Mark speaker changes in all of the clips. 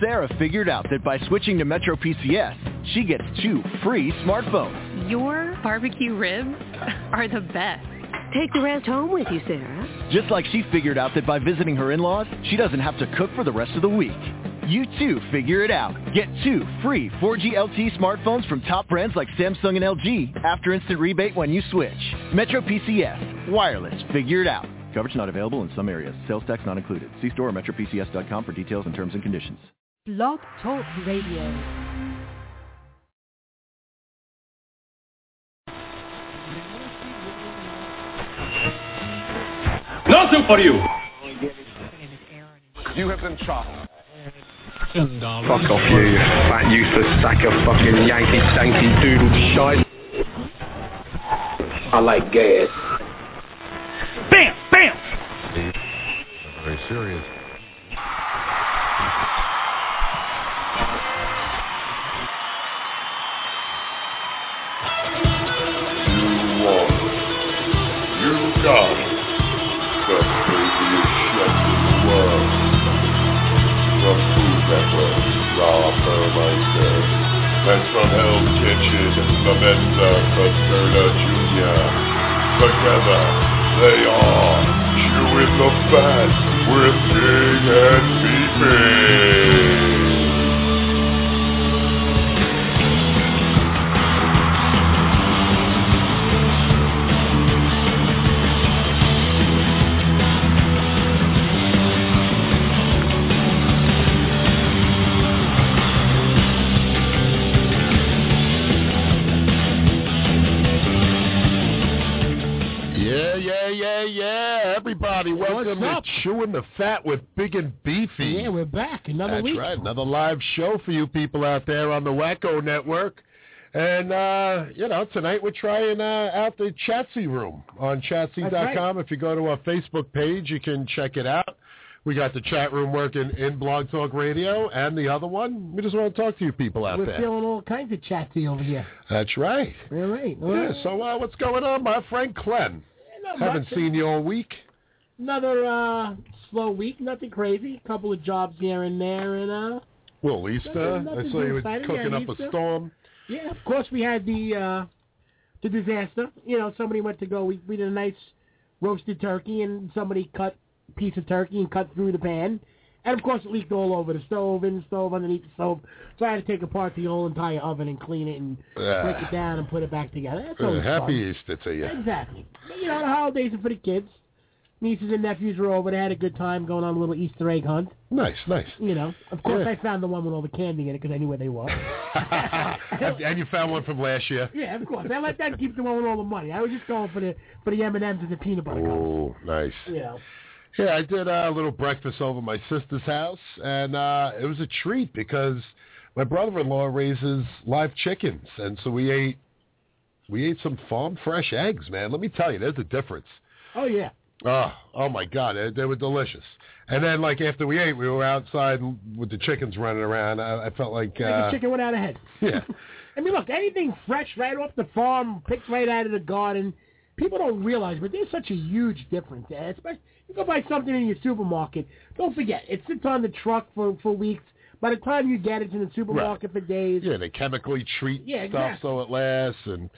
Speaker 1: Sarah figured out that by switching to MetroPCS, she gets two free smartphones.
Speaker 2: Your barbecue ribs are the best.
Speaker 3: Take the rest home with you, Sarah.
Speaker 1: Just like she figured out that by visiting her in-laws, she doesn't have to cook for the rest of the week. You too figure it out. Get two free 4G LTE smartphones from top brands like Samsung and LG after instant rebate when you switch. MetroPCS. Wireless. Figure it out. Coverage not available in some areas. Sales tax not included. See store or metropcs.com for details and terms and conditions.
Speaker 4: Blog Talk Radio.
Speaker 5: Nothing for you.
Speaker 6: You have been shot.
Speaker 7: Fuck off you, fat useless sack of fucking Yankee stanky doodle shite. I like gas.
Speaker 5: Bam! Bam!
Speaker 8: Very serious.
Speaker 9: You want it. You got it. The craziest chef in the world. From Food Network, Rob Burmeister, and from Hell's Kitchen, Samantha Pasterna Jr. Together, they are chewing the fat with King and Phoebe.
Speaker 10: Yeah, yeah, yeah, yeah. Everybody, welcome to Chewing the Fat with Big and Beefy. Yeah,
Speaker 11: we're back. Another
Speaker 10: That's
Speaker 11: week.
Speaker 10: right. Another live show for you people out there on the Wacko Network. And, uh, you know, tonight we're trying uh, out the Chatsy Room on Chatsy.com.
Speaker 11: That's
Speaker 10: If you go to our Facebook page, you can check it out. We got the chat room working in Blog Talk Radio and the other one. We just want to talk to you people out
Speaker 11: We're
Speaker 10: there.
Speaker 11: feeling all kinds of chatty over here.
Speaker 10: That's right.
Speaker 11: All right. All
Speaker 10: Yeah,
Speaker 11: right.
Speaker 10: so uh, what's going on, my friend Clem?
Speaker 11: not
Speaker 10: Haven't
Speaker 11: much.
Speaker 10: seen you all week.
Speaker 11: Another uh, slow week. Nothing crazy. A couple of jobs here and there. And uh,
Speaker 10: Well, Easter.
Speaker 11: Nothing-
Speaker 10: I
Speaker 11: nothing
Speaker 10: saw
Speaker 11: too
Speaker 10: you were
Speaker 11: exciting,
Speaker 10: cooking
Speaker 11: yeah,
Speaker 10: up
Speaker 11: Easter.
Speaker 10: a storm.
Speaker 11: yeah, of course we had the uh, the disaster. You know, somebody went to go. We, we did a nice roasted turkey, and somebody cut a piece of turkey and cut through the pan. And of course, it leaked all over the stove, in the stove, underneath the stove. So I had to take apart the whole entire oven and clean it and break
Speaker 10: Ah.
Speaker 11: it down and put it back together. That's
Speaker 10: Uh,
Speaker 11: always fun.
Speaker 10: happy Easter to you.
Speaker 11: Exactly. But, You know, the holidays are for the kids. Nieces and nephews were over. They had a good time going on a little Easter egg hunt.
Speaker 10: Nice, nice.
Speaker 11: You know, of course,
Speaker 10: Yeah.
Speaker 11: I found the one with all the candy in it because I knew where they were.
Speaker 10: and and you found one from last year.
Speaker 11: yeah, of course. I let them keep the one with all the money. I was just going for the for the M and M's and the peanut butter. cups.
Speaker 10: Oh, nice.
Speaker 11: You know,
Speaker 10: Yeah, I did uh, a little breakfast over at my sister's house, and uh, it was a treat because my brother-in-law raises live chickens, and so we ate we ate some farm fresh eggs. Man, let me tell you, there's a difference.
Speaker 11: oh yeah,
Speaker 10: Oh, oh my God, they, they were delicious. And then, like after we ate, we were outside with the chickens running around. I, I felt like,
Speaker 11: like
Speaker 10: uh,
Speaker 11: a chicken without a head.
Speaker 10: yeah,
Speaker 11: I mean, look, anything fresh right off the farm, picked right out of the garden. People don't realize, but there's such a huge difference. eh, Especially you go buy something in your supermarket. Don't forget, it sits on the truck for for weeks. By the time you get it, it's in the supermarket for days.
Speaker 10: yeah. They chemically treat
Speaker 11: Yeah,
Speaker 10: stuff so it lasts, and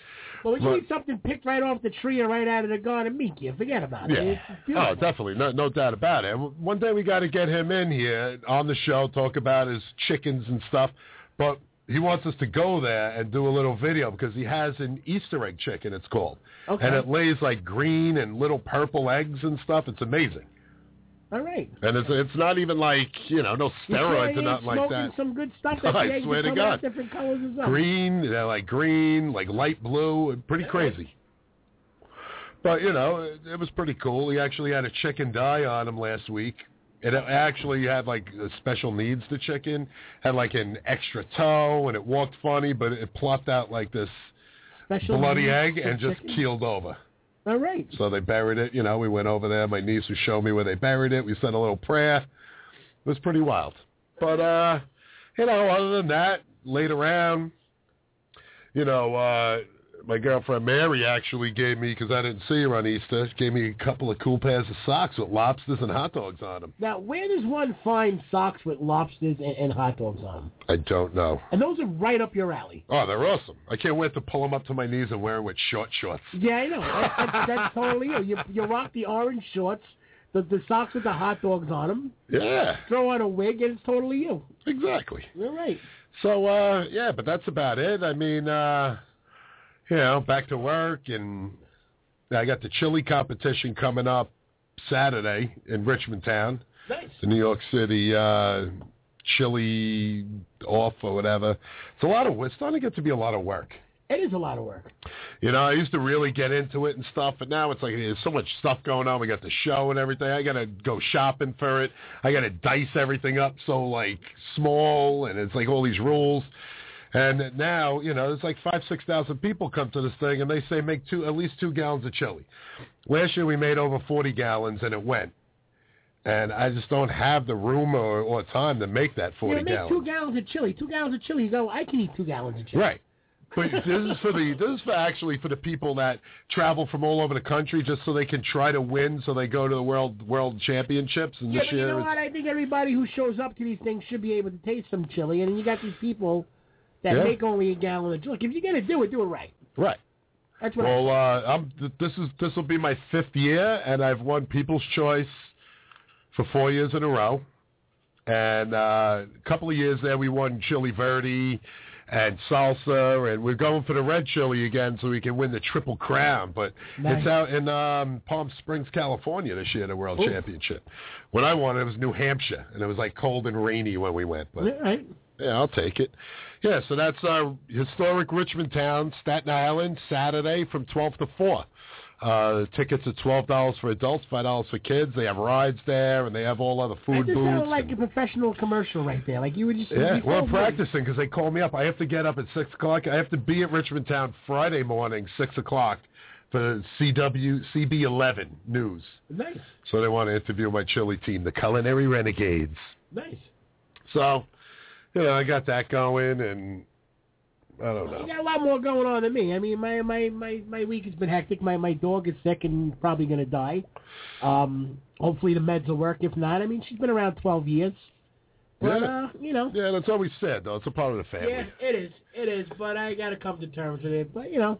Speaker 11: But when you
Speaker 10: Look.
Speaker 11: eat something picked right off the tree or right out of the garden, meet you. Forget about it.
Speaker 10: Yeah.
Speaker 11: It's
Speaker 10: Oh,
Speaker 11: beautiful.
Speaker 10: definitely. No, no doubt about it. And One day we got to get him in here on the show, talk about his chickens and stuff. But he wants us to go there and do a little video because he has an Easter egg chicken, it's called.
Speaker 11: Okay.
Speaker 10: Oh, And it lays like green and little purple eggs and stuff. It's amazing.
Speaker 11: All right.
Speaker 10: And it's it's not even like, you know, no
Speaker 11: You
Speaker 10: steroids
Speaker 11: swear
Speaker 10: or
Speaker 11: you ain't
Speaker 10: nothing like
Speaker 11: smoking
Speaker 10: that.
Speaker 11: some good stuff.
Speaker 10: No,
Speaker 11: That
Speaker 10: I
Speaker 11: the eggs
Speaker 10: swear to
Speaker 11: come out
Speaker 10: God.
Speaker 11: Different colors and stuff.
Speaker 10: green, they're like green, like light blue, and pretty crazy. But you know, it, it was pretty cool. He actually had a chicken die on him last week, and it actually had like a special needs. The chicken had like an extra toe, and it walked funny, but it plopped out like this
Speaker 11: Special
Speaker 10: bloody
Speaker 11: needs
Speaker 10: egg
Speaker 11: for
Speaker 10: and just
Speaker 11: chicken.
Speaker 10: keeled over.
Speaker 11: All right.
Speaker 10: So they buried it. You know, we went over there. My niece would show me where they buried it. We said a little prayer. It was pretty wild. But, uh, you know, other than that, laid around, you know, uh, my girlfriend Mary actually gave me because I didn't see her on Easter. Gave me a couple of cool pairs of socks with lobsters and hot dogs on them.
Speaker 11: Now, where does one find socks with lobsters and, and hot dogs on them?
Speaker 10: I don't know.
Speaker 11: And those are right up your alley.
Speaker 10: Oh, they're awesome! I can't wait to pull them up to my knees and wear them with short shorts.
Speaker 11: Yeah, I know. That, that, that's totally you. you. You rock the orange shorts, the, the socks with the hot dogs on them.
Speaker 10: Yeah.
Speaker 11: Throw on a wig, and it's totally you.
Speaker 10: Exactly.
Speaker 11: You're right.
Speaker 10: So uh, yeah, but that's about it. I mean, uh, you know, back to work, and I got the chili competition coming up Saturday in Richmond Town,
Speaker 11: Nice.
Speaker 10: the New York City uh, chili off or whatever. It's a lot of. It's starting to get to be a lot of work.
Speaker 11: It is a lot of work.
Speaker 10: You know, I used to really get into it and stuff, but now it's like there's so much stuff going on. We got the show and everything. I gotta go shopping for it. I gotta dice everything up so like small, and it's like all these rules. And now, you know, it's like five, six thousand people come to this thing, and they say make two, at least two gallons of chili. Last year we made over forty gallons, and it went. And I just don't have the room or, or time to make that
Speaker 11: You
Speaker 10: forty
Speaker 11: know, make
Speaker 10: gallons.
Speaker 11: two gallons of chili. Two gallons of chili. You go. I can eat two gallons of chili.
Speaker 10: Right. But this is for the this is for actually for the people that travel from all over the country just so they can try to win so they go to the world world championships and
Speaker 11: Yeah,
Speaker 10: this
Speaker 11: but you
Speaker 10: year
Speaker 11: know
Speaker 10: it's-
Speaker 11: what? I think everybody who shows up to these things should be able to taste some chili. And then you got these people that
Speaker 10: Yeah.
Speaker 11: make only a gallon of chili. Look, if you're gonna do it, do it right.
Speaker 10: right.
Speaker 11: That's what. I-
Speaker 10: Well, uh, I'm, th- this is this will be my fifth year and I've won People's Choice for four years in a row. And uh, a couple of years there we won Chili Verde and salsa and we're going for the red chili again so we can win the triple crown but
Speaker 11: Nice.
Speaker 10: it's out in um, palm springs california this year the world
Speaker 11: Ooh.
Speaker 10: championship when i won it was new hampshire and it was like cold and rainy when we went but
Speaker 11: All right.
Speaker 10: yeah, I'll take it. Yeah, so that's our historic Richmond town, Staten Island, Saturday from 12 to 4. Uh, tickets are $12 for adults, $5 for kids. They have rides there, and they have all other
Speaker 11: That
Speaker 10: food
Speaker 11: just
Speaker 10: booths.
Speaker 11: sounded like a
Speaker 10: and-
Speaker 11: professional commercial right there. Like you were just.
Speaker 10: yeah,
Speaker 11: you
Speaker 10: well, I'm
Speaker 11: sold me.
Speaker 10: practicing because they call me up. I have to get up at 6 o'clock. I have to be at Richmond Town Friday morning, 6 o'clock, for CW, CB11 news.
Speaker 11: Nice,
Speaker 10: So they want to interview my chili team, the Culinary Renegades.
Speaker 11: nice.
Speaker 10: So, you know, I got that going, and I don't
Speaker 11: You
Speaker 10: know.
Speaker 11: got a lot more going on than me. I mean, my my my my week has been hectic. My my dog is sick and probably gonna die. Um, hopefully the meds will work. If not, I mean, she's been around twelve years. But
Speaker 10: Yeah.
Speaker 11: uh, you know,
Speaker 10: Yeah, that's always said, though. It's a part of the family.
Speaker 11: yeah,
Speaker 10: Yeah,
Speaker 11: it is, it is. But I gotta come to terms with it. But you know,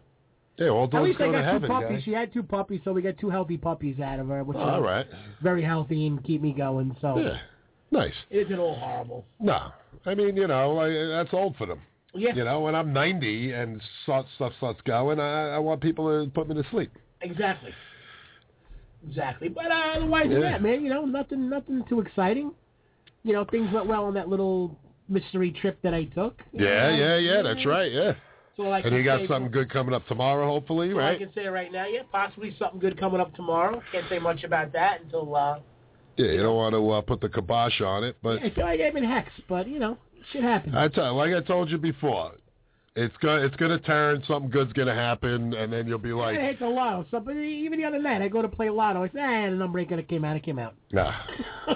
Speaker 10: all
Speaker 11: at
Speaker 10: dogs
Speaker 11: least
Speaker 10: go
Speaker 11: I
Speaker 10: to
Speaker 11: got two
Speaker 10: heaven,
Speaker 11: puppies.
Speaker 10: guys.
Speaker 11: She had two puppies, so we got two healthy puppies out of her, which
Speaker 10: All
Speaker 11: are
Speaker 10: right.
Speaker 11: very healthy and keep me going. So
Speaker 10: Yeah. Nice.
Speaker 11: it isn't all horrible.
Speaker 10: No, I mean, you know, I, that's old for them.
Speaker 11: Yeah,
Speaker 10: You know, when I'm 90 and stuff, stuff starts going, I, I want people to put me to sleep.
Speaker 11: exactly, exactly. But uh, otherwise
Speaker 10: Yeah.
Speaker 11: than that, man, you know, nothing, nothing too exciting. You know, things went well on that little mystery trip that I took. you
Speaker 10: Yeah,
Speaker 11: know?
Speaker 10: yeah, yeah. That's right. Yeah.
Speaker 11: Mm-hmm. So like,
Speaker 10: And you got something good coming up tomorrow, hopefully,
Speaker 11: So I
Speaker 10: right?
Speaker 11: can say right now, yeah, possibly something good coming up tomorrow. Can't say much about that until uh,
Speaker 10: Yeah. You don't want to uh, put the kibosh on it, but
Speaker 11: I feel like I've been hexed, but you know, shit happens.
Speaker 10: I tell, like I told you before, it's gonna it's gonna turn. Something good's gonna happen, and then you'll be
Speaker 11: I
Speaker 10: like,
Speaker 11: hit the lotto. So, but even the other night, I go to play lotto. I said, ah, the number ain't gonna came out. It came out.
Speaker 10: Nah.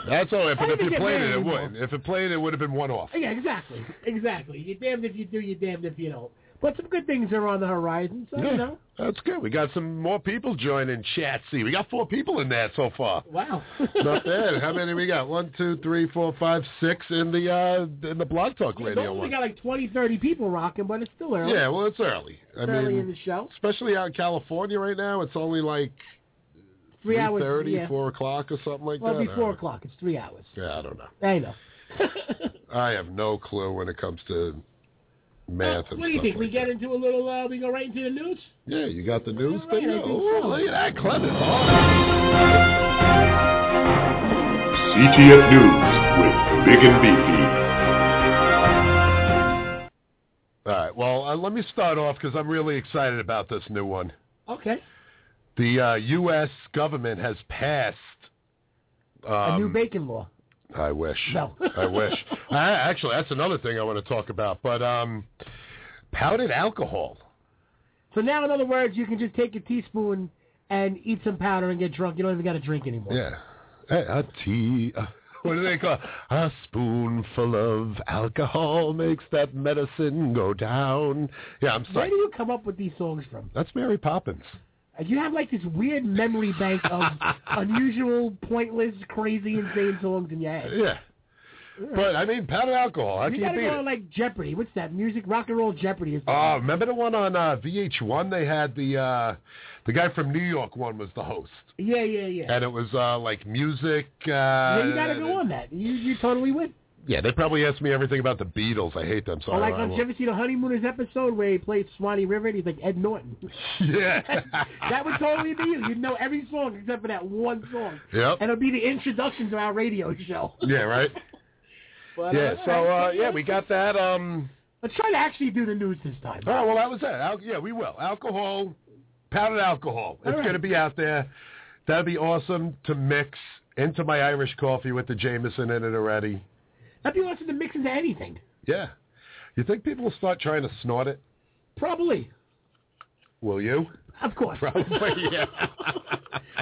Speaker 10: That's all right.
Speaker 11: I
Speaker 10: But if
Speaker 11: didn't
Speaker 10: you
Speaker 11: get
Speaker 10: played
Speaker 11: mad
Speaker 10: it, it
Speaker 11: anymore.
Speaker 10: would. If it played, it would have been one off.
Speaker 11: Yeah, exactly, exactly. You're damned if you do. You're damned if you don't. But some good things are on the horizon. So you know,
Speaker 10: That's good. We got some more people joining Chatsy. We got four people in there so far.
Speaker 11: wow.
Speaker 10: Not bad. How many we got? One, two, three, four, five, six in the uh in the Blog Talk
Speaker 11: We've
Speaker 10: Radio
Speaker 11: only
Speaker 10: one.
Speaker 11: got like 20, 30 people rocking, but it's still early.
Speaker 10: Yeah, well, it's early. I
Speaker 11: It's early in
Speaker 10: mean,
Speaker 11: the show.
Speaker 10: especially out in California right now, it's only like
Speaker 11: Three
Speaker 10: three
Speaker 11: hours.
Speaker 10: thirty,
Speaker 11: yeah.
Speaker 10: four o'clock or something like
Speaker 11: Well,
Speaker 10: that.
Speaker 11: it'll be four
Speaker 10: I don't-
Speaker 11: o'clock. It's three hours.
Speaker 10: Yeah, I don't know.
Speaker 11: I know.
Speaker 10: I have no clue when it comes to
Speaker 11: Well,
Speaker 10: math and
Speaker 11: Uh, what do you
Speaker 10: stuff
Speaker 11: think? we
Speaker 10: like
Speaker 11: get
Speaker 10: that.
Speaker 11: into a little. Uh, we go right into the news.
Speaker 10: Yeah, you got the news
Speaker 11: All right, I
Speaker 10: video.
Speaker 11: think
Speaker 10: Ooh,
Speaker 11: so.
Speaker 10: look at that, clever. Oh,
Speaker 9: CTF News with Big and Beefy.
Speaker 10: All right. Well, uh, let me start off because I'm really excited about this new one.
Speaker 11: Okay.
Speaker 10: The uh, U.S. government has passed. Um,
Speaker 11: A new bacon law.
Speaker 10: I wish.
Speaker 11: No.
Speaker 10: I wish. I, actually, that's another thing I want to talk about. But um, powdered alcohol.
Speaker 11: So now, in other words, you can just take a teaspoon and eat some powder and get drunk. You don't even got to drink anymore.
Speaker 10: Yeah. Hey, a Eh, tea. what do they call it? A spoonful of alcohol makes that medicine go down. Yeah, I'm
Speaker 11: Where
Speaker 10: sorry.
Speaker 11: do you Uh, come up with these songs from?
Speaker 10: That's Mary Poppins.
Speaker 11: You have like this weird memory bank of unusual, pointless, crazy, insane songs in your head.
Speaker 10: Yeah. But, I mean, powdered alcohol. How
Speaker 11: you
Speaker 10: can you
Speaker 11: gotta
Speaker 10: beat
Speaker 11: go
Speaker 10: it?
Speaker 11: on like Jeopardy. What's that music? Rock and roll Jeopardy is.
Speaker 10: Oh, remember the one on uh, VH1? They had the uh, the guy from New York one was the host,
Speaker 11: yeah, yeah, yeah.
Speaker 10: and it was uh, like music. Uh,
Speaker 11: yeah, you gotta go on that. You you totally would.
Speaker 10: Yeah, they probably asked me everything about the Beatles. I hate them. So
Speaker 11: Or
Speaker 10: I-
Speaker 11: Oh, like
Speaker 10: I
Speaker 11: on
Speaker 10: won't.
Speaker 11: you ever see the Honeymooners episode where he played Swanee River and he's like Ed Norton.
Speaker 10: yeah,
Speaker 11: that would totally be you. You'd know every song except for that one song.
Speaker 10: Yep.
Speaker 11: And it'll be the introduction to our radio show.
Speaker 10: yeah, right.
Speaker 11: But,
Speaker 10: Yeah,
Speaker 11: all
Speaker 10: so
Speaker 11: right.
Speaker 10: uh, yeah, we got that. Um,
Speaker 11: Let's try to actually do the news this time.
Speaker 10: all right, well, that was that. Al- yeah, we will. Alcohol, powdered alcohol. It's
Speaker 11: All right.
Speaker 10: going to be out there. That'd be awesome to mix into my Irish coffee with the Jameson in it already.
Speaker 11: I'd be awesome to mix into anything.
Speaker 10: Yeah. You think people will start trying to snort it?
Speaker 11: Probably.
Speaker 10: Will you?
Speaker 11: Of course.
Speaker 10: Probably, yeah.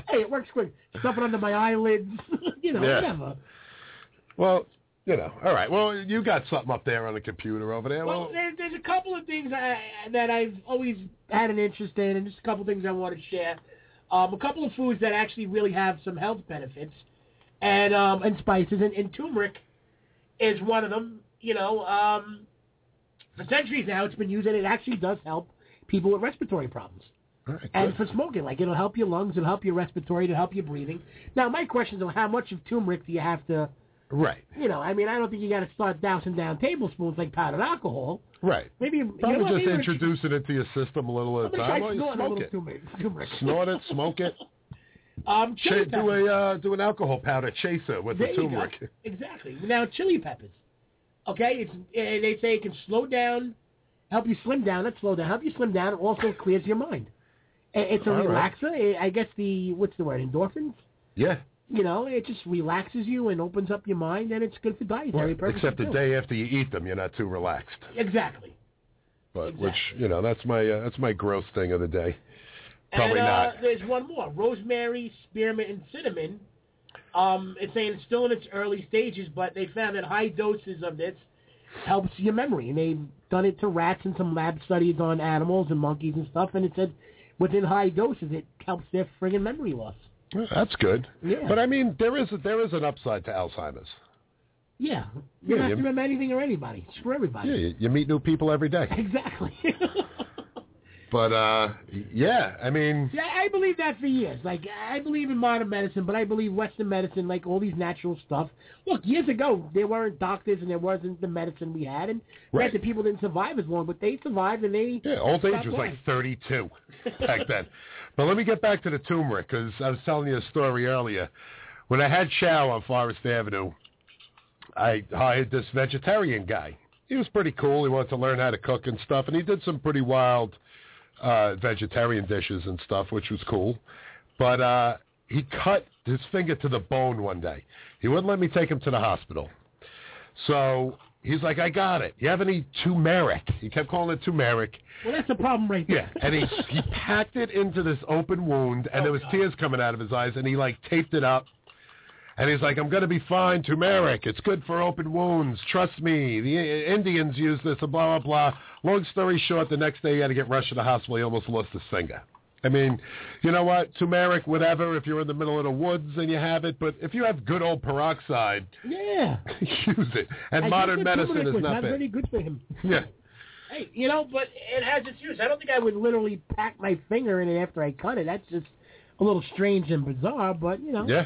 Speaker 11: hey, it works quick. Stuff it under my eyelids. you know,
Speaker 10: Yeah.
Speaker 11: whatever.
Speaker 10: Well, you know. All right. Well, you got something up there on the computer over there.
Speaker 11: Well,
Speaker 10: Well,
Speaker 11: there, there's a couple of things I, that I've always had an interest in, and just a couple of things I want to share. Um, a couple of foods that actually really have some health benefits, and um, and spices, and, and turmeric is one of them. You know, um, for centuries now it's been used, and it actually does help people with respiratory problems.
Speaker 10: all right,
Speaker 11: And
Speaker 10: good.
Speaker 11: for smoking, like it'll help your lungs, it'll help your respiratory, it'll help your breathing. Now, my question is, how much of turmeric do you have to?
Speaker 10: right,
Speaker 11: You know, I mean, I don't think you got to start dousing down tablespoons like powdered alcohol.
Speaker 10: right.
Speaker 11: Maybe you
Speaker 10: Probably
Speaker 11: know what,
Speaker 10: just
Speaker 11: maybe
Speaker 10: introduce it into your system a little at a time.
Speaker 11: I'm gonna try
Speaker 10: Well, you
Speaker 11: snorting a
Speaker 10: smoke
Speaker 11: little
Speaker 10: it,
Speaker 11: turmeric. turmeric.
Speaker 10: snort it, smoke it.
Speaker 11: Um, chili
Speaker 10: Ch- do
Speaker 11: peppers.
Speaker 10: a uh, do an alcohol powder chaser with
Speaker 11: there
Speaker 10: the
Speaker 11: you go.
Speaker 10: turmeric.
Speaker 11: Exactly. Now chili peppers. Okay, it's eh, they say it can slow down, help you slim down. Not slow down, help you slim down. It also clears your mind. Eh, It's a
Speaker 10: All right.
Speaker 11: relaxer. Eh, I guess the what's the word endorphins.
Speaker 10: Yeah.
Speaker 11: You know, it just relaxes you and opens up your mind, and it's good for dietary purposes
Speaker 10: Except the
Speaker 11: too.
Speaker 10: day after you eat them, you're not too relaxed.
Speaker 11: Exactly.
Speaker 10: But which you know, that's my uh, that's my gross thing of the day. Probably
Speaker 11: and, uh,
Speaker 10: not.
Speaker 11: There's one more: rosemary, spearmint, and cinnamon. Um, it's saying it's still in its early stages, but they found that high doses of this helps your memory, and they've done it to rats and some lab studies on animals and monkeys and stuff, and it said within high doses it helps their friggin' memory loss.
Speaker 10: Well, That's good.
Speaker 11: Yeah.
Speaker 10: But I mean, there is there is an upside to Alzheimer's.
Speaker 11: Yeah, you
Speaker 10: Yeah,
Speaker 11: don't have
Speaker 10: you-
Speaker 11: to remember anything or anybody. It's for everybody.
Speaker 10: Yeah, you, you meet new people every day.
Speaker 11: Exactly.
Speaker 10: But uh, yeah, I mean,
Speaker 11: yeah, I believe that for years. Like I believe in modern medicine, but I believe Western medicine, like all these natural stuff. Look, years ago there weren't doctors and there wasn't the medicine we had, and
Speaker 10: Right.
Speaker 11: granted, people didn't survive as long, but they survived and they.
Speaker 10: yeah, old age was like
Speaker 11: Likewise.
Speaker 10: 32 back then. But let me get back to the turmeric because I was telling you a story earlier. When I had Chow on Forest Avenue, I hired this vegetarian guy. He was pretty cool. He wanted to learn how to cook and stuff, and he did some pretty wild uh, vegetarian dishes and stuff, which was cool. But uh, he cut his finger to the bone one day. He wouldn't let me take him to the hospital. So he's like, I got it. You have any turmeric? He kept calling it turmeric.
Speaker 11: Well, that's the problem, right
Speaker 10: Yeah,
Speaker 11: there.
Speaker 10: and he he packed it into this open wound, and there
Speaker 11: Oh,
Speaker 10: was tears coming out of his eyes, and he like taped it up, and he's like, "I'm gonna be fine, turmeric. It's good for open wounds. Trust me. The I- Indians use this, and blah blah blah." Long story short, the next day he had to get rushed to the hospital. He almost lost his finger. I mean, you know what? Turmeric, whatever. If you're in the middle of the woods and you have it, but if you have good old peroxide,
Speaker 11: Yeah.
Speaker 10: use it. And
Speaker 11: I
Speaker 10: modern
Speaker 11: think that
Speaker 10: medicine
Speaker 11: turmeric
Speaker 10: is
Speaker 11: was
Speaker 10: not
Speaker 11: not
Speaker 10: bad.
Speaker 11: really good for him.
Speaker 10: Yeah.
Speaker 11: Hey, you know, but it has its use. I don't think I would literally pack my finger in it after I cut it. That's just a little strange and bizarre, but you know,
Speaker 10: Yeah.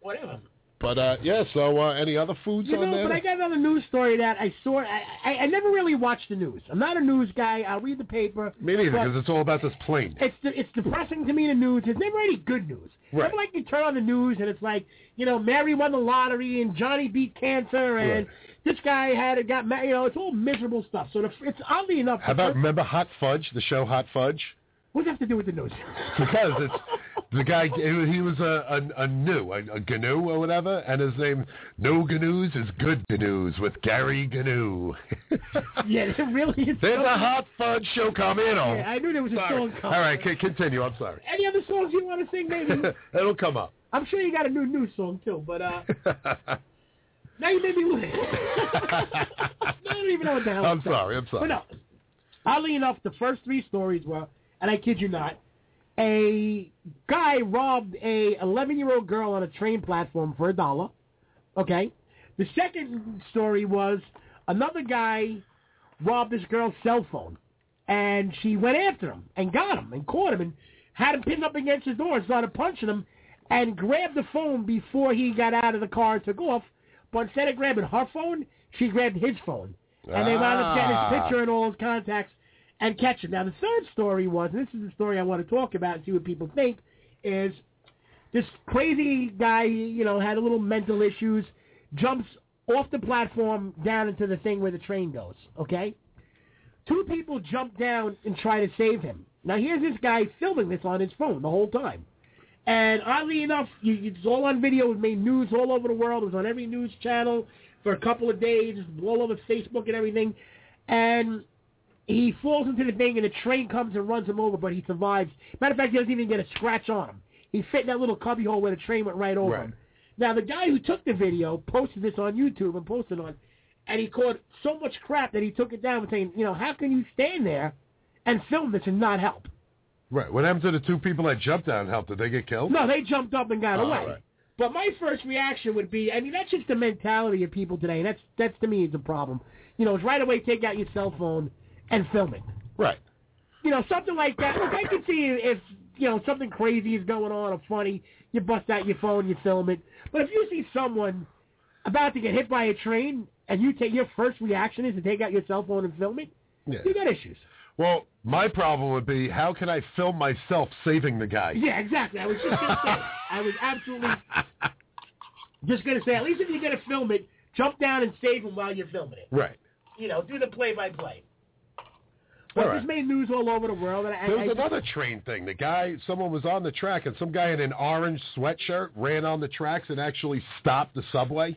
Speaker 11: whatever.
Speaker 10: But uh, yeah. So uh, any other foods
Speaker 11: You
Speaker 10: on
Speaker 11: know,
Speaker 10: there?
Speaker 11: but I got another news story that I saw. I, I, I never really watch the news. I'm not a news guy. I read the paper.
Speaker 10: Me neither,
Speaker 11: but
Speaker 10: because it's all about this plane.
Speaker 11: it's de- it's depressing to me. The news. There's never any good news.
Speaker 10: Right.
Speaker 11: Never like you turn on the news and it's like you know Mary won the lottery and Johnny beat cancer and
Speaker 10: Right.
Speaker 11: this guy had it got ma- you know it's all miserable stuff. So the, it's oddly enough.
Speaker 10: How
Speaker 11: the
Speaker 10: about
Speaker 11: first-
Speaker 10: remember Hot Fudge, the show Hot Fudge?
Speaker 11: what does that have to do with the news?
Speaker 10: Because it's The guy, he was a, a, a new, a, a GNU or whatever, and his name, No GNUs is Good GNUs with Gary GNU.
Speaker 11: yeah, it really is.
Speaker 10: There's a hot fudge show coming on.
Speaker 11: Yeah, I knew there was a
Speaker 10: Sorry.
Speaker 11: song coming.
Speaker 10: All right, c- continue. I'm sorry.
Speaker 11: Any other songs you want to sing, maybe?
Speaker 10: It'll come up.
Speaker 11: I'm sure you got a new new song too, but uh, now you made me lose. I don't even know what the hell.
Speaker 10: I'm
Speaker 11: to say.
Speaker 10: sorry. I'm sorry.
Speaker 11: But no, oddly enough, the first three stories were, and I kid you not, a guy robbed a 11 year old girl on a train platform for a dollar. Okay. The second story was another guy robbed this girl's cell phone, and she went after him and got him and caught him and had him pinned up against his door and started punching him and grabbed the phone before he got out of the car and took off. But instead of grabbing her phone, she grabbed his phone. And they wound up getting
Speaker 10: Ah.
Speaker 11: his picture and all his contacts and catch him. Now, the third story was, and this is the story I want to talk about and see what people think, is this crazy guy, you know, had a little mental issues, jumps off the platform down into the thing where the train goes, okay? Two people jump down and try to save him. Now, here's this guy filming this on his phone the whole time. And oddly enough, you, it's all on video. It made news all over the world. It was on every news channel for a couple of days, all over Facebook and everything. And he falls into the thing, and the train comes and runs him over, but he survives. Matter of fact, he doesn't even get a scratch on him. He fit in that little cubbyhole where the train went right over
Speaker 10: Right.
Speaker 11: him. Now, the guy who took the video posted this on YouTube and posted on, and he caught so much crap that he took it down and saying, you know, how can you stand there and film this and not help?
Speaker 10: Right. What happened to the two people that jumped down and helped? Did they get killed?
Speaker 11: No, they jumped up and got
Speaker 10: Oh,
Speaker 11: away.
Speaker 10: all right.
Speaker 11: But my first reaction would be, I mean, that's just the mentality of people today. That's that's to me is the problem. You know, it's right away take out your cell phone and film it.
Speaker 10: Right.
Speaker 11: You know, something like that. Look, I can see if you know something crazy is going on or funny, you bust out your phone, you film it. But if you see someone about to get hit by a train and you take your first reaction is to take out your cell phone and film it,
Speaker 10: Yeah.
Speaker 11: you got issues.
Speaker 10: Well, my problem would be how can I film myself saving the guy?
Speaker 11: Yeah, exactly. I was just gonna say. I was absolutely just gonna say. At least if you're gonna film it, jump down and save him while you're filming it.
Speaker 10: Right.
Speaker 11: You know, do the play-by-play. But
Speaker 10: All
Speaker 11: this
Speaker 10: right.
Speaker 11: made news all over the world, and I,
Speaker 10: There
Speaker 11: I
Speaker 10: was
Speaker 11: just-
Speaker 10: another train thing. The guy, someone was on the track, and some guy in an orange sweatshirt ran on the tracks and actually stopped the subway.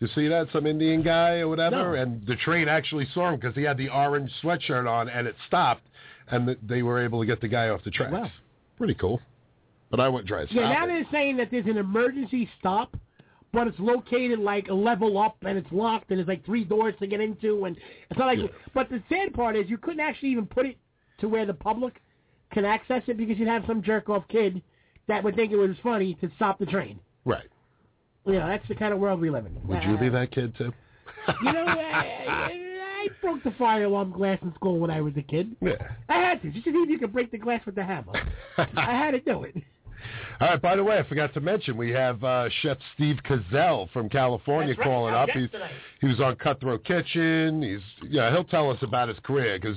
Speaker 10: You see that? Some Indian guy or whatever,
Speaker 11: No.
Speaker 10: and the train actually saw him because he had the orange sweatshirt on, and it stopped, and th- they were able to get the guy off the tracks.
Speaker 11: Wow.
Speaker 10: Pretty cool. But I wouldn't try to stop
Speaker 11: yeah. Now
Speaker 10: it.
Speaker 11: they're saying that there's an emergency stop, but it's located like a level up, and it's locked, and there's like three doors to get into, and it's not like.
Speaker 10: Yeah.
Speaker 11: But the sad part is you couldn't actually even put it to where the public can access it because you'd have some jerk off kid that would think it was funny to stop the train.
Speaker 10: Right.
Speaker 11: You know, that's the kind of world we live in.
Speaker 10: Would you be that kid, too?
Speaker 11: You know, I, I broke the fire alarm glass in school when I was a kid.
Speaker 10: Yeah.
Speaker 11: I had to. Just to see if you could break the glass with the hammer. I had to do it.
Speaker 10: All right. By the way, I forgot to mention we have uh, Chef Steve Cazell from California
Speaker 11: That's right,
Speaker 10: calling
Speaker 11: our
Speaker 10: up.
Speaker 11: guest
Speaker 10: He's,
Speaker 11: tonight.
Speaker 10: he was on Cutthroat Kitchen. He's yeah. He'll tell us about his career because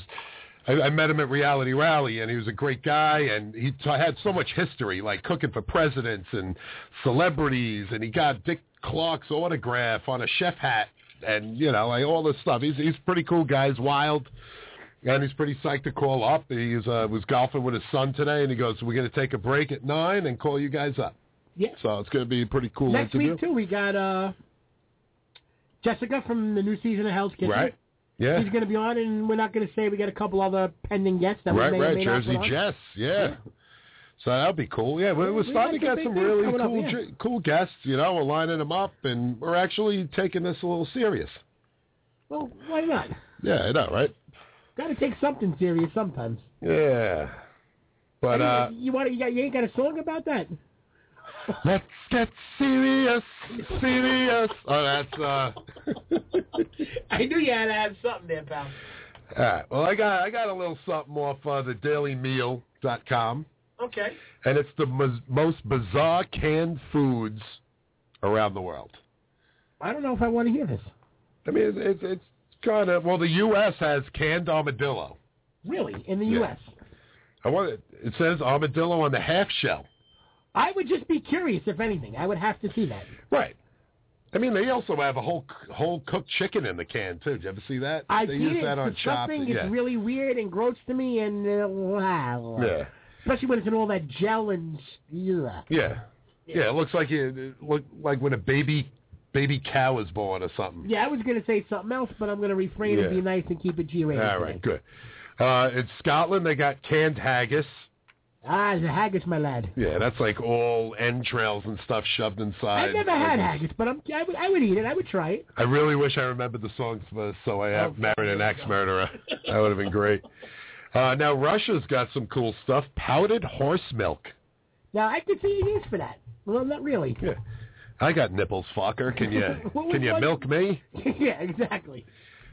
Speaker 10: I, I met him at Reality Rally and he was a great guy and he t- had so much history, like cooking for presidents and celebrities, and he got Dick Clark's autograph on a chef hat and you know like all this stuff. He's he's a pretty cool guy. He's wild. And he's pretty psyched to call up. He uh, was golfing with his son today, and he goes, "We're going to take a break at nine and call you guys up."
Speaker 11: Yeah.
Speaker 10: So it's going to be a pretty cool
Speaker 11: Next
Speaker 10: interview.
Speaker 11: week, too, we got uh, Jessica from the new season of Hell's Kitchen.
Speaker 10: Right. Yeah.
Speaker 11: She's going to be on, and we're not going to say we got a couple other pending guests that
Speaker 10: right,
Speaker 11: we may or
Speaker 10: right.
Speaker 11: may
Speaker 10: Jersey
Speaker 11: not put on.
Speaker 10: Jess. Yeah. So that'll be cool. Yeah, we're, we're
Speaker 11: We
Speaker 10: starting to
Speaker 11: got some
Speaker 10: get
Speaker 11: big
Speaker 10: some
Speaker 11: things
Speaker 10: really
Speaker 11: coming up,
Speaker 10: cool,
Speaker 11: yeah.
Speaker 10: ge- cool guests. You know, we're lining them up, and we're actually taking this a little serious.
Speaker 11: Well, why not?
Speaker 10: Yeah, I know, right?
Speaker 11: Got to take something serious sometimes.
Speaker 10: Yeah. But uh,
Speaker 11: you want you, got, you ain't got a song about that?
Speaker 10: let's get serious, serious. Oh, that's uh.
Speaker 11: I knew you had to have something there, pal.
Speaker 10: All right. Well, I got I got a little something off uh, the dailymeal.com,
Speaker 11: Okay.
Speaker 10: and it's the mo- most bizarre canned foods around the world.
Speaker 11: I don't know if I want to hear this.
Speaker 10: I mean, it's it's, it's kind of well, the U.S. has canned armadillo.
Speaker 11: Really, in the
Speaker 10: Yeah.
Speaker 11: U.S.
Speaker 10: I want it, it says armadillo on the half shell.
Speaker 11: I would just be curious, if anything. I would have to see that.
Speaker 10: Right. I mean, they also have a whole c- whole cooked chicken in the can too. Did you ever see that?
Speaker 11: I
Speaker 10: they
Speaker 11: see
Speaker 10: use
Speaker 11: it.
Speaker 10: that on
Speaker 11: it's
Speaker 10: Chopped.
Speaker 11: something.
Speaker 10: yeah.
Speaker 11: It's really weird and gross to me, and uh, wow.
Speaker 10: yeah.
Speaker 11: Especially when it's in all that gel and yeah.
Speaker 10: Yeah. Yeah, it looks like it, it look like when a baby baby cow is born or something.
Speaker 11: Yeah, I was going to say something else, but I'm going to refrain and
Speaker 10: Yeah.
Speaker 11: be nice and keep it G-rated.
Speaker 10: All right, good. Uh, in Scotland, they got canned haggis.
Speaker 11: Ah, the haggis, my lad.
Speaker 10: Yeah, that's like all entrails and stuff shoved inside.
Speaker 11: I've never
Speaker 10: Like
Speaker 11: had
Speaker 10: it's-
Speaker 11: haggis, but I'm, I, would, I would eat it. I would try it.
Speaker 10: I really wish I remembered the songs for So I
Speaker 11: Oh,
Speaker 10: Have Married an Axe Murderer. That would have been great. Uh, now, Russia's got some cool stuff. Powdered horse milk.
Speaker 11: Now, I could see a use for that. Well, not really.
Speaker 10: Yeah. I got nipples, fucker. Can you,
Speaker 11: What was
Speaker 10: can you
Speaker 11: one-
Speaker 10: milk me?
Speaker 11: yeah, exactly.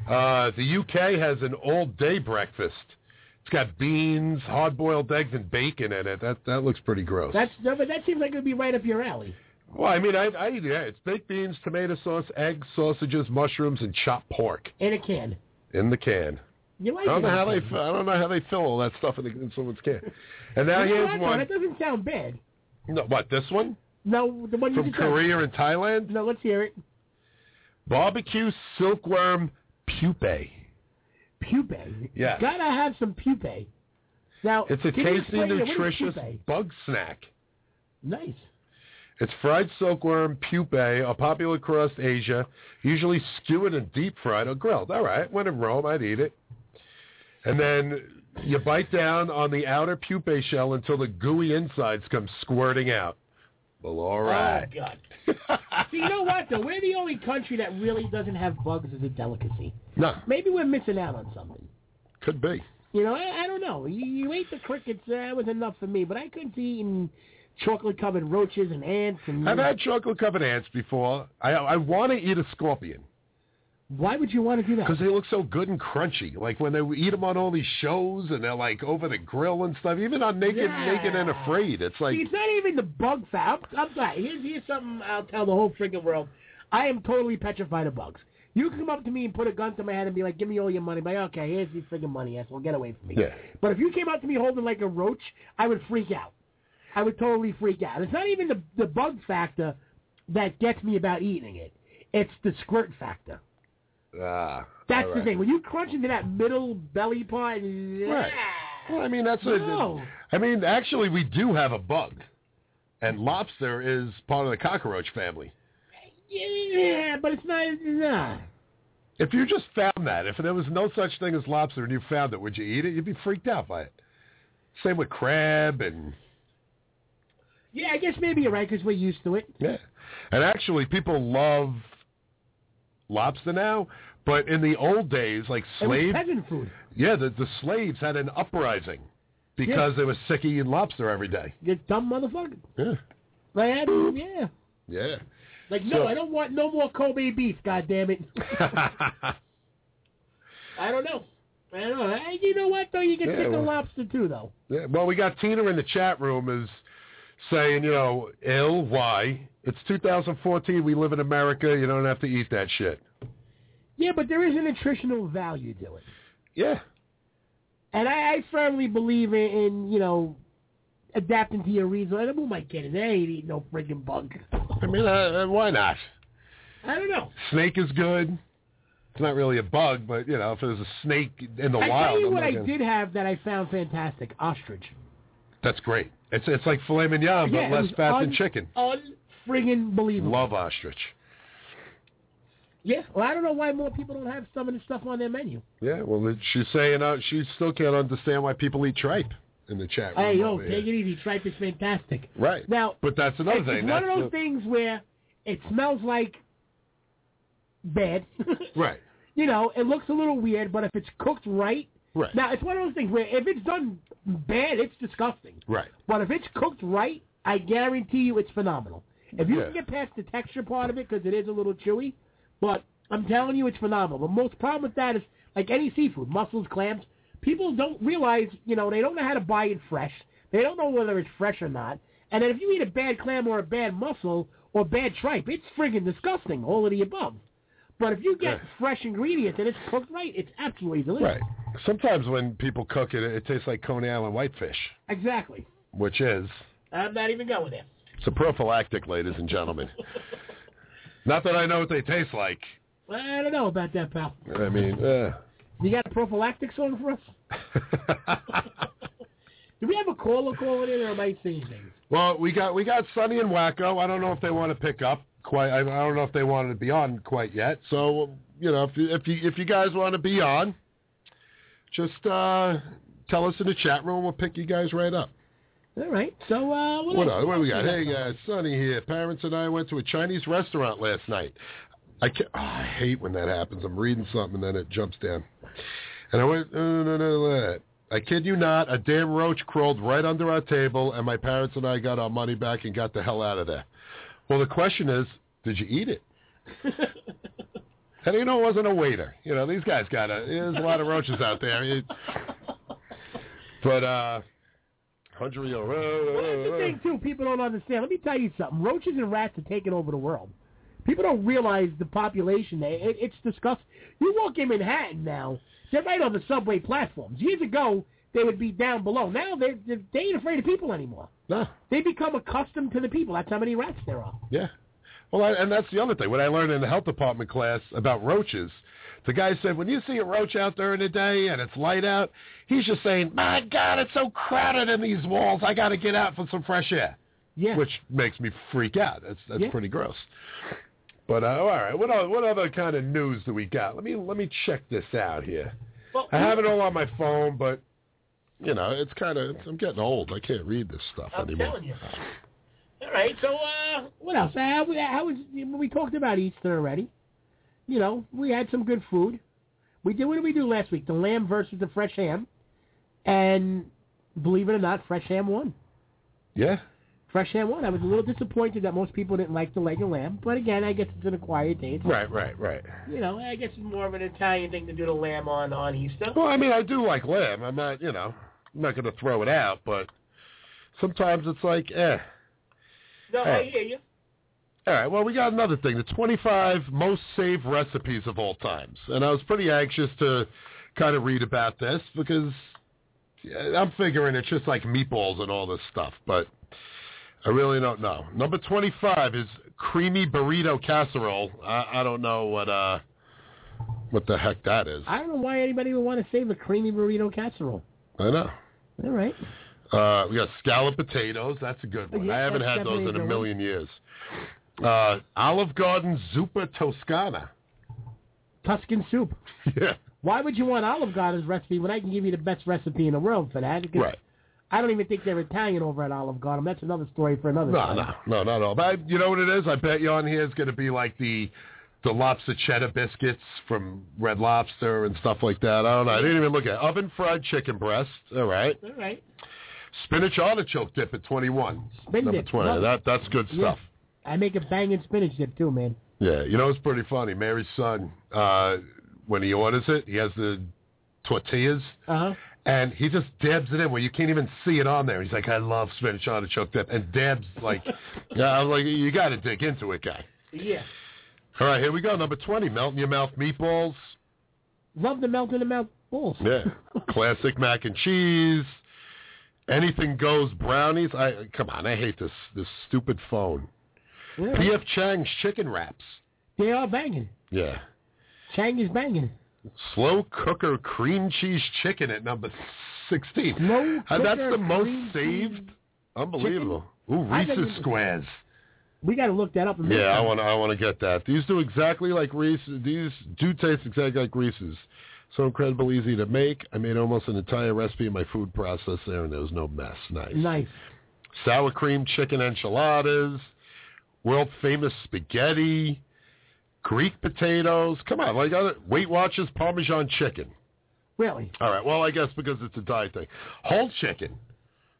Speaker 10: Uh, the UK has an all-day breakfast. It's got beans, hard-boiled eggs, and bacon in it. That that looks pretty gross.
Speaker 11: That's no, but that seems like it would be right up your alley.
Speaker 10: well, I mean, I, I eat yeah, it's baked beans, tomato sauce, eggs, sausages, mushrooms, and chopped pork
Speaker 11: In a can.
Speaker 10: in the can.
Speaker 11: You like
Speaker 10: I don't
Speaker 11: it?
Speaker 10: know how they fi- I don't know how they fill all that stuff in, the, in someone's can. And now
Speaker 11: You know
Speaker 10: here's
Speaker 11: what, though?
Speaker 10: one.
Speaker 11: That doesn't sound bad.
Speaker 10: No, what this one
Speaker 11: No, the one you
Speaker 10: from
Speaker 11: just said.
Speaker 10: Korea and Thailand?
Speaker 11: No, let's hear it.
Speaker 10: Barbecue silkworm pupae.
Speaker 11: Pupae.
Speaker 10: Yes.
Speaker 11: Gotta have some pupae. Now,
Speaker 10: It's a
Speaker 11: can you
Speaker 10: tasty,
Speaker 11: explain it? What is
Speaker 10: nutritious
Speaker 11: pupae?
Speaker 10: bug snack.
Speaker 11: Nice.
Speaker 10: It's fried silkworm pupae, are popular across Asia, usually skewered and deep fried or grilled. All right, when in Rome, I'd eat it. And then you bite down on the outer pupae shell until the gooey insides come squirting out. Well, all right.
Speaker 11: Oh God. so you know what though? We're the only country that really doesn't have bugs as a delicacy.
Speaker 10: No,
Speaker 11: Maybe we're missing out on something.
Speaker 10: could be.
Speaker 11: You know, I, I don't know. You, you ate the crickets. uh, That was enough for me, but I couldn't be eating chocolate covered roaches and ants and.
Speaker 10: I've had chocolate covered ants before. I I want to eat a scorpion
Speaker 11: Why would you want to do that?
Speaker 10: because they look so good and crunchy. Like when they eat them on all these shows and they're like over the grill and stuff. Even on Naked,
Speaker 11: Yeah.
Speaker 10: Naked and Afraid, it's like
Speaker 11: See, it's not even the bug foul. I'm sorry. Here's, here's something I'll tell the whole freaking world. I am totally petrified of bugs. You can come up to me and put a gun to my head and be like, give me all your money. I'm like, okay, here's your freaking money, asshole. Get away from me.
Speaker 10: Yeah.
Speaker 11: But if you came up to me holding like a roach, I would freak out. I would totally freak out. It's not even the, the bug factor that gets me about eating it. It's the squirt factor.
Speaker 10: ah.
Speaker 11: That's
Speaker 10: all
Speaker 11: the
Speaker 10: right.
Speaker 11: thing. When you crunch into that middle belly part,
Speaker 10: Right. Well, I mean that's a.
Speaker 11: No.
Speaker 10: I mean actually we do have a bug, and lobster is part of the cockroach family.
Speaker 11: yeah, but it's not, nah.
Speaker 10: If you just found that, if there was no such thing as lobster and you found it, would you eat it? You'd be freaked out by it. Same with crab and
Speaker 11: Yeah, I guess maybe you're right because we're used to it.
Speaker 10: yeah, and actually people love lobster now, but in the old days, like
Speaker 11: It was
Speaker 10: slave,
Speaker 11: peasant food.
Speaker 10: yeah, the the slaves had an uprising because they were sick of eating lobster every day.
Speaker 11: You dumb motherfucker.
Speaker 10: Yeah,
Speaker 11: Like, I- yeah.
Speaker 10: yeah.
Speaker 11: Like, no,
Speaker 10: So-
Speaker 11: I don't want no more Kobe beef, God damn it. I don't know. I don't know. Hey, you know what, though? You can
Speaker 10: Yeah,
Speaker 11: pick
Speaker 10: well-
Speaker 11: a lobster, too, though.
Speaker 10: Yeah, well, we got Tina in the chat room is saying, you know, L Y. It's 2014. We live in America. You don't have to eat that shit.
Speaker 11: Yeah, but there is a nutritional value to it.
Speaker 10: Yeah.
Speaker 11: And I, I firmly believe in, in, you know, adapting to your reason. And who might get it? They ain't eating no friggin' bug.
Speaker 10: I mean, uh, uh, why not?
Speaker 11: I don't know.
Speaker 10: Snake is good. It's not really a bug, but you know, if there's a snake in the
Speaker 11: I
Speaker 10: wild,
Speaker 11: tell you
Speaker 10: I'm
Speaker 11: what
Speaker 10: not
Speaker 11: I
Speaker 10: gonna-
Speaker 11: did have that I found fantastic. Ostrich.
Speaker 10: That's great. It's it's like filet mignon,
Speaker 11: yeah,
Speaker 10: but
Speaker 11: it
Speaker 10: less
Speaker 11: was
Speaker 10: fat
Speaker 11: un-
Speaker 10: than chicken.
Speaker 11: Un-friggin' believable.
Speaker 10: Love ostrich.
Speaker 11: Yeah. Well, I don't know why more people don't have some of this stuff on their menu.
Speaker 10: Yeah. Well, she's saying uh, she still can't understand why people eat tripe in the chat room.
Speaker 11: Hey, yo,
Speaker 10: over here.
Speaker 11: take it easy. Tripe is fantastic.
Speaker 10: Right.
Speaker 11: Now,
Speaker 10: But that's another
Speaker 11: it's,
Speaker 10: thing.
Speaker 11: it's one of
Speaker 10: That's
Speaker 11: those
Speaker 10: the-
Speaker 11: things where it smells like bad.
Speaker 10: Right.
Speaker 11: you know, it looks a little weird, but if it's cooked right.
Speaker 10: Right.
Speaker 11: Now, it's one of those things where if it's done bad, it's disgusting.
Speaker 10: Right.
Speaker 11: But if it's cooked right, I guarantee you it's phenomenal. If you
Speaker 10: Yeah.
Speaker 11: can get past the texture part of it, because it is a little chewy, but I'm telling you, it's phenomenal. The most problem with that is, like any seafood, mussels, clams, people don't realize, you know, they don't know how to buy it fresh. They don't know whether it's fresh or not. And then if you eat a bad clam or a bad mussel or bad tripe, it's friggin' disgusting, all of the above. But if you get
Speaker 10: Yeah.
Speaker 11: fresh ingredients and it's cooked right, it's absolutely delicious.
Speaker 10: Right. Sometimes when people cook it, it tastes like Coney Island whitefish,
Speaker 11: Exactly.
Speaker 10: which is
Speaker 11: I'm not even going there.
Speaker 10: it's a prophylactic, ladies and gentlemen. Not that I know what they taste like.
Speaker 11: I don't know about that, pal.
Speaker 10: I mean, uh,
Speaker 11: You got a prophylactic song for us? Do we have a caller calling in, or am I seeing things?
Speaker 10: Well, we got we got Sonny and Wacko. I don't know if they want to pick up quite. I, I don't know if they wanted to be on quite yet. So you know, if you, if you if you guys want to be on, just uh, tell us in the chat room. We'll pick you guys right up.
Speaker 11: All right. So uh, what,
Speaker 10: What,
Speaker 11: else?
Speaker 10: else- what do we got? Hey, uh, Sonny here. Parents and I went to a Chinese restaurant last night. I, can oh, I hate when that happens. I'm reading something and then it jumps down. And I went, uh, no, no, no, no. I kid you not, a damn roach crawled right under our table, and my parents and I got our money back and got the hell out of there. Well, the question is, did you eat it? and you know, it wasn't a waiter. You know, these guys got a. There's a lot of roaches out there. It- but uh, hundred year
Speaker 11: Well, that's the thing too. People don't understand. Let me tell you something. Roaches and rats are taking over the world. People don't realize the population. It, it, it's disgusting. You walk in Manhattan now, they're right on the subway platforms. Years ago, they would be down below. Now they they they ain't afraid of people anymore.
Speaker 10: No.
Speaker 11: They become accustomed to the people. That's how many rats there are.
Speaker 10: Yeah. Well, I, and that's the other thing. What I learned in the health department class about roaches, the guy said, when you see a roach out there in the day and it's light out, he's just saying, my God, it's so crowded in these walls. I got to get out for some fresh air.
Speaker 11: Yeah.
Speaker 10: Which makes me freak out. That's that's
Speaker 11: Yeah.
Speaker 10: pretty gross. But uh, all right, what other, what other kind of news do we got? Let me let me check this out here.
Speaker 11: Well,
Speaker 10: I have it all on my phone, but you know, it's kind of I'm getting old. I can't read this stuff
Speaker 11: I'm
Speaker 10: anymore.
Speaker 11: telling you. All right. So uh, what else? Uh, how, how was we talked about Easter already? You know, we had some good food. We did. What did we do last week? The lamb versus the fresh ham, and believe it or not, fresh ham won.
Speaker 10: Yeah.
Speaker 11: Fresh ham won. I was a little disappointed that most people didn't like the leg and lamb, but again, I guess it's an acquired taste.
Speaker 10: Right, right, right.
Speaker 11: You know, I guess it's more of an Italian thing to do the lamb on on Easter.
Speaker 10: Well, I mean, I do like lamb. I'm not, you know, I'm not going to throw it out, but sometimes it's like, eh.
Speaker 11: No, I
Speaker 10: Hey.
Speaker 11: hear you.
Speaker 10: All right, well, we got another thing, the 25 most saved recipes of all times. And I was pretty anxious to kind of read about this because yeah, I'm figuring it's just like meatballs and all this stuff, but I really don't know. Number 25 is creamy burrito casserole. I, I don't know what uh what the heck that is.
Speaker 11: I don't know why anybody would want to save a creamy burrito casserole.
Speaker 10: I know.
Speaker 11: All right.
Speaker 10: Uh, we got scallop potatoes. That's a good one.
Speaker 11: Yeah,
Speaker 10: I haven't
Speaker 11: that's
Speaker 10: had those
Speaker 11: definitely
Speaker 10: in
Speaker 11: a
Speaker 10: a
Speaker 11: good
Speaker 10: million years. Uh, Olive Garden Zuppa Toscana.
Speaker 11: Tuscan soup.
Speaker 10: yeah.
Speaker 11: Why would you want Olive Garden's recipe when I can give you the best recipe in the world for that? Because
Speaker 10: Right.
Speaker 11: I don't even think they're Italian over at Olive Garden. That's another story for another
Speaker 10: No,
Speaker 11: time.
Speaker 10: no, no, not at all. But I, you know what it is? I bet you on here is going to be like the the lobster cheddar biscuits from Red Lobster and stuff like that. I don't know. I didn't even look at it. oven fried chicken breast. All right.
Speaker 11: All right.
Speaker 10: Spinach artichoke dip at 21.
Speaker 11: Spin
Speaker 10: Number
Speaker 11: dip.
Speaker 10: 20.
Speaker 11: Love it.
Speaker 10: That, that's good
Speaker 11: Yeah.
Speaker 10: stuff.
Speaker 11: I make a banging spinach dip too, man.
Speaker 10: Yeah, you know it's pretty funny. Mary's son, uh, when he orders it, he has the tortillas,
Speaker 11: Uh huh.
Speaker 10: and he just dabs it in where you can't even see it on there. He's like, "I love spinach artichoke dip," and dabs like, yeah, I'm like, you got to dig into it, guy.
Speaker 11: Yeah.
Speaker 10: All right, here we go. Number twenty, melt in your mouth meatballs.
Speaker 11: Love the melt in the mouth balls.
Speaker 10: Yeah, classic mac and cheese. Anything goes brownies. I come on, I hate this this stupid phone.
Speaker 11: Yeah.
Speaker 10: P.F. Chang's chicken wraps.
Speaker 11: They are banging.
Speaker 10: Yeah.
Speaker 11: Chang is banging.
Speaker 10: Slow cooker cream cheese chicken at number 16.
Speaker 11: Slow
Speaker 10: Uh, That's
Speaker 11: cooker
Speaker 10: the most
Speaker 11: cream
Speaker 10: saved.
Speaker 11: cheese
Speaker 10: Unbelievable. Ooh,
Speaker 11: I bet
Speaker 10: Reese's
Speaker 11: you-
Speaker 10: squares.
Speaker 11: We got to look that up. and make
Speaker 10: Yeah, I
Speaker 11: some.
Speaker 10: want to. I want to get that. These do exactly like Reese's. These do taste exactly like Reese's. So incredibly easy to make. I made almost an entire recipe in my food processor, and there was no mess. Nice.
Speaker 11: Nice.
Speaker 10: Sour cream chicken enchiladas, world famous spaghetti, Greek potatoes. Come on, like other Weight Watchers Parmesan chicken.
Speaker 11: Really.
Speaker 10: All right. Well, I guess because it's a diet thing. Whole chicken.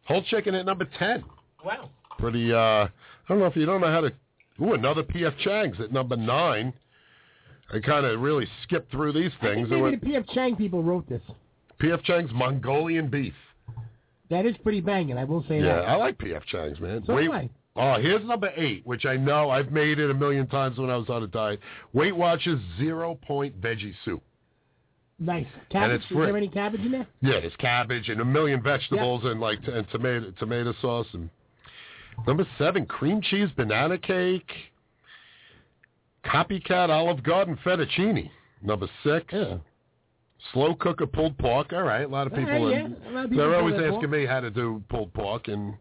Speaker 10: Whole chicken at number 10.
Speaker 11: Wow.
Speaker 10: Pretty, uh, I don't know if you don't know how to, ooh, another P.F. Chang's at number nine. I kind of really skipped through these
Speaker 11: I think
Speaker 10: things.
Speaker 11: maybe the P.F. Chang people wrote this.
Speaker 10: P.F. Chang's Mongolian beef.
Speaker 11: That is pretty banging. I will say
Speaker 10: Yeah,
Speaker 11: that.
Speaker 10: I like P.F. Chang's, man.
Speaker 11: So
Speaker 10: Weight-
Speaker 11: do I.
Speaker 10: Oh, here's number eight, which I know I've made it a million times when I was on a diet. Weight Watchers Zero Point Veggie Soup.
Speaker 11: Nice. Cabbage.
Speaker 10: it's
Speaker 11: Is there
Speaker 10: free.
Speaker 11: any cabbage in there?
Speaker 10: Yeah, there's cabbage and a million vegetables and like t- and tomato tomato sauce and number seven cream cheese banana cake, copycat Olive Garden fettuccine. Number six, Slow cook a pulled pork. All right, a lot of
Speaker 11: All right,
Speaker 10: people.
Speaker 11: yeah,
Speaker 10: in-
Speaker 11: a lot of people
Speaker 10: they're
Speaker 11: do
Speaker 10: always
Speaker 11: that
Speaker 10: asking
Speaker 11: pork.
Speaker 10: me how to do pulled pork and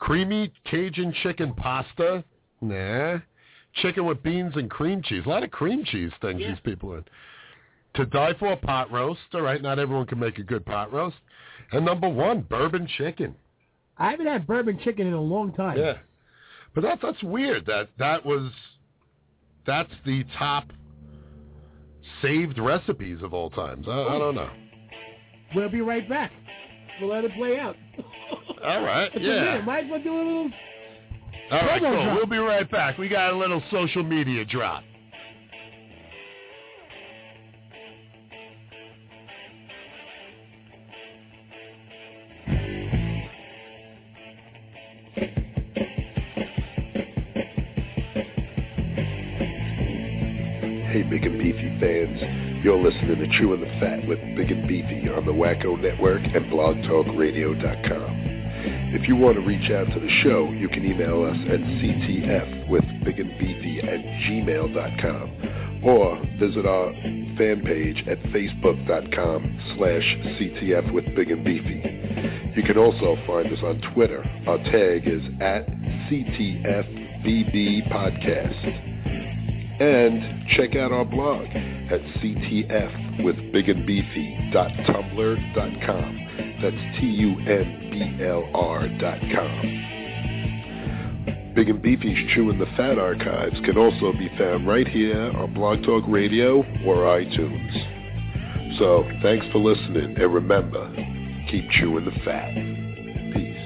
Speaker 10: creamy Cajun chicken pasta. Nah, chicken with beans and cream cheese. A lot of cream cheese things these people are. in. To die for a pot roast. All right, not everyone can make a good pot roast. And number one, bourbon chicken.
Speaker 11: I haven't had bourbon chicken in a long time.
Speaker 10: Yeah, but that that's weird. That that was that's the top saved recipes of all times. I, I don't know.
Speaker 11: We'll be right back. We'll let it play out.
Speaker 10: All right,
Speaker 11: It's a
Speaker 10: yeah.
Speaker 11: minute. Might as well do a little.
Speaker 10: All right,
Speaker 11: Promo
Speaker 10: cool.
Speaker 11: drop.
Speaker 10: We'll be right back. We got a little social media drop.
Speaker 7: Hey, Big and Beefy fans. You're listening to Chewing the Fat with Big and Beefy on the Wacko Network and blogtalkradio.com. If you want to reach out to the show, you can email us at ctf with Big and Beefy at gmail.com or visit our fan page at facebook.com slash ctf with Big and Beefy. You can also find us on Twitter. Our tag is at ctfbb podcast and check out our blog at ctfwithbigandbeefy.tumblr.com. That's T-U-M-B-L-R dot com. Big and Beefy's Chewing the Fat archives can also be found right here on Blog Talk Radio or iTunes. So thanks for listening, and remember, keep chewing the fat. Peace.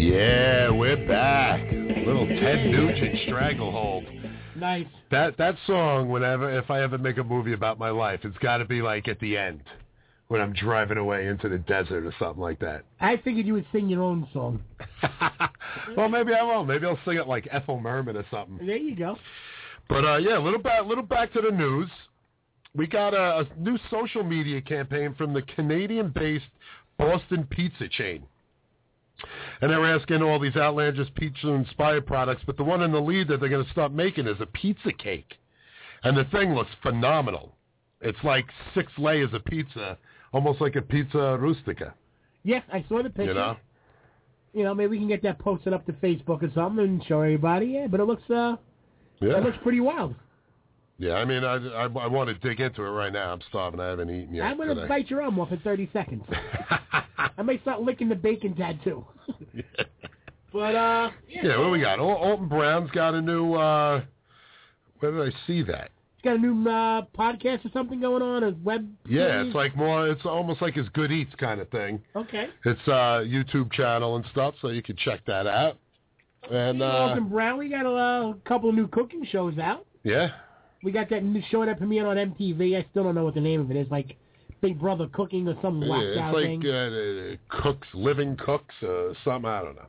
Speaker 10: Yeah, we're back. Little Ted Nugent stranglehold.
Speaker 11: Nice.
Speaker 10: That that song, whenever if I ever make a movie about my life, it's got to be like at the end when I'm driving away into the desert or something like that.
Speaker 11: I figured you would sing your own song.
Speaker 10: well, maybe I won't. Maybe I'll sing it like Ethel Merman or something.
Speaker 11: There you go.
Speaker 10: But uh, yeah, a little back, little back to the news. We got a, a new social media campaign from the Canadian-based Boston Pizza chain, and they're asking all these outlandish pizza-inspired products. But the one in the lead that they're going to start making is a pizza cake, and the thing looks phenomenal. It's like six layers of pizza, almost like a pizza rustica.
Speaker 11: Yes, I saw the picture.
Speaker 10: You know,
Speaker 11: You know, maybe we can get that posted up to Facebook or something and show everybody. Yeah, but it looks uh, it
Speaker 10: yeah,
Speaker 11: looks pretty wild.
Speaker 10: yeah. I mean, I, I, I want to dig into it right now. I'm starving. I haven't eaten yet.
Speaker 11: I'm gonna
Speaker 10: today.
Speaker 11: bite your arm off in 30 seconds. I may start licking the bacon tattoo. but uh, yeah,
Speaker 10: Yeah, what do we got? Al- Alton Brown's got a new. uh Where did I see that?
Speaker 11: he's got a new uh, podcast or something going on, a web.
Speaker 10: Yeah,
Speaker 11: series.
Speaker 10: it's like more. It's almost like his Good Eats kind of thing.
Speaker 11: okay.
Speaker 10: It's uh YouTube channel and stuff, so you can check that out. And uh
Speaker 11: Austin Brown, we got a uh, couple of new cooking shows out.
Speaker 10: yeah,
Speaker 11: We got that new show that premiered on MTV. I still don't know what the name of it is, like Big Brother Cooking or some
Speaker 10: yeah,
Speaker 11: whacked
Speaker 10: it's
Speaker 11: out thing.
Speaker 10: like uh, uh, cooks, living cooks, uh, something I don't know,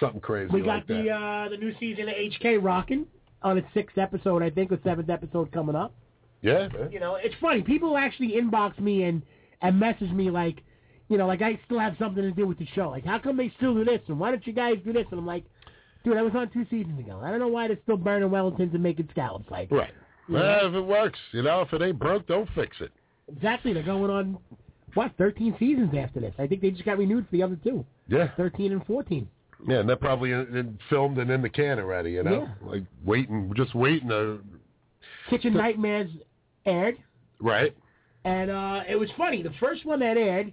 Speaker 10: something crazy
Speaker 11: we got
Speaker 10: like that.
Speaker 11: the uh, the new season of HK Rockin' on its sixth episode, I think, or seventh episode coming up.
Speaker 10: yeah, man.
Speaker 11: You know, it's funny. People actually inbox me and and message me like, you know, like I still have something to do with the show. Like, how come they still do this? And why don't you guys do this? And I'm like, dude, I was on two seasons ago. I don't know why they're still burning Wellingtons and making scallops. Like,
Speaker 10: right. Well, if it works, you know, if it ain't broke, don't fix it.
Speaker 11: exactly. They're going on what 13 seasons after this. I think they just got renewed for the other two,
Speaker 10: Yeah,
Speaker 11: 13 and 14.
Speaker 10: Yeah, and they're probably in, in, filmed and in the can already, you know, like waiting, just waiting uh, to
Speaker 11: Kitchen Nightmares aired.
Speaker 10: right.
Speaker 11: And uh, it was funny. The first one that aired,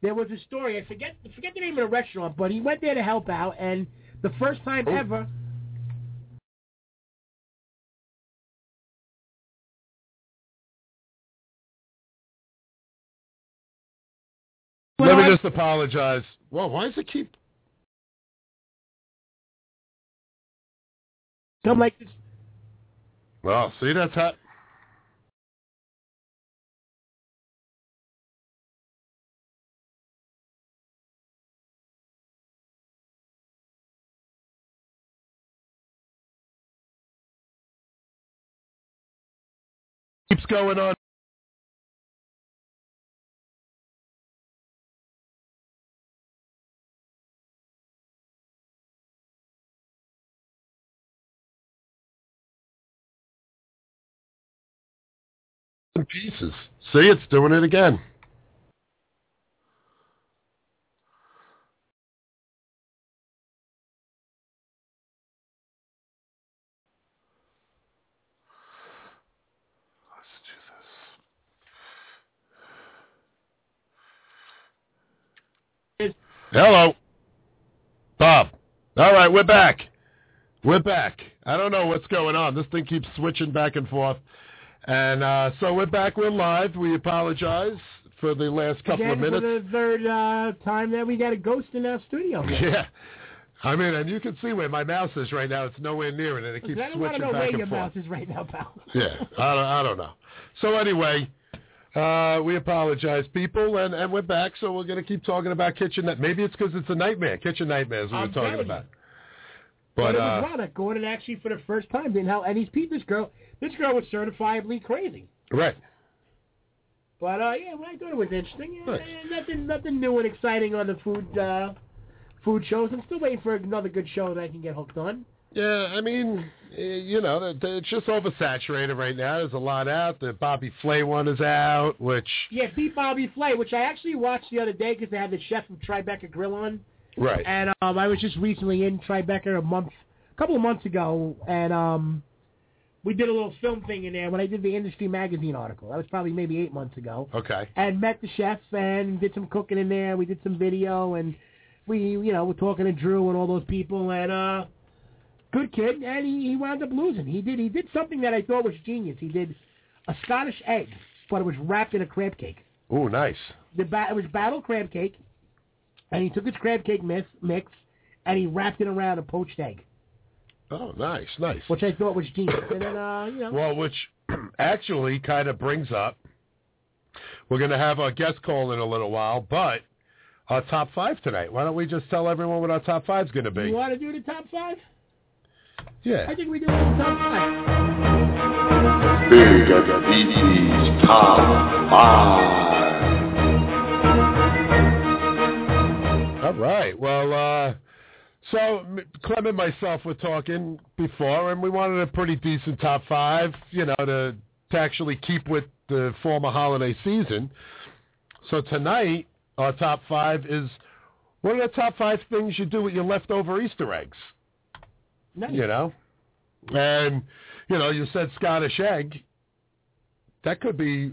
Speaker 11: there was a story. I forget I forget the name of the restaurant, but he went there to help out. And the first time
Speaker 10: Oh.
Speaker 11: ever,
Speaker 10: Let me
Speaker 11: Well, I-
Speaker 10: just apologize. Well, why does it keep?
Speaker 11: I'm like, this-
Speaker 10: Well, see, that's how. Keeps going on. pieces. See, it's doing it again. Hello. Bob. All right, we're back. We're back. I don't know what's going on. This thing keeps switching back and forth. And uh, so we're back. We're live. We apologize for the last couple of
Speaker 11: Again,
Speaker 10: minutes.
Speaker 11: for the third uh, time that we got a ghost in our studio. here.
Speaker 10: Yeah. I mean, and you can see where my mouse is right now. It's nowhere near it, and it
Speaker 11: Because
Speaker 10: keeps
Speaker 11: I don't want
Speaker 10: switching
Speaker 11: to know
Speaker 10: back
Speaker 11: where
Speaker 10: and
Speaker 11: your
Speaker 10: forth.
Speaker 11: mouse is right now, pal.
Speaker 10: yeah, I don't, I don't know. So anyway, uh, we apologize, people, and, and we're back. So we're going to keep talking about kitchen. Night- Maybe it's because it's a nightmare. Kitchen nightmares we were
Speaker 11: I'm telling
Speaker 10: talking
Speaker 11: you.
Speaker 10: about.
Speaker 11: But
Speaker 10: But
Speaker 11: it was
Speaker 10: uh,
Speaker 11: Rana going and actually for the first time didn't help. And these people, this girl, this girl was certifiably crazy.
Speaker 10: right,
Speaker 11: But uh, yeah, well, I thought it was interesting. Yeah,
Speaker 10: Nice.
Speaker 11: yeah, nothing, nothing new and exciting on the food, uh, food shows. I'm still waiting for another good show that I can get hooked on.
Speaker 10: yeah. I mean, eh, you know, that- that it's just oversaturated right now. There's a lot out. The Bobby Flay one is out, which
Speaker 11: Yeah, Beat Bobby Flay, which I actually watched the other day because they had the chef from Tribeca Grill on,
Speaker 10: right.
Speaker 11: and um, I was just recently in Tribeca a month, a couple of months ago, and um, we did a little film thing in there when I did the industry magazine article. That was probably maybe eight months ago.
Speaker 10: Okay.
Speaker 11: and met the chef and did some cooking in there. We did some video and we, you know, we're talking to Drew and all those people and uh good kid and he, he wound up losing. He did he did something that I thought was genius. He did a Scottish egg, but it was wrapped in a crab cake.
Speaker 10: Ooh, nice.
Speaker 11: The ba- it was battle crab cake and he took his crab cake mix, mix and he wrapped it around a poached egg,
Speaker 10: Oh, nice, nice.
Speaker 11: which I thought was genius. and then uh, you know,
Speaker 10: Well, which actually kind of brings up, we're going to have our guest call in a little while, but our top five tonight. Why don't we just tell everyone what our top five's going to
Speaker 11: you
Speaker 10: be?
Speaker 11: want to do the top 5?
Speaker 10: Yeah.
Speaker 11: I think we do the top 5.
Speaker 9: Big and BT's Top 5.
Speaker 10: All right. Well, uh, so M- Clem and myself were talking before, and we wanted a pretty decent top five, you know, to, to actually keep with the former holiday season. So tonight, our top five is what are the top five things you do with your leftover Easter eggs?
Speaker 11: Nice.
Speaker 10: you know. And you know, you said Scottish egg. That could be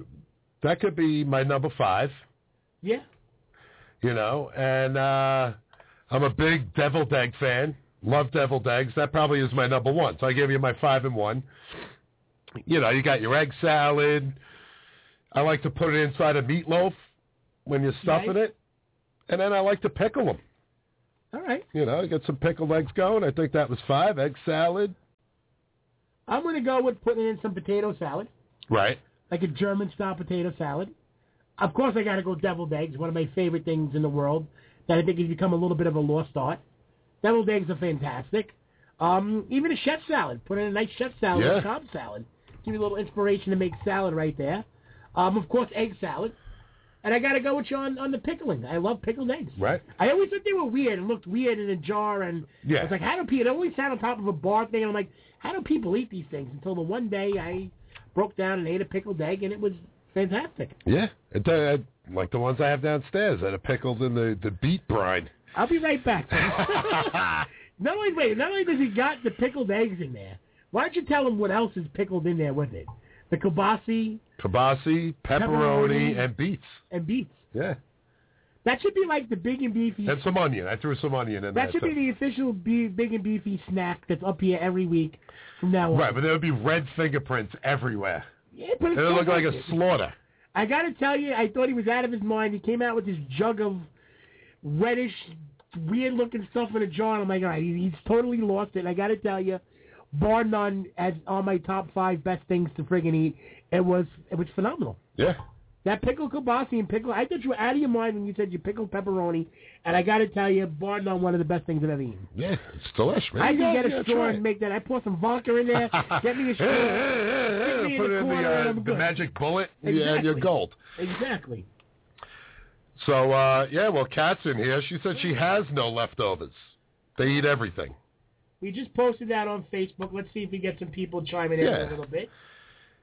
Speaker 10: that could be my number five.
Speaker 11: Yeah.
Speaker 10: You know, and uh, I'm a big deviled egg fan. Love deviled eggs. That probably is my number one. So I gave you my five and one. You know, you got your egg salad. I like to put it inside a meatloaf when you're stuffing
Speaker 11: Nice.
Speaker 10: it, and then I like to pickle them.
Speaker 11: All right.
Speaker 10: You know, you get some pickled eggs going. I think that was five. Egg salad.
Speaker 11: I'm going to go with putting in some potato salad,
Speaker 10: Right.
Speaker 11: like a German style potato salad. Of course, I got to go deviled eggs, one of my favorite things in the world that I think has become a little bit of a lost art. Deviled eggs are fantastic. Um, even a chef salad, put in a nice chef salad,
Speaker 10: Yeah.
Speaker 11: a cob salad. Give you a little inspiration to make salad right there. Um, of course, egg salad. And I got to go with you on, on the pickling. I love pickled eggs.
Speaker 10: Right.
Speaker 11: I always thought they were weird and looked weird in a jar, and
Speaker 10: Yeah.
Speaker 11: I was like, how do people? It always sat on top of a bar thing, and I'm like, how do people eat these things? Until the one day I broke down and ate a pickled egg, and it was fantastic.
Speaker 10: Yeah, it, uh, like the ones I have downstairs that are pickled in the, the beet brine.
Speaker 11: I'll be right back. not only wait, not only does he got the pickled eggs in there, why don't you tell him what else is pickled in there with it? The kielbasa
Speaker 10: Kibasi, pepperoni,
Speaker 11: Pepperoni.
Speaker 10: and beets.
Speaker 11: and beets.
Speaker 10: Yeah,
Speaker 11: That should be like the big and beefy.
Speaker 10: and some onion. I threw some onion in
Speaker 11: that
Speaker 10: there.
Speaker 11: should be
Speaker 10: too.
Speaker 11: the official be- big and beefy snack that's up here every week from now on.
Speaker 10: right, but there would be red fingerprints everywhere.
Speaker 11: Yeah, but it's
Speaker 10: It would look like a
Speaker 11: fantastic.
Speaker 10: slaughter.
Speaker 11: I gotta tell you, I thought he was out of his mind. He came out with this jug of reddish, weird-looking stuff in a jar, and I'm like, all right, he- he's totally lost it. And I gotta tell you, bar none, as on my top five best things to friggin' eat, it was it was phenomenal.
Speaker 10: Yeah,
Speaker 11: That pickled kielbasa and pickle, I thought you were out of your mind when you said you pickled pepperoni, and I gotta tell you, bar none, one of the best things I've ever eaten.
Speaker 10: yeah, it's delicious. man.
Speaker 11: I
Speaker 10: Yeah,
Speaker 11: can get
Speaker 10: yeah,
Speaker 11: a straw
Speaker 10: try
Speaker 11: and
Speaker 10: it.
Speaker 11: make that. I pour some vodka in there, get me
Speaker 10: Yeah,
Speaker 11: a
Speaker 10: yeah,
Speaker 11: straw.
Speaker 10: yeah, yeah.
Speaker 11: Stick me in
Speaker 10: Put
Speaker 11: the
Speaker 10: it in
Speaker 11: corner and
Speaker 10: the, uh,
Speaker 11: I'm
Speaker 10: the
Speaker 11: good.
Speaker 10: magic bullet, yeah, and
Speaker 11: Exactly.
Speaker 10: you're gold.
Speaker 11: Exactly.
Speaker 10: So, uh, yeah, well, Kat's in here. She said she has no leftovers. They eat everything.
Speaker 11: We just posted that on Facebook. Let's see if we get some people chiming in
Speaker 10: Yeah.
Speaker 11: a little bit.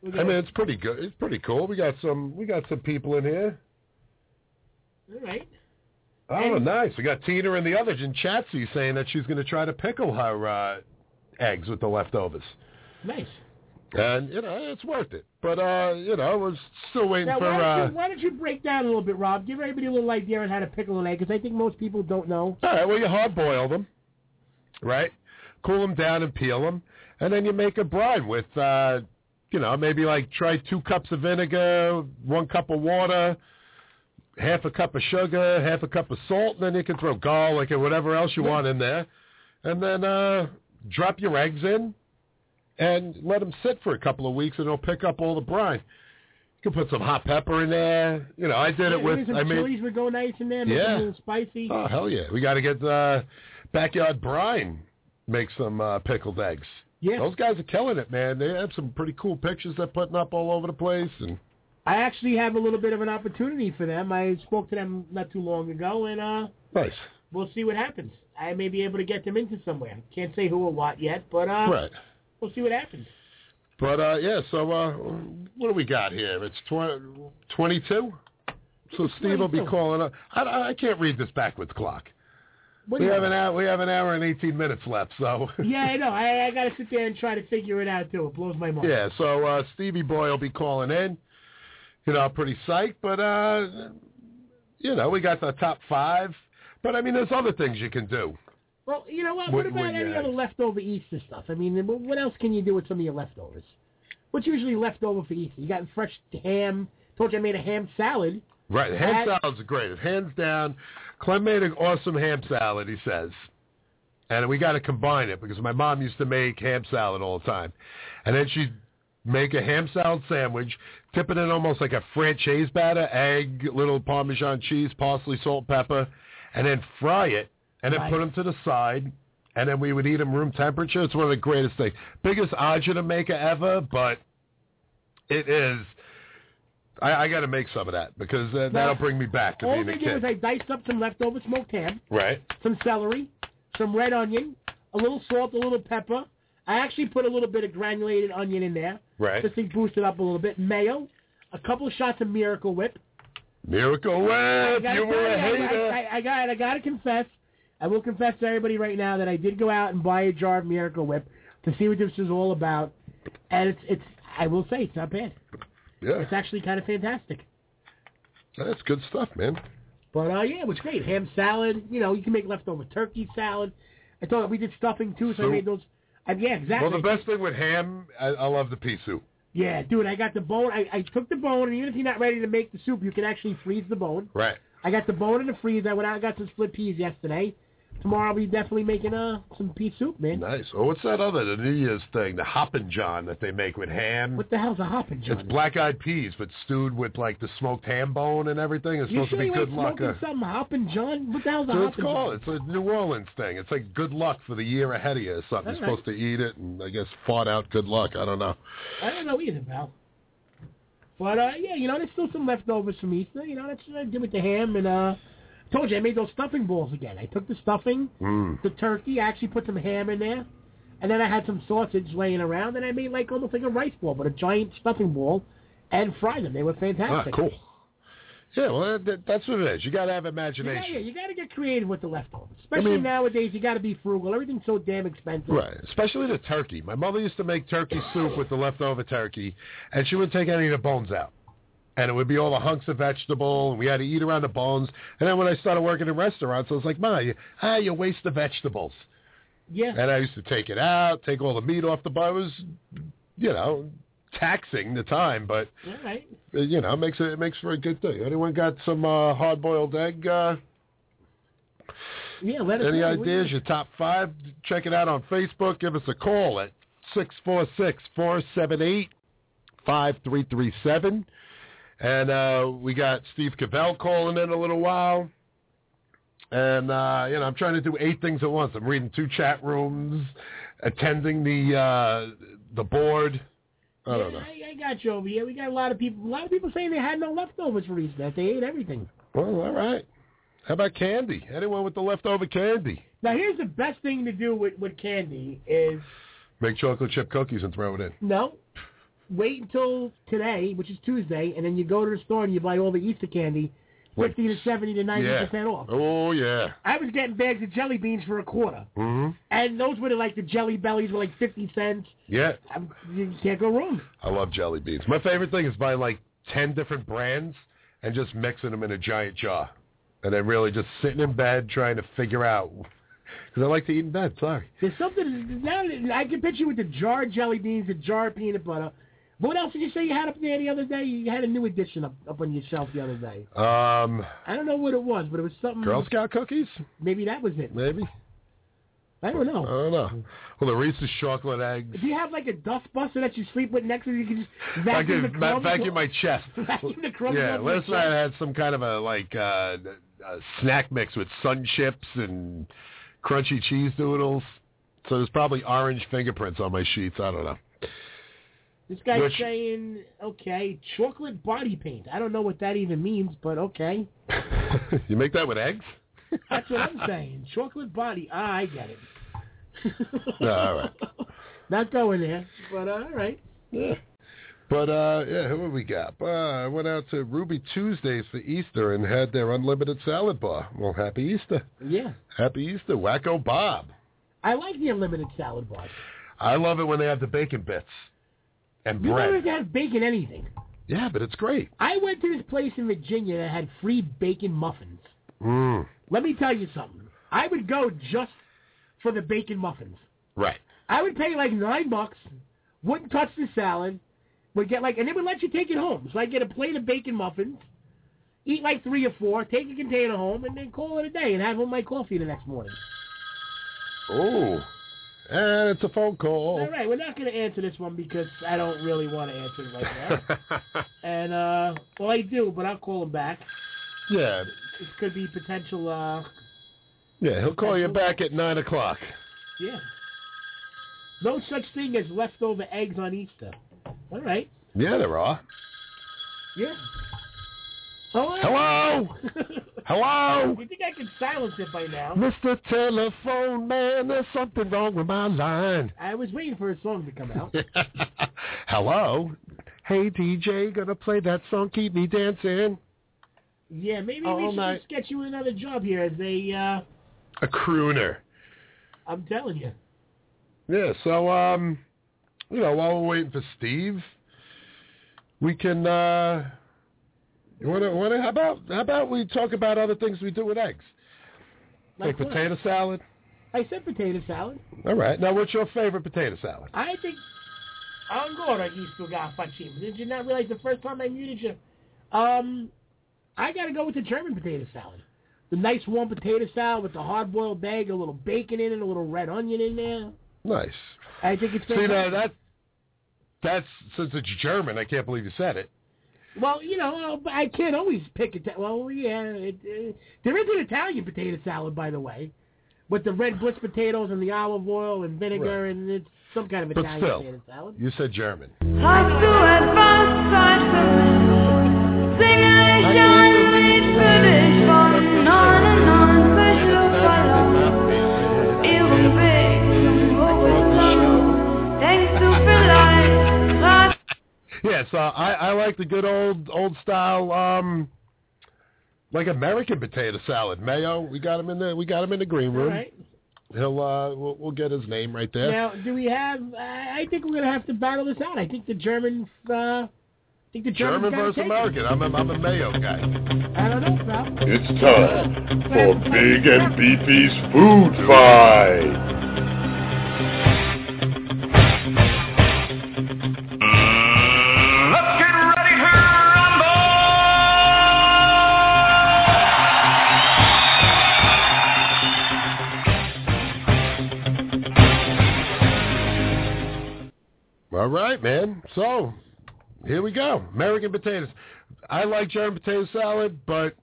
Speaker 10: I mean, it's pretty good. It's pretty cool. We got some. We got some people in here.
Speaker 11: All right.
Speaker 10: Oh, nice. We got Tina and the others in Chatsy saying that she's going to try to pickle her uh, eggs with the leftovers.
Speaker 11: Nice.
Speaker 10: And, you know, it's worth it. But, uh, you know, we're still waiting
Speaker 11: Now,
Speaker 10: for...
Speaker 11: why,
Speaker 10: Uh,
Speaker 11: don't you, why don't you break down a little bit, Rob? Give everybody a little idea on how to pickle an egg, because I think most people don't know.
Speaker 10: All right, well, you hard boil them, right? Cool them down and peel them. And then you make a brine with, uh, you know, maybe like try two cups of vinegar, one cup of water, half a cup of sugar, half a cup of salt. And then you can throw garlic and whatever else you want in there. And then uh, drop your eggs in and let them sit for a couple of weeks and it'll pick up all the brine. You can put some hot pepper in there. You know, I did it with,
Speaker 11: Maybe some
Speaker 10: I made,
Speaker 11: chilies would go nice in there. make it
Speaker 10: Yeah.
Speaker 11: A little spicy.
Speaker 10: Oh hell yeah! We got to get uh, backyard brine. Make some uh, pickled eggs.
Speaker 11: Yeah.
Speaker 10: Those guys are killing it, man. They have some pretty cool pictures they're putting up all over the place. And
Speaker 11: I actually have a little bit of an opportunity for them. I spoke to them not too long ago, and uh,
Speaker 10: nice,
Speaker 11: we'll see what happens. I may be able to get them into somewhere. Can't say who or what yet, but uh,
Speaker 10: right?
Speaker 11: we'll see what happens.
Speaker 10: But uh, yeah, so uh, what do we got here? It's tw- twenty-two. So Steve will be
Speaker 11: 22.
Speaker 10: calling up. I- I, I can't read this backwards clock.
Speaker 11: What
Speaker 10: We
Speaker 11: do you
Speaker 10: have an hour. We have an hour and eighteen minutes left. So
Speaker 11: Yeah, I know. I, I got to sit there and try to figure it out too. It blows my mind.
Speaker 10: Yeah, so uh, Stevie Boy will be calling in. You know, pretty psyched, but uh, you know, we got the top five. But I mean, there's other things you can do.
Speaker 11: Well, you know what?
Speaker 10: What-
Speaker 11: What, about
Speaker 10: what,
Speaker 11: any
Speaker 10: yeah.
Speaker 11: other leftover Easter stuff? I mean, wh- what else can you do with some of your leftovers? What's usually left over for Easter? You got fresh ham. Told you I made a ham salad.
Speaker 10: Right, ham
Speaker 11: That-
Speaker 10: salads are great, hands down. Clem made an awesome ham salad, he says, and we got to combine it because my mom used to make ham salad all the time, and then she'd make a ham salad sandwich, dip it in almost like a franchise batter, egg, little Parmesan cheese, parsley, salt, pepper, and then fry it, and then
Speaker 11: Nice.
Speaker 10: put them to the side, and then we would eat them room temperature. It's one of the greatest things, biggest ajita maker ever, but it is. I, I got to make some of that because uh, that'll bring me back to
Speaker 11: All
Speaker 10: being
Speaker 11: they
Speaker 10: a
Speaker 11: did was
Speaker 10: kid.
Speaker 11: I diced up some leftover smoked ham,
Speaker 10: right.
Speaker 11: some celery, some red onion, a little salt, a little pepper. I actually put a little bit of granulated onion in there,
Speaker 10: Right.
Speaker 11: just to boost it up a little bit. Mayo, a couple of shots of Miracle Whip.
Speaker 10: Miracle Whip,
Speaker 11: I gotta
Speaker 10: you were a
Speaker 11: tell you, I-
Speaker 10: hater.
Speaker 11: I, I, I got. I gotta confess. I will confess to everybody right now that I did go out and buy a jar of Miracle Whip to see what this is all about, and it's it's. I will say it's not bad.
Speaker 10: yeah,
Speaker 11: It's actually kind of fantastic.
Speaker 10: that's good stuff, man.
Speaker 11: But uh, yeah, it was great. Ham salad. You know, you can make leftover turkey salad. I thought we did stuffing too, so I
Speaker 10: Soup.
Speaker 11: made those. I, yeah, exactly.
Speaker 10: Well, the best thing with ham, I, I love the pea soup.
Speaker 11: Yeah, dude, I got the bone. I, I took the bone, and even if you're not ready to make the soup, you can actually freeze the bone.
Speaker 10: Right.
Speaker 11: I got the bone in the freezer. I went out and got some split peas yesterday. Tomorrow I'll be definitely making uh, some pea soup, man.
Speaker 10: Nice. Oh, what's that other, the New Year's thing, the hoppin' john that they make with ham?
Speaker 11: What the hell's a hopping
Speaker 10: It's
Speaker 11: john?
Speaker 10: black-eyed peas, but stewed with like the smoked ham bone and everything. It's
Speaker 11: You
Speaker 10: supposed
Speaker 11: sure
Speaker 10: to
Speaker 11: you
Speaker 10: be good
Speaker 11: ain't
Speaker 10: luck.
Speaker 11: smoking
Speaker 10: uh,
Speaker 11: something hopping john? What the hell's
Speaker 10: So
Speaker 11: a
Speaker 10: it's
Speaker 11: hopping john?
Speaker 10: called. It's a New Orleans thing. It's like good luck for the year ahead of you or something. You're
Speaker 11: All right.
Speaker 10: supposed to eat it and I guess fought out good luck. I don't know.
Speaker 11: I don't know either, pal. But uh, yeah, you know, there's still some leftovers from Easter. You know, that's what I did with the ham and uh, I told you I made those stuffing balls again. I took the stuffing,
Speaker 10: Mm.
Speaker 11: the turkey, I actually put some ham in there, and then I had some sausage laying around, and I made like almost like a rice ball, but a giant stuffing ball, and fried them. They were
Speaker 10: Ah,
Speaker 11: fantastic.
Speaker 10: cool. Yeah, well, that, that, that's what it is. You got to have
Speaker 11: You gotta, yeah,
Speaker 10: imagination.
Speaker 11: you gotta get creative with the leftovers, especially
Speaker 10: mean-
Speaker 11: nowadays. You gotta be frugal. Everything's so damn expensive.
Speaker 10: Right, especially the turkey. My mother used to make turkey soup with the leftover turkey, and she wouldn't take any of the bones out. And it would be all the hunks of vegetable, and we had to eat around the bones. And then when I started working in restaurants, I was like, Ma, you, ah, you waste the vegetables.
Speaker 11: Yeah.
Speaker 10: And I used to take it out, take all the meat off the bone. It was, you know, taxing the time, but
Speaker 11: All right.
Speaker 10: uh, you know, it makes it, it makes for a good thing. Anyone got some uh, hard boiled egg? Uh,
Speaker 11: Yeah. Let us
Speaker 10: any
Speaker 11: know. What do you
Speaker 10: ideas? Your top five? Check it out on Facebook. Give us a call at six four six four seven eight five three three seven. And uh, we got Steve Cavell calling in a little while. And, uh, you know, I'm trying to do eight things at once. I'm reading two chat rooms, attending the uh, the board. I don't
Speaker 11: yeah,
Speaker 10: know.
Speaker 11: I, I got you over here. We got a lot of people. A lot of people saying they had no leftovers for Easter. That they ate everything.
Speaker 10: Well, all right. How about candy? Anyone with the leftover candy?
Speaker 11: Now here's the best thing to do with with candy is
Speaker 10: Make chocolate chip cookies and throw it in.
Speaker 11: no. wait until today, which is Tuesday, and then you go to the store and you buy all the Easter candy,
Speaker 10: Like-
Speaker 11: fifty to seventy to ninety
Speaker 10: yeah.
Speaker 11: percent off.
Speaker 10: Oh yeah.
Speaker 11: I was getting bags of jelly beans for a quarter,
Speaker 10: hmm
Speaker 11: and those were the, like the jelly bellies were like fifty cents.
Speaker 10: Yeah.
Speaker 11: I, you can't go wrong.
Speaker 10: I love jelly beans. My favorite thing is buy like ten different brands and just mixing them in a giant jar, and then really just sitting in bed trying to figure out because I like to eat in bed. Sorry.
Speaker 11: There's something now that I can picture with the jar of jelly beans, the jar of peanut butter. What else did you say you had up there the other day? You had a new addition up, up on your shelf the other day.
Speaker 10: Um,
Speaker 11: I don't know what it was, but it was something.
Speaker 10: Girl Scout cookies,
Speaker 11: Maybe that was it.
Speaker 10: maybe.
Speaker 11: I don't
Speaker 10: I
Speaker 11: know.
Speaker 10: don't know. Well, the Reese's chocolate eggs.
Speaker 11: Do you have like a dust buster that you sleep with next to you? You can just
Speaker 10: I
Speaker 11: vacuum
Speaker 10: can va-
Speaker 11: the crumbs
Speaker 10: vacuum my chest.
Speaker 11: Vacuum the crumbs
Speaker 10: yeah,
Speaker 11: off your
Speaker 10: last night I had some kind of a like uh, uh, snack mix with sun chips and crunchy cheese doodles. So there's probably orange fingerprints on my sheets. I don't know.
Speaker 11: This guy's
Speaker 10: Which-
Speaker 11: saying, okay, chocolate body paint. I don't know what that even means, but okay.
Speaker 10: you make that with eggs?
Speaker 11: That's what I'm saying. Chocolate body. Ah, I get it.
Speaker 10: No, all right.
Speaker 11: Not going there, but all right.
Speaker 10: But uh, yeah, who have we got? Uh, I went out to Ruby Tuesdays for Easter and had their unlimited salad bar. Well, happy Easter,
Speaker 11: Yeah.
Speaker 10: happy Easter, Wacko Bob.
Speaker 11: I like the unlimited salad bar.
Speaker 10: I love it when they have the bacon bits and
Speaker 11: You don't have
Speaker 10: bread.
Speaker 11: to have bacon anything.
Speaker 10: Yeah, but it's great.
Speaker 11: I went to this place in Virginia that had free bacon muffins.
Speaker 10: Mm,
Speaker 11: Let me tell you something. I would go just for the bacon muffins.
Speaker 10: right.
Speaker 11: I would pay like nine bucks, wouldn't touch the salad, would get like, and they would let you take it home. So I get a plate of bacon muffins, eat like three or four, take a container home, and then call it a day and have all my coffee the next morning.
Speaker 10: Oh, and it's a phone call.
Speaker 11: All right, we're not going to answer this one because I don't really want to answer it right now. and uh, well, I do, but I'll call him back.
Speaker 10: yeah,
Speaker 11: This could be potential. Uh,
Speaker 10: yeah. He'll call you back at nine o'clock.
Speaker 11: yeah. No such thing as leftover eggs on Easter. All right.
Speaker 10: Yeah, there are.
Speaker 11: Yeah. Hello.
Speaker 10: Hello, hello.
Speaker 11: you think I can silence it by now?
Speaker 10: Mr. Telephone Man, there's something wrong with my line.
Speaker 11: I was waiting for a song to come out.
Speaker 10: Hello. Hey DJ, gonna play that song Keep Me Dancing?
Speaker 11: Yeah, maybe
Speaker 10: All
Speaker 11: we should
Speaker 10: night.
Speaker 11: just get you another job here as a, uh,
Speaker 10: A crooner.
Speaker 11: I'm telling you.
Speaker 10: Yeah, so um you know, while we're waiting for Steve, we can uh you wanna wanna how about how about we talk about other things we do with eggs? Like,
Speaker 11: Like what?
Speaker 10: potato salad?
Speaker 11: I said potato salad.
Speaker 10: All right. Now what's your favorite potato salad?
Speaker 11: I think Angora Easter got facim. Did you not realize the first time I muted you? Um, I gotta go with the German potato salad. The nice warm potato salad with the hard-boiled egg, a little bacon in it, a little red onion in there.
Speaker 10: Nice.
Speaker 11: I think it's
Speaker 10: See now
Speaker 11: fantastic.
Speaker 10: that that's since it's German, I can't believe you said it.
Speaker 11: Well, you know, uh, but I can't always pick it. Well, yeah, it, it, there is an Italian potato salad, by the way, with the red bliss potatoes and the olive oil and vinegar, and it's some kind of
Speaker 10: But
Speaker 11: Italian
Speaker 10: still.
Speaker 11: potato salad.
Speaker 10: You said German. Yeah, so I, I like the good old old style, um, like American potato salad. Mayo, we got him in the we got him in the green
Speaker 11: All
Speaker 10: room.
Speaker 11: right.
Speaker 10: He'll uh, we'll, we'll get his name right there.
Speaker 11: Now, do we have? I I think we're gonna have to battle this out. I think the German. Uh, I think the German
Speaker 10: German versus American. I'm a, I'm a Mayo guy.
Speaker 11: I don't know, pal.
Speaker 9: It's time for Big and Beefy's Food Fight.
Speaker 10: All right, man. So here we go. American potatoes. I like German potato salad, but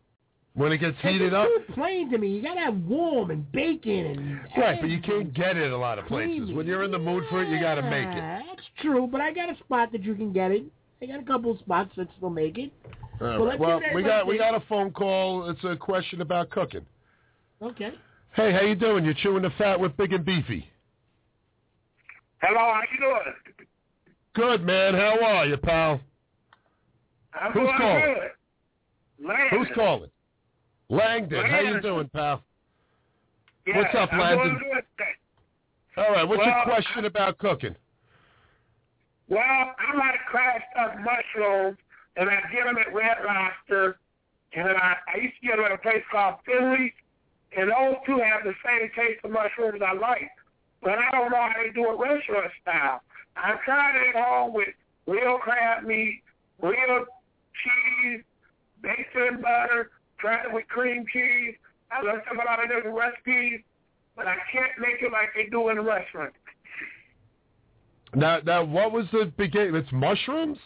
Speaker 10: when it gets heated
Speaker 11: it's
Speaker 10: up,
Speaker 11: too plain to me. You gotta have warm and bacon and.
Speaker 10: right? But you
Speaker 11: eggs
Speaker 10: can't
Speaker 11: and
Speaker 10: get it a lot of places.
Speaker 11: creamy.
Speaker 10: When you're in the mood for it, you got to make it.
Speaker 11: Yeah, That's true, but I got a spot that you can get it. I got a couple of spots that still make it.
Speaker 10: All right.
Speaker 11: Well, let's
Speaker 10: Well,
Speaker 11: do that
Speaker 10: we
Speaker 11: right
Speaker 10: got we
Speaker 11: there.
Speaker 10: got a phone call. It's a question about cooking.
Speaker 11: Okay.
Speaker 10: Hey, how you doing? You're chewing the fat with Big and Beefy.
Speaker 6: Hello, how you doing?
Speaker 10: Good, man. How are you, pal?
Speaker 6: I'm
Speaker 10: Who's
Speaker 6: doing
Speaker 10: calling?
Speaker 6: good. Landon.
Speaker 10: Who's calling? Langdon. How you
Speaker 6: Landon.
Speaker 10: doing, pal?
Speaker 6: Yeah,
Speaker 10: What's up,
Speaker 6: I'm
Speaker 10: Landon?
Speaker 6: doing good, thanks.
Speaker 10: All right. What's
Speaker 6: Well,
Speaker 10: your question about cooking?
Speaker 6: Well, I like crab stuffed mushrooms, and I get them at Red Lobster, and I, I used to get them at a place called Finley's, and those two have the same taste of mushrooms I like, but I don't know how they do it restaurant style. I tried it at home with real crab meat, real cheese, bacon butter, tried it with cream cheese. I looked up a lot of different recipes, but I can't make it like they do in the restaurant.
Speaker 10: Now, now, what was the beginning? It's mushrooms.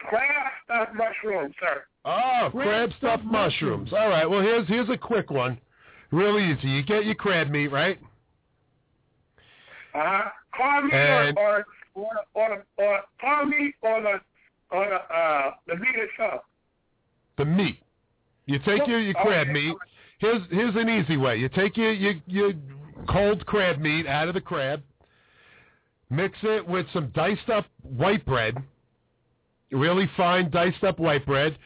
Speaker 6: Crab stuffed mushrooms, sir.
Speaker 10: Oh, crab, stuffed mushrooms. All right. Well, here's here's a quick one. Really easy. You get your crab meat, right?
Speaker 6: Uh-huh. Call me
Speaker 10: And-
Speaker 6: or, or, or, or, or call me or the, or the, uh, the meat itself.
Speaker 10: The meat. You take your, your crab meat. Here's here's an easy way. You take your, your your cold crab meat out of the crab, mix it with some diced up white bread, really fine diced up white bread,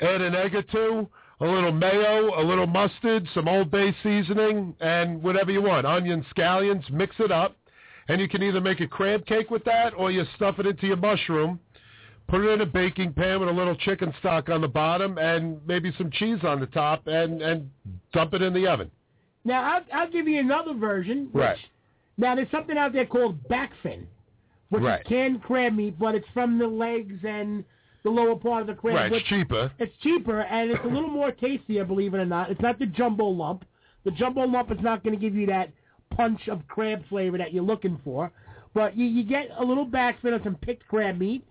Speaker 10: add an egg or two, a little mayo, a little mustard, some Old Bay seasoning, and whatever you want, onions, scallions, mix it up, and you can either make a crab cake with that or you stuff it into your mushroom put it in a baking pan with a little chicken stock on the bottom and maybe some cheese on the top and and dump it in the oven.
Speaker 11: Now, I'll, I'll give you another version.
Speaker 10: Right.
Speaker 11: Now, there's something out there called backfin, which
Speaker 10: Right.
Speaker 11: is canned crab meat, but it's from the legs and the lower part of the crab.
Speaker 10: Right,
Speaker 11: which-
Speaker 10: it's cheaper.
Speaker 11: It's cheaper, and it's a little more tasty, I believe it or not. It's not the jumbo lump. The jumbo lump is not going to give you that punch of crab flavor that you're looking for. But you, you get a little backfin of some picked crab meat.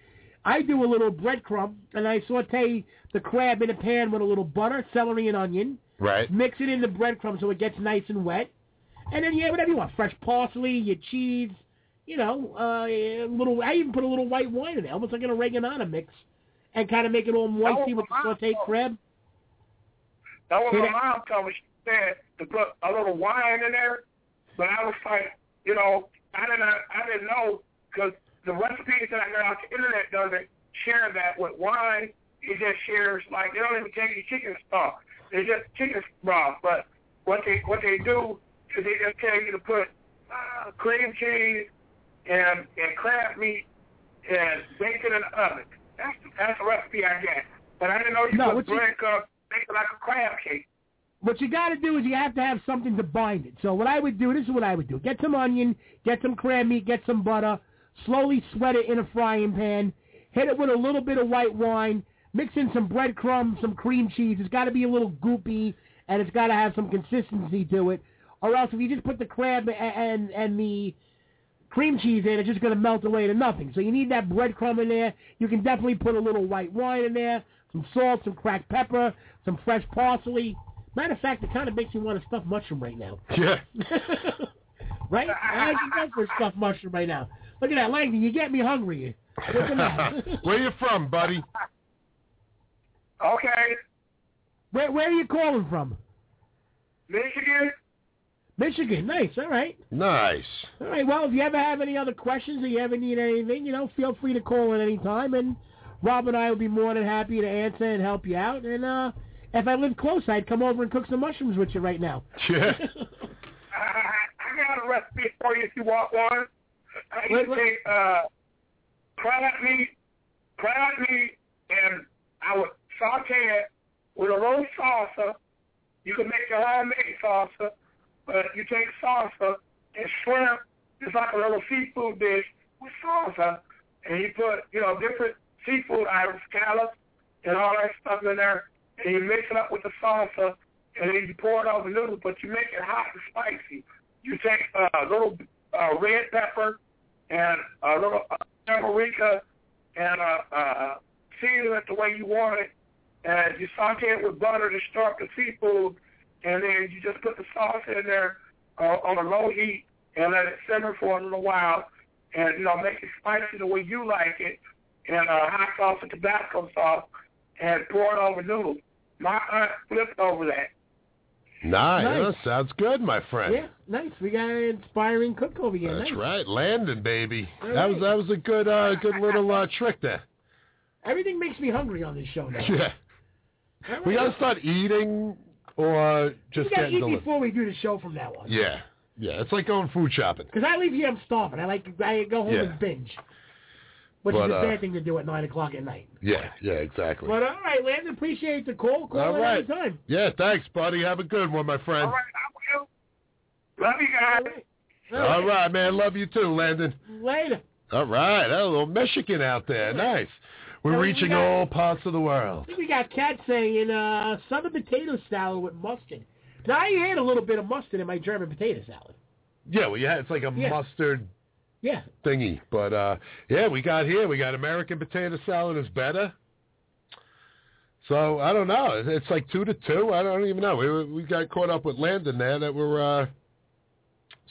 Speaker 11: I do a little breadcrumb, and I saute the crab in a pan with a little butter, celery, and onion.
Speaker 10: Right.
Speaker 11: Mix it in the breadcrumb so it gets nice and wet. And then you have whatever you want. Fresh parsley, your cheese, you know, uh, a little. I even put a little white wine in there, almost like an oregano mix, and kind of make it all moisty with the sauteed crab.
Speaker 6: That was
Speaker 11: See
Speaker 6: my
Speaker 11: that-
Speaker 6: mom told me. She said to put a little wine in there, but I was like, you know, I didn't, I didn't know because the recipes that I got off the internet doesn't share that with wine. It just shares like they don't even take you chicken stock. They just chicken broth. But what they what they do is they just tell you to put uh, cream cheese and and crab meat and bacon in the oven. That's that's the recipe I got. But I didn't know you
Speaker 11: No,
Speaker 6: put
Speaker 11: what you-
Speaker 6: bread cup make it like a crab cake.
Speaker 11: What you got to do is you have to have something to bind it. So what I would do, this is what I would do: get some onion, get some crab meat, get some butter, slowly sweat it in a frying pan, hit it with a little bit of white wine, mix in some breadcrumbs, some cream cheese. It's got to be a little goopy, and it's got to have some consistency to it. Or else, if you just put the crab a- and and the cream cheese in, it's just going to melt away to nothing. So you need that breadcrumb in there. You can definitely put a little white wine in there, some salt, some cracked pepper, some fresh parsley. Matter of fact, it kind of makes me want to stuff mushroom right now.
Speaker 10: Yeah.
Speaker 11: right? I can go for a stuffed mushroom right now. Look at that, Langdon. You get me hungry. What's the matter?
Speaker 10: Where you from, buddy?
Speaker 6: Okay,
Speaker 11: where, where are you calling from?
Speaker 6: Michigan.
Speaker 11: Michigan. Nice. All right.
Speaker 10: Nice.
Speaker 11: All right. Well, if you ever have any other questions or you ever need anything, you know, feel free to call at any time, and Rob and I will be more than happy to answer and help you out. And uh, if I lived close, I'd come over and cook some mushrooms with you right now.
Speaker 10: Yeah.
Speaker 6: I got a recipe for you if you want one. I used to take uh, crab meat, crab meat, and I would saute it with a little salsa. You can make your homemade salsa, but you take salsa and shrimp. It's like a little seafood dish with salsa, and you put you know different seafood items, scallops, and all that stuff in there, and you mix it up with the salsa, and then you pour it over noodles, but you make it hot and spicy. You take uh, a little uh, red pepper and a little uh, paprika and uh, uh, season it the way you want it, and you saute it with butter to start the seafood, and then you just put the sauce in there uh, on a low heat and let it simmer for a little while, and you know make it spicy the way you like it, and uh, hot sauce and Tabasco sauce, and pour it over noodles. My aunt flipped over that.
Speaker 10: Nah,
Speaker 11: Nice.
Speaker 10: yeah, sounds good, my friend.
Speaker 11: Yeah, nice. We got an inspiring cook over here.
Speaker 10: That's
Speaker 11: nice.
Speaker 10: right, Landon, baby.
Speaker 11: All
Speaker 10: That was
Speaker 11: right.
Speaker 10: that was a good uh, good little uh, trick there.
Speaker 11: Everything makes me hungry on this show now.
Speaker 10: Yeah,
Speaker 11: All
Speaker 10: we
Speaker 11: right.
Speaker 10: gotta start eating or just
Speaker 11: we gotta
Speaker 10: getting
Speaker 11: eat
Speaker 10: delivered.
Speaker 11: before we do the show from now on.
Speaker 10: Yeah, yeah, it's like going food shopping.
Speaker 11: Because I leave here, I'm starving. I like I go home
Speaker 10: Yeah.
Speaker 11: and binge, which
Speaker 10: But,
Speaker 11: is a
Speaker 10: uh,
Speaker 11: bad thing to do at nine o'clock at night.
Speaker 10: Yeah, yeah, exactly.
Speaker 11: But all right, Landon, appreciate the call. Call
Speaker 10: All
Speaker 11: in
Speaker 10: right.
Speaker 11: anytime.
Speaker 10: Yeah, thanks, buddy. Have a good one, my friend.
Speaker 6: Love you guys.
Speaker 10: All right, man. Love you too, Landon.
Speaker 11: Later.
Speaker 10: All right, that little Michigan out there. Nice. We're
Speaker 11: So we
Speaker 10: reaching
Speaker 11: got-
Speaker 10: all parts of the
Speaker 11: I
Speaker 10: world.
Speaker 11: think we got Cat saying uh, summer potato salad with mustard. Now I had a little bit of mustard in my German potato salad.
Speaker 10: Yeah, well, yeah, it's like a mustard
Speaker 11: Yeah.
Speaker 10: thingy. But uh, yeah, we got here. We got American potato salad is better. So I don't know. It's like two to two. I don't even know. We were- we got caught up with Landon there. That we're uh,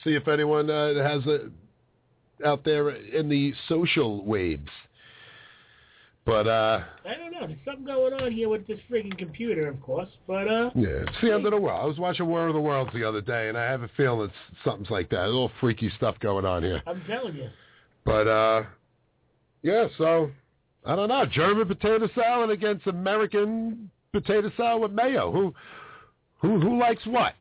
Speaker 10: see if anyone uh, has a out there in the social waves. But uh,
Speaker 11: I don't know. There's something going on here with this friggin' computer, of course. But uh,
Speaker 10: yeah, it's the end of the world. I was watching War of the Worlds the other day, and I have a feeling it's something's like that. A little freaky stuff going on here.
Speaker 11: I'm telling you.
Speaker 10: But uh yeah, so I don't know. German potato salad against American potato salad with mayo. Who who who likes what?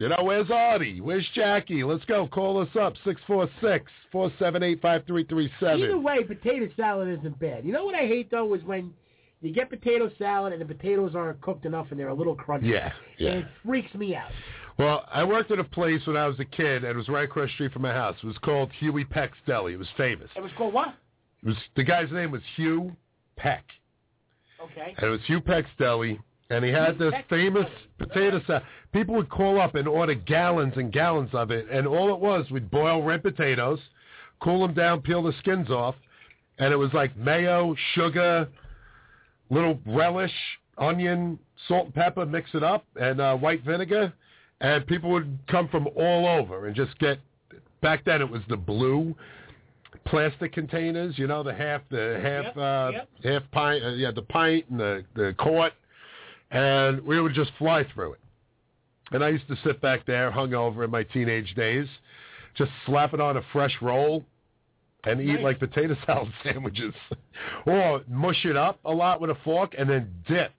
Speaker 10: You know, where's Artie? Where's Jackie? Let's go. Call us up. six four six four seven eight five three three
Speaker 11: Either
Speaker 10: seven.
Speaker 11: way, potato salad isn't bad. You know what I hate though is when you get potato salad and the potatoes aren't cooked enough and they're a little crunchy.
Speaker 10: Yeah, yeah.
Speaker 11: And it freaks me out.
Speaker 10: Well, I worked at a place when I was a kid, and it was right across the street from my house. It was called Huey Peck's Deli. It was famous.
Speaker 11: It was called what?
Speaker 10: It was the guy's name was Hugh Peck.
Speaker 11: Okay.
Speaker 10: and it was Hugh Peck's Deli, and he had this famous potato salad. People would call up and order gallons and gallons of it, and all it was, we'd boil red potatoes, cool them down, peel the skins off, and it was like mayo, sugar, little relish, onion, salt and pepper, mix it up, and uh, white vinegar, and people would come from all over and just get. Back then, it was the blue plastic containers, you know, the half, the half,
Speaker 11: Yep,
Speaker 10: uh,
Speaker 11: yep.
Speaker 10: half pint, uh, yeah, the pint and the the quart, and we would just fly through it. And I used to sit back there, hungover in my teenage days, just slap it on a fresh roll, and eat
Speaker 11: Nice.
Speaker 10: like potato salad sandwiches, or mush it up a lot with a fork and then dip.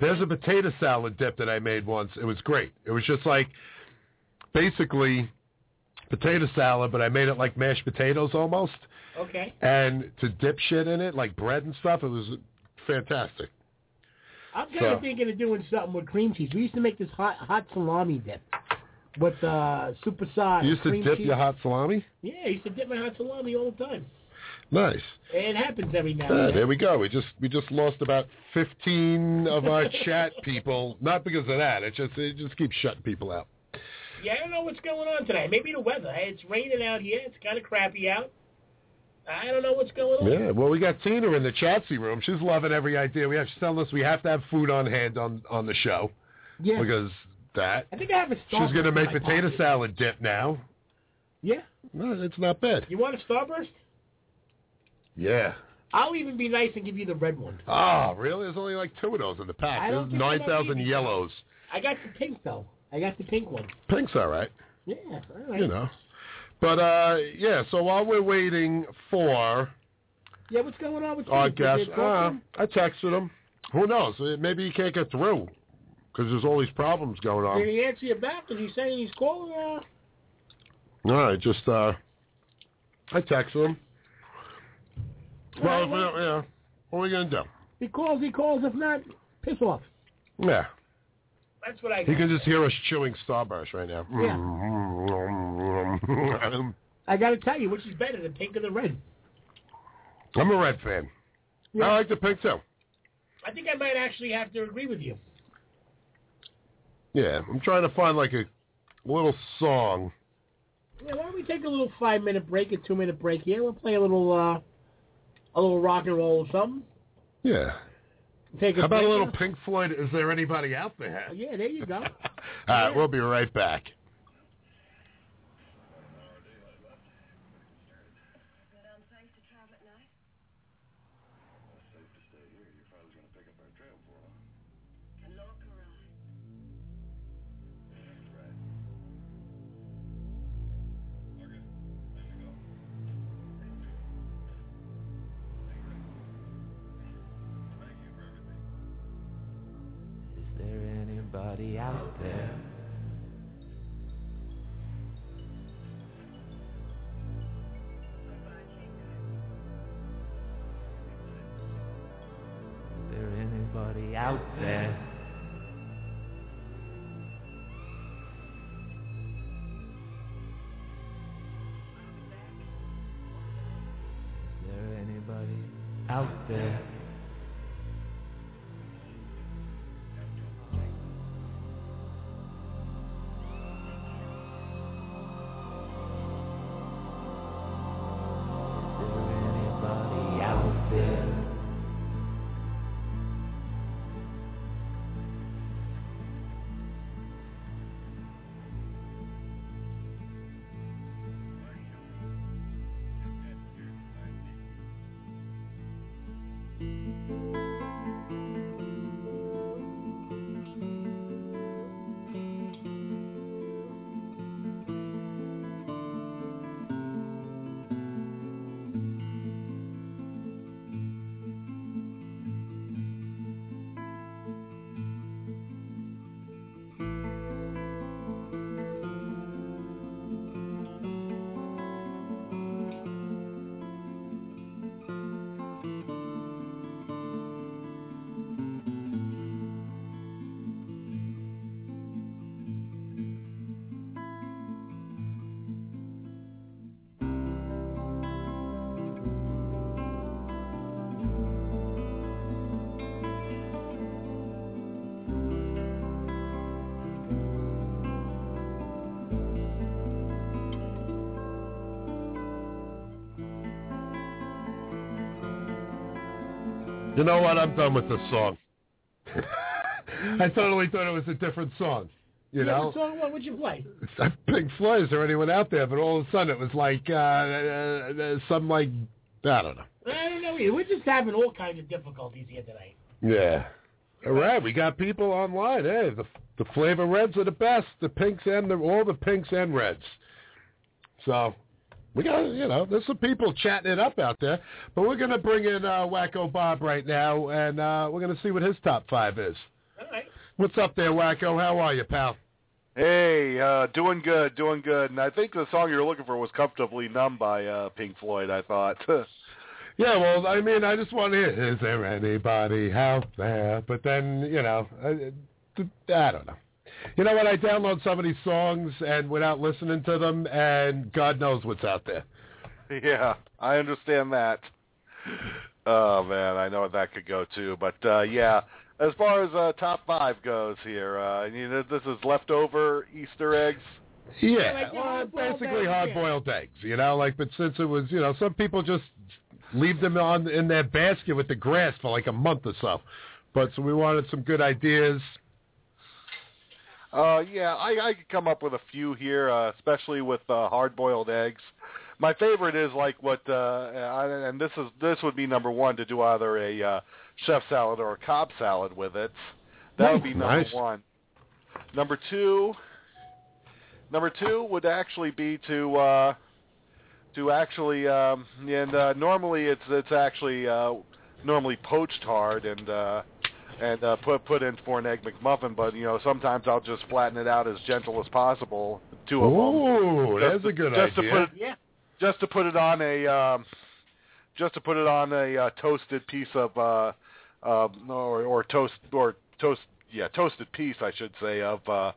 Speaker 10: There's a potato salad dip that I made once. It was great. It was just like basically potato salad, but I made it like mashed potatoes almost,
Speaker 11: Okay.
Speaker 10: and to dip shit in it like bread and stuff. It was fantastic.
Speaker 11: I'm kind of
Speaker 10: So-
Speaker 11: thinking of doing something with cream cheese. We used to make this hot hot salami dip with uh, super side.
Speaker 10: You used to
Speaker 11: cream
Speaker 10: dip
Speaker 11: cheese.
Speaker 10: your hot salami.
Speaker 11: Yeah, I used to dip my hot salami all the time.
Speaker 10: Nice.
Speaker 11: It happens every now
Speaker 10: Ah,
Speaker 11: and
Speaker 10: there
Speaker 11: then.
Speaker 10: we go. We just we just lost about fifteen of our chat people. Not because of that. It just it just keeps shutting people out.
Speaker 11: Yeah, I don't know what's going on today. Maybe the weather. Hey, It's raining out here. It's kind of crappy out. I don't know what's going on.
Speaker 10: Yeah, well, we got Tina in the chatsy room. She's loving every idea we have. She's telling us we have to have food on hand on on the show
Speaker 11: Yeah.
Speaker 10: because that.
Speaker 11: I think I have a
Speaker 10: She's
Speaker 11: Starburst
Speaker 10: going to
Speaker 11: in
Speaker 10: make
Speaker 11: my
Speaker 10: potato
Speaker 11: pocket.
Speaker 10: salad dip now.
Speaker 11: Yeah.
Speaker 10: No, that's not bad.
Speaker 11: You want a Starburst?
Speaker 10: Yeah.
Speaker 11: I'll even be nice and give you the red one.
Speaker 10: Oh, really? There's only like two of those in the
Speaker 11: I
Speaker 10: pack. There's
Speaker 11: don't think I'm
Speaker 10: 9,000
Speaker 11: eating.
Speaker 10: yellows.
Speaker 11: I got the pink though. I got the pink one.
Speaker 10: Pink's all right.
Speaker 11: Yeah. All right.
Speaker 10: You know. But, uh, yeah, so while we're waiting for
Speaker 11: Yeah. What's going on with you?
Speaker 10: our
Speaker 11: Is
Speaker 10: guest,
Speaker 11: it
Speaker 10: uh,
Speaker 11: broken?
Speaker 10: I texted him. Who knows? Uh, Maybe he can't get through because there's all these problems going on.
Speaker 11: Did he answer you back? Is he saying he's calling? Uh,
Speaker 10: All right, just uh, I texted him. Well,
Speaker 11: All right,
Speaker 10: yeah, yeah. What are we gonna do?
Speaker 11: he calls. He calls. If not, piss off.
Speaker 10: Yeah,
Speaker 11: That's what I.
Speaker 10: he
Speaker 11: Got.
Speaker 10: can just hear us chewing Starburst right now.
Speaker 11: I got to tell you, which is better, the pink or the red?
Speaker 10: I'm a red fan.
Speaker 11: Yeah.
Speaker 10: I like the pink too.
Speaker 11: I think I might actually have to agree with you.
Speaker 10: Yeah, I'm trying to find like a little song.
Speaker 11: Yeah, why don't we take a little five minute break, a two minute break here? We'll play a little, uh, a little rock and roll or something.
Speaker 10: Yeah.
Speaker 11: Take a
Speaker 10: How about a
Speaker 11: break.
Speaker 10: little Pink Floyd? Is there anybody out there?
Speaker 11: Yeah, there you go.
Speaker 10: All right, we'll be right back.
Speaker 12: be out there. Is there anybody out there? Is there anybody out there? Anybody out there?
Speaker 10: You know what? I'm done with this song. I totally thought it was a different song. You
Speaker 11: yeah,
Speaker 10: know,
Speaker 11: what song what would you play?
Speaker 10: Pink Floyd. Is there anyone out there? But all of a sudden, it was like uh, uh, uh, some like I don't know.
Speaker 11: I don't know either. We're just having all kinds of difficulties here tonight.
Speaker 10: Yeah. All right, we got people online. Hey, the the flavor reds are the best. The pinks and the all the pinks and reds. So we got you know there's some people chatting it up out there. But we're gonna bring in uh, Wacko Bob right now, and uh, we're gonna see what his top five is.
Speaker 11: All right.
Speaker 10: What's up there, Wacko? How are you, pal?
Speaker 13: Hey, uh, doing good, doing good. And I think the song you were looking for was Comfortably Numb by uh, Pink Floyd, I thought.
Speaker 10: Yeah, well, I mean, I just want to hear, is there anybody out there? But then, you know, I, I don't know. You know what? I download some of these songs and without listening to them, and God knows what's out there.
Speaker 13: yeah, I understand that. Oh, man, I know what that could go to. But, uh, yeah, as far as uh, top five goes here, uh, you know, this is leftover Easter eggs.
Speaker 10: Yeah, well, basically hard-boiled eggs, you know. Like, but since it was, you know, some people just leave them on in their basket with the grass for like a month or so. But so we wanted some good ideas.
Speaker 13: Uh, yeah, I, I could come up with a few here, uh, especially with uh, hard-boiled eggs. My favorite is like what, uh, I, and this is this would be number one to do either a uh, chef salad or a cob salad with it. That would be number
Speaker 10: Nice.
Speaker 13: one. Number two, number two would actually be to uh, to actually, um, and uh, normally it's it's actually uh, normally poached hard and. Uh, and uh, put put in for an egg McMuffin. But you know, sometimes I'll just flatten it out as gentle as possible. Two of them.
Speaker 10: Ooh, that's
Speaker 13: just, to-
Speaker 10: a good
Speaker 13: just
Speaker 10: idea.
Speaker 13: To put it, Just to put it on a um, just to put it on a uh, toasted piece of uh, um, or or toast or toast yeah toasted piece I should say of uh,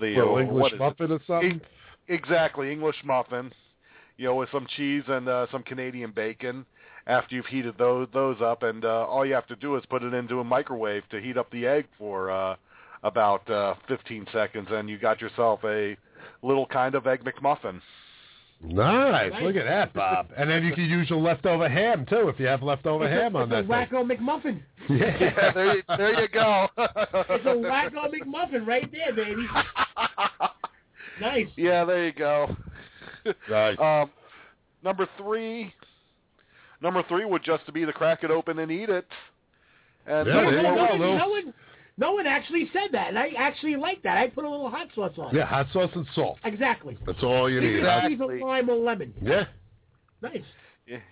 Speaker 13: the
Speaker 10: Little
Speaker 13: uh,
Speaker 10: English
Speaker 13: what is it?
Speaker 10: muffin or something.
Speaker 13: Exactly, English muffin. You know, with some cheese and uh, some Canadian bacon. After you've heated those those up, and uh, all you have to do is put it into a microwave to heat up the egg for uh, about uh, 15 seconds, and you got yourself a little kind of egg McMuffin.
Speaker 10: Nice, look at that, Bob. And then you can use your leftover ham too if you have leftover
Speaker 11: It's a-
Speaker 10: ham on
Speaker 11: it's a
Speaker 10: that. thing.
Speaker 11: Wacko McMuffin.
Speaker 10: Yeah,
Speaker 13: there, you, there you go.
Speaker 11: it's a Wacko McMuffin right there, baby. nice.
Speaker 13: Yeah, there you go.
Speaker 10: Nice.
Speaker 13: Um, number three, number three would just be to crack it open and eat it. And
Speaker 10: Yeah,
Speaker 13: number
Speaker 10: there
Speaker 13: four
Speaker 10: you go,
Speaker 13: would-
Speaker 10: Lou.
Speaker 11: No one, no one actually said that, and I actually like that. I put a little hot sauce on. it.
Speaker 10: Yeah, hot sauce and salt.
Speaker 11: Exactly.
Speaker 10: That's all you need. huh?
Speaker 11: Squeeze a lime or lemon.
Speaker 10: Yeah.
Speaker 11: Nice.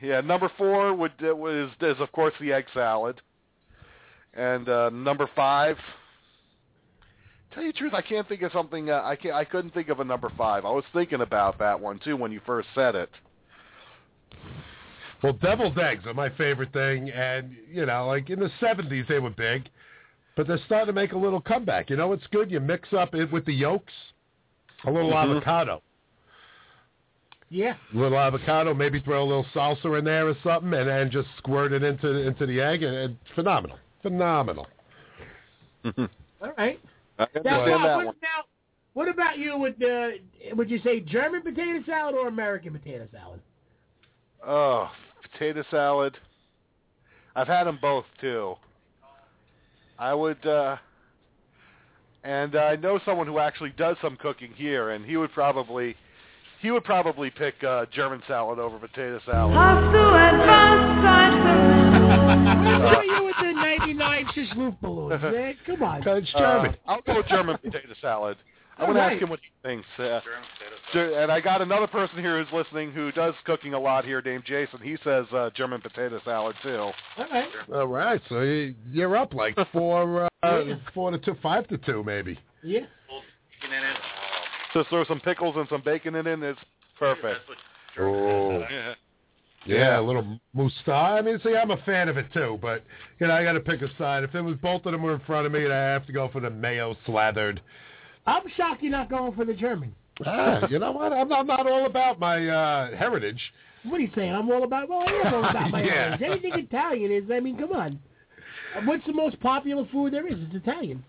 Speaker 13: Yeah, number four would uh, was is of course the egg salad, and uh, number five Tell you the truth, I can't think of something. Uh, I can't. I couldn't think of a number five. I was thinking about that one too when you first said it.
Speaker 10: Well, deviled eggs are my favorite thing, and you know, like in the '70s they were big, but they're starting to make a little comeback. You know, it's good. You mix up it with the yolks, a little
Speaker 11: Mhm.
Speaker 10: avocado,
Speaker 11: Yeah.
Speaker 10: a little avocado, maybe throw a little salsa in there or something, and then just squirt it into into the egg, and, and phenomenal, phenomenal.
Speaker 11: All
Speaker 13: I
Speaker 11: right. Now,
Speaker 10: understand
Speaker 11: Bob,
Speaker 10: that
Speaker 11: what,
Speaker 10: one.
Speaker 11: now, what about you? Would uh, would you say German potato salad or American potato salad?
Speaker 13: Oh, potato salad. I've had them both too. I would, uh, and I know someone who actually does some cooking here, and he would probably, he would probably pick uh, German salad over potato salad.
Speaker 11: What are you with the 99 shish loop balloons, man? Come on.
Speaker 10: It's
Speaker 13: Uh, I'll go with German potato salad. I'm going
Speaker 11: All
Speaker 13: to
Speaker 11: right.
Speaker 13: ask him what he thinks. Uh, Ger- and I got another person here who's listening who does cooking a lot here named Jason. He says uh, German potato salad too.
Speaker 11: All right.
Speaker 10: All right, so you- you're up like four, uh, four to two, five to two, maybe.
Speaker 11: Yeah.
Speaker 13: Just throw some pickles and some bacon in it, and it's perfect.
Speaker 10: Oh.
Speaker 13: Yeah.
Speaker 10: Yeah, a little moustache. I mean, see, I'm a fan of it too, but you know, I got to pick a side. If it was both of them were in front of me, and I have to go for the mayo slathered.
Speaker 11: I'm shocked you're not going for the German.
Speaker 10: Ah, you know what? I'm not, I'm not all about my uh heritage.
Speaker 11: What are you saying? I'm all about. Well, I am all about my
Speaker 10: Yeah.
Speaker 11: Italians. Anything Italian is. I mean, come on. Uh, What's the most popular food there is? It's Italian.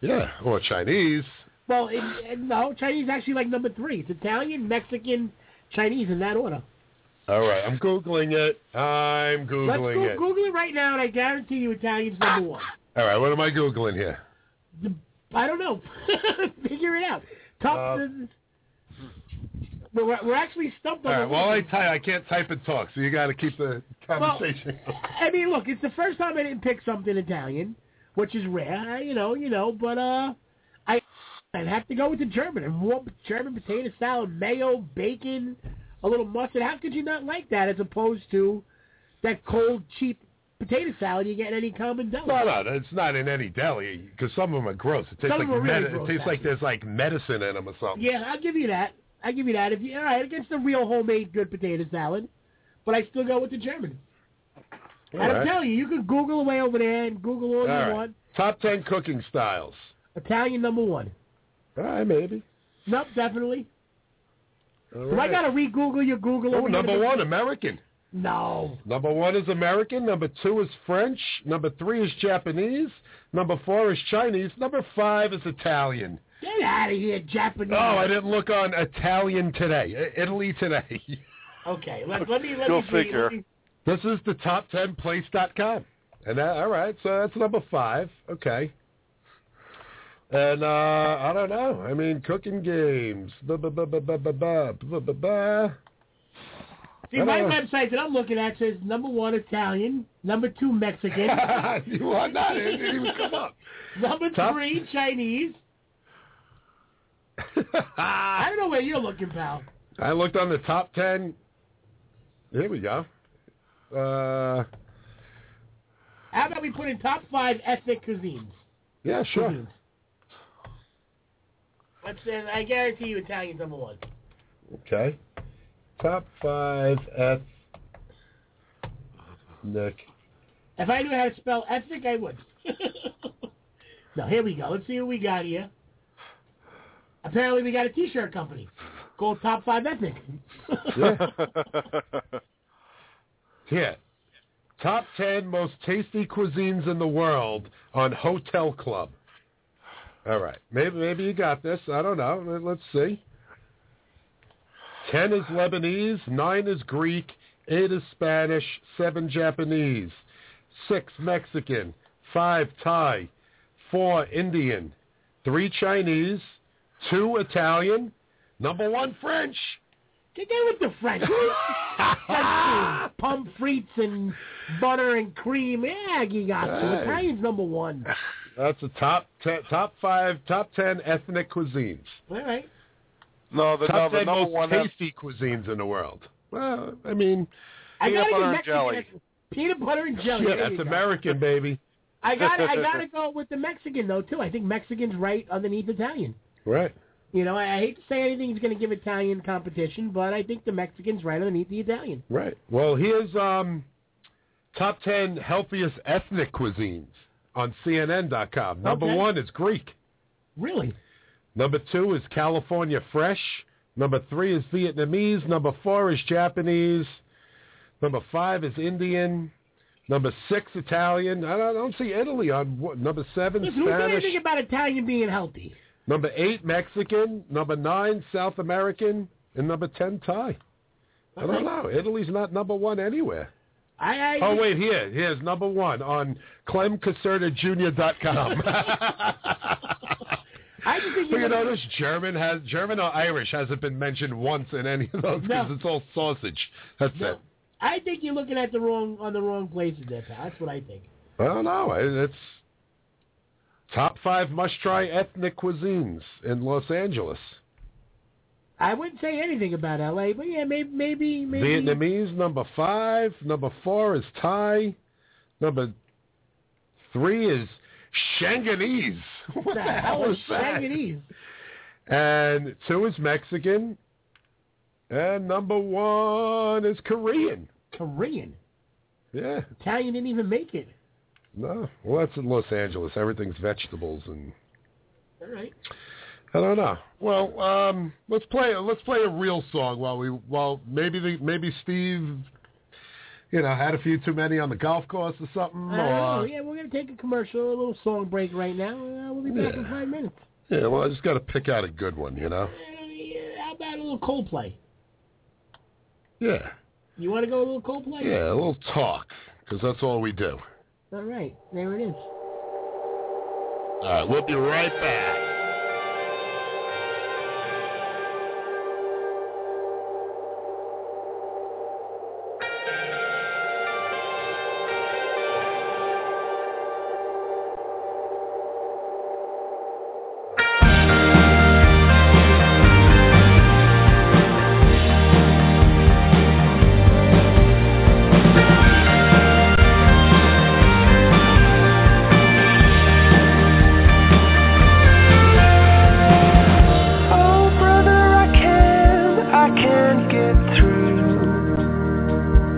Speaker 10: Yeah, or Chinese.
Speaker 11: Well, it, it- no, Chinese is actually like number three. It's Italian, Mexican, Chinese in that order.
Speaker 10: All right, I'm googling it. I'm
Speaker 11: Let's go,
Speaker 10: googling it.
Speaker 11: Google it right now, and I guarantee you Italian's number one.
Speaker 10: All right, what am I googling here?
Speaker 11: I don't know. Figure it out. Top.
Speaker 10: Uh,
Speaker 11: the- we're, we're actually stumped
Speaker 10: All
Speaker 11: on
Speaker 10: right,
Speaker 11: the
Speaker 10: well, I type, I can't type and talk, so you got to keep the conversation.
Speaker 11: I mean, look, it's the first time I didn't pick something Italian, which is rare, I- you know, you know, but uh, I I'd have to go with the German. And what German potato salad, mayo, bacon, a little mustard. How could you not like that as opposed to that cold, cheap potato salad you get at any common deli?
Speaker 10: No, no, it's not in any deli because some of them are gross. It tastes
Speaker 11: Some of
Speaker 10: like
Speaker 11: them are really
Speaker 10: medi-
Speaker 11: gross,
Speaker 10: it tastes like there's like medicine in them or something.
Speaker 11: Yeah, I'll give you that. I'll give you that. If you all right, against the real homemade good potato salad, but I still go with the German.
Speaker 10: All
Speaker 11: And I'm
Speaker 10: right.
Speaker 11: telling you, you can Google away over there and Google all,
Speaker 10: All
Speaker 11: you
Speaker 10: right.
Speaker 11: want.
Speaker 10: Top ten cooking styles.
Speaker 11: Italian number one.
Speaker 10: All right, maybe.
Speaker 11: Nope, definitely.
Speaker 10: All
Speaker 11: If I
Speaker 10: right.
Speaker 11: gotta re-Google your Google.
Speaker 10: Oh,
Speaker 11: over
Speaker 10: number
Speaker 11: here?
Speaker 10: one, American.
Speaker 11: No.
Speaker 10: Number one is American. Number two is French. Number three is Japanese. Number four is Chinese. Number five is Italian.
Speaker 11: Get out of here, Japanese.
Speaker 10: Oh, I didn't look on Italian today. I- Italy today.
Speaker 11: Okay, let, let me let
Speaker 10: Go
Speaker 11: me see,
Speaker 10: figure.
Speaker 11: let me-
Speaker 10: this is the top ten place dot com. And that, all right, so that's number five. Okay. And uh, I don't know. I mean, cooking games. Ba ba ba ba ba ba ba ba ba ba.
Speaker 11: See, my
Speaker 10: Uh-huh.
Speaker 11: website that I'm looking at says number one Italian, number two Mexican.
Speaker 10: You are not. It didn't even come up.
Speaker 11: Number
Speaker 10: Top-
Speaker 11: three Chinese. I don't know where you're looking, pal.
Speaker 10: I looked on the top ten. Here we go. Uh,
Speaker 11: How about we put in top five ethnic cuisines?
Speaker 10: yeah, sure.
Speaker 11: Let's say, I guarantee you Italian's number one.
Speaker 10: Okay. Top five at Nick.
Speaker 11: If I knew how to spell ethnic, I would. now here we go. Let's see what we got here. Apparently, we got a T-shirt company called Top Five Ethnic.
Speaker 10: Here. Top 10 most tasty cuisines in the world on Hotel Club. All right. Maybe maybe you got this. I don't know. Let- Let's see. 10 is Lebanese, 9 is Greek, 8 is Spanish, 7 Japanese, 6 Mexican, 5 Thai, 4 Indian, 3 Chinese, 2 Italian, number 1 French.
Speaker 11: Get in with the French. French food, Pommes frites and butter and cream. Yeah, you got to.
Speaker 10: Hey.
Speaker 11: Italian's number one.
Speaker 10: That's the top ten, top 5, top 10 ethnic cuisines.
Speaker 11: All right.
Speaker 13: No, the, no,
Speaker 10: top
Speaker 13: the
Speaker 10: ten
Speaker 13: number
Speaker 10: most
Speaker 13: one.
Speaker 10: tasty cuisines in the world. Well, I mean,
Speaker 11: I
Speaker 13: Peanut
Speaker 11: gotta
Speaker 13: butter
Speaker 11: get
Speaker 13: and
Speaker 11: Mexican
Speaker 13: jelly.
Speaker 11: ethnic- Peanut butter and jelly.
Speaker 10: shit,
Speaker 11: there you
Speaker 10: that's
Speaker 11: go.
Speaker 10: American, baby.
Speaker 11: I got I got to go with the Mexican though too. I think Mexican's right underneath Italian.
Speaker 10: Right.
Speaker 11: You know, I, I hate to say anything's going to give Italian competition, but I think the Mexican's right underneath the Italian.
Speaker 10: Right. Well, here's um, top 10 healthiest ethnic cuisines on CNN.com. Number
Speaker 11: Okay.
Speaker 10: one is Greek.
Speaker 11: Really?
Speaker 10: Number two is California Fresh. Number three is Vietnamese. Number four is Japanese. Number five is Indian. Number six, Italian. I don't, I don't see Italy on what, number seven,
Speaker 11: Listen, who said
Speaker 10: Spanish.
Speaker 11: anything about Italian being healthy?
Speaker 10: Number eight, Mexican. Number nine, South American. And number ten, Thai. I don't know. Italy's not number one anywhere.
Speaker 11: I, I
Speaker 10: Oh, wait, here. Here's number one on clemcasertajr.com.
Speaker 11: I just think
Speaker 10: But you notice German has German or Irish hasn't been mentioned once in any of those because it's all sausage. That's it.
Speaker 11: I think you're looking at the wrong on the wrong places there, pal. That's what I think.
Speaker 10: I don't know. It- It's top five must-try ethnic cuisines in Los Angeles.
Speaker 11: I wouldn't say anything about LA, but yeah, maybe maybe maybe
Speaker 10: Vietnamese number five. Number four is Thai. Number three is Shanganese. What the, hell is that?
Speaker 11: Chinese.
Speaker 10: And two is Mexican. And number one is Korean.
Speaker 11: Korean.
Speaker 10: Yeah.
Speaker 11: Italian didn't even make it.
Speaker 10: No. Well, that's in Los Angeles. Everything's vegetables and
Speaker 11: All right.
Speaker 10: I don't know. Well, um, let's play let's play a real song while we while maybe the, maybe Steve, you know, had a few too many on the golf course or something.
Speaker 11: I don't know.
Speaker 10: or,
Speaker 11: Yeah, we're gonna take a commercial, a little song break right now. and, Uh, we'll be back in
Speaker 10: Yeah.
Speaker 11: five minutes.
Speaker 10: yeah. Well, I just got to pick out a good one, you know.
Speaker 11: Yeah, How about a little Coldplay?
Speaker 10: Yeah.
Speaker 11: You want to go a little Coldplay?
Speaker 10: Yeah. A little talk because that's all we do.
Speaker 11: All right, there it is.
Speaker 10: All right. We'll be right back.
Speaker 14: Thank
Speaker 9: Oh,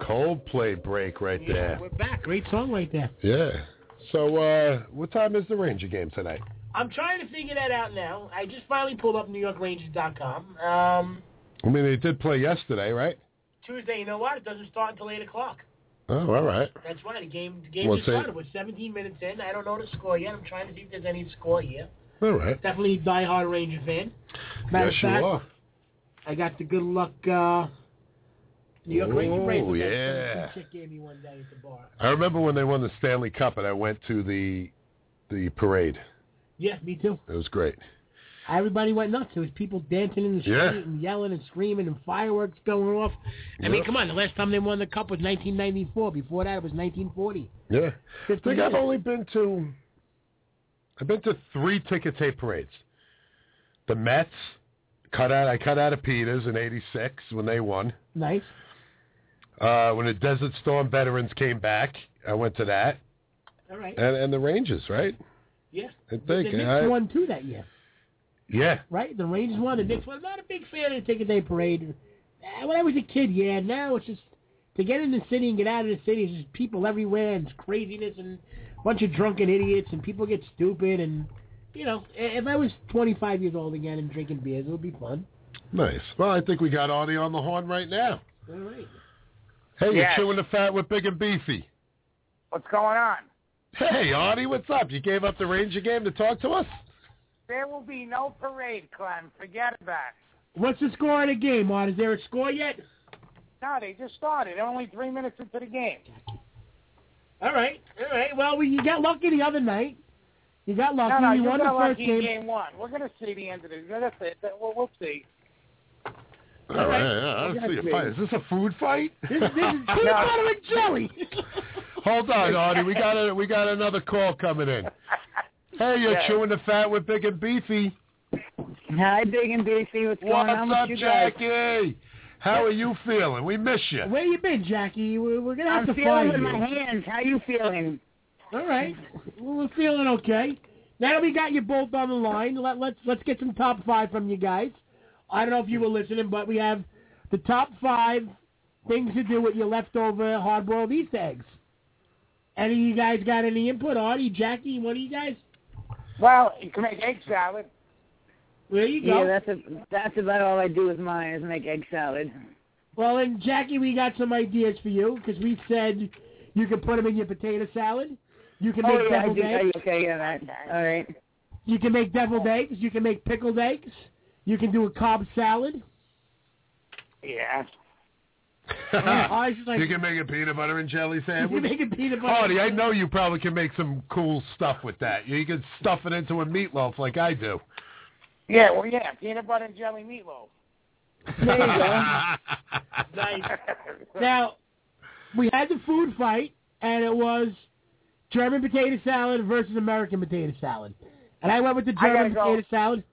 Speaker 10: Coldplay break right there.
Speaker 11: We're back. Great song right there.
Speaker 10: Yeah. So, uh, what time is the Ranger game tonight?
Speaker 11: I'm trying to figure that out now. I just finally pulled up NewYorkRangers.com. Um,
Speaker 10: I mean, they did play yesterday, right?
Speaker 11: Tuesday, you know what? It doesn't start until 8 o'clock.
Speaker 10: Oh, all right.
Speaker 11: That's why the game, the game
Speaker 10: Well,
Speaker 11: just
Speaker 10: say-
Speaker 11: started. We're 17 minutes in. I don't know the score yet. I'm trying to see if there's any score here.
Speaker 10: All right.
Speaker 11: Definitely a diehard Ranger fan. Matter
Speaker 10: yes,
Speaker 11: of
Speaker 10: you
Speaker 11: fact,
Speaker 10: are.
Speaker 11: I got the good luck uh, New York Ranger
Speaker 10: Oh,
Speaker 11: bracelet that
Speaker 10: yeah.
Speaker 11: some chick gave me one day at the bar.
Speaker 10: I remember when they won the Stanley Cup, and I went to the the parade.
Speaker 11: Yeah, me too.
Speaker 10: It was great.
Speaker 11: Everybody went nuts. There was people dancing in the street
Speaker 10: Yeah.
Speaker 11: and yelling and screaming and fireworks going off. I mean,
Speaker 10: Yeah.
Speaker 11: come on. The last time they won the cup was 1994. Before that, it was 1940.
Speaker 10: Yeah. I think I've
Speaker 11: years.
Speaker 10: only been to I've been to three ticket tape parades. The Mets cut out I cut out of Peters in eighty six when they won.
Speaker 11: Nice.
Speaker 10: Uh, when the Desert Storm veterans came back, I went to that.
Speaker 11: All right.
Speaker 10: And and the Rangers, right?
Speaker 11: Yeah.
Speaker 10: I
Speaker 11: The
Speaker 10: think.
Speaker 11: Knicks
Speaker 10: Uh, I-
Speaker 11: won too that year,
Speaker 10: yeah.
Speaker 11: right? The Rangers won. The Knicks won. I'm not a big fan of the Ticket Day Parade. Uh, When I was a kid, yeah. Now it's just to get in the city and get out of the city. It's just people everywhere and it's craziness and a bunch of drunken idiots and people get stupid and you know. i- If I was 25 years old again and drinking beers, it would be fun.
Speaker 10: Nice. Well, I think we got Audie on the horn right now.
Speaker 11: All right.
Speaker 10: Hey,
Speaker 11: Yes.
Speaker 10: you're chewing the fat with Big and Beefy.
Speaker 6: What's going on?
Speaker 10: Hey, Audie, what's up? You gave up the Ranger game to talk to us?
Speaker 14: There will be no parade, Clem. Forget about it.
Speaker 11: What's the score of the game, Mark? Is there a score yet?
Speaker 14: No, they just started. They're only three minutes into the game.
Speaker 11: All right, all right. Well, we, you got lucky the other night. You got lucky.
Speaker 14: No, no,
Speaker 11: you
Speaker 14: you
Speaker 11: won
Speaker 14: got
Speaker 11: the first
Speaker 14: lucky
Speaker 11: game.
Speaker 14: in game one. We're going to see the end of it. That's it. That- We'll, we'll see.
Speaker 10: All right, yeah, I don't see a fight. Is this a food fight?
Speaker 11: This, this is peanut butter and jelly.
Speaker 10: Hold on, Audie. We got a, we got another call coming in. Hey, you're
Speaker 14: Yeah.
Speaker 10: chewing the fat with Big and Beefy.
Speaker 14: Hi, Big and Beefy. What's going
Speaker 10: What's
Speaker 14: on with
Speaker 10: up,
Speaker 14: you guys?
Speaker 10: Jackie? How are you feeling? We miss you.
Speaker 11: Where you been, Jackie? We're, we're gonna have
Speaker 14: I'm
Speaker 11: to
Speaker 14: feeling
Speaker 11: find
Speaker 14: with
Speaker 11: you.
Speaker 14: my hands. How you feeling?
Speaker 11: All right, well, we're feeling okay. Now that we got you both on the line, let, let's let's get some top five from you guys. I don't know if you were listening, but we have the top five things to do with your leftover hard-boiled Easter eggs. Any of you guys got any input? Artie, Jackie, one of you guys?
Speaker 14: Well, you can make egg salad.
Speaker 11: There you go.
Speaker 14: Yeah, that's a, that's about all I do with mine is make egg salad.
Speaker 11: Well, and Jackie, we got some ideas for you because we said you can put them in your potato salad. You can
Speaker 14: oh,
Speaker 11: make
Speaker 14: yeah, I
Speaker 11: deviled
Speaker 14: do.
Speaker 11: eggs.
Speaker 14: Okay, yeah, that. All right.
Speaker 11: You can make deviled eggs. You can make pickled eggs. You can do a Cobb salad.
Speaker 14: Yeah.
Speaker 11: Uh, I was just like-
Speaker 10: you can make a peanut butter and jelly sandwich.
Speaker 11: You make a peanut butter.
Speaker 10: Audie, I know you probably can make some cool stuff with that. You can stuff it into a meatloaf like I do.
Speaker 14: Yeah, well, yeah, peanut butter and jelly meatloaf.
Speaker 11: There you go. Nice. now, we had the food fight, and it was German potato salad versus American potato salad. And I went with the
Speaker 14: I gotta
Speaker 11: German
Speaker 14: go.
Speaker 11: potato salad.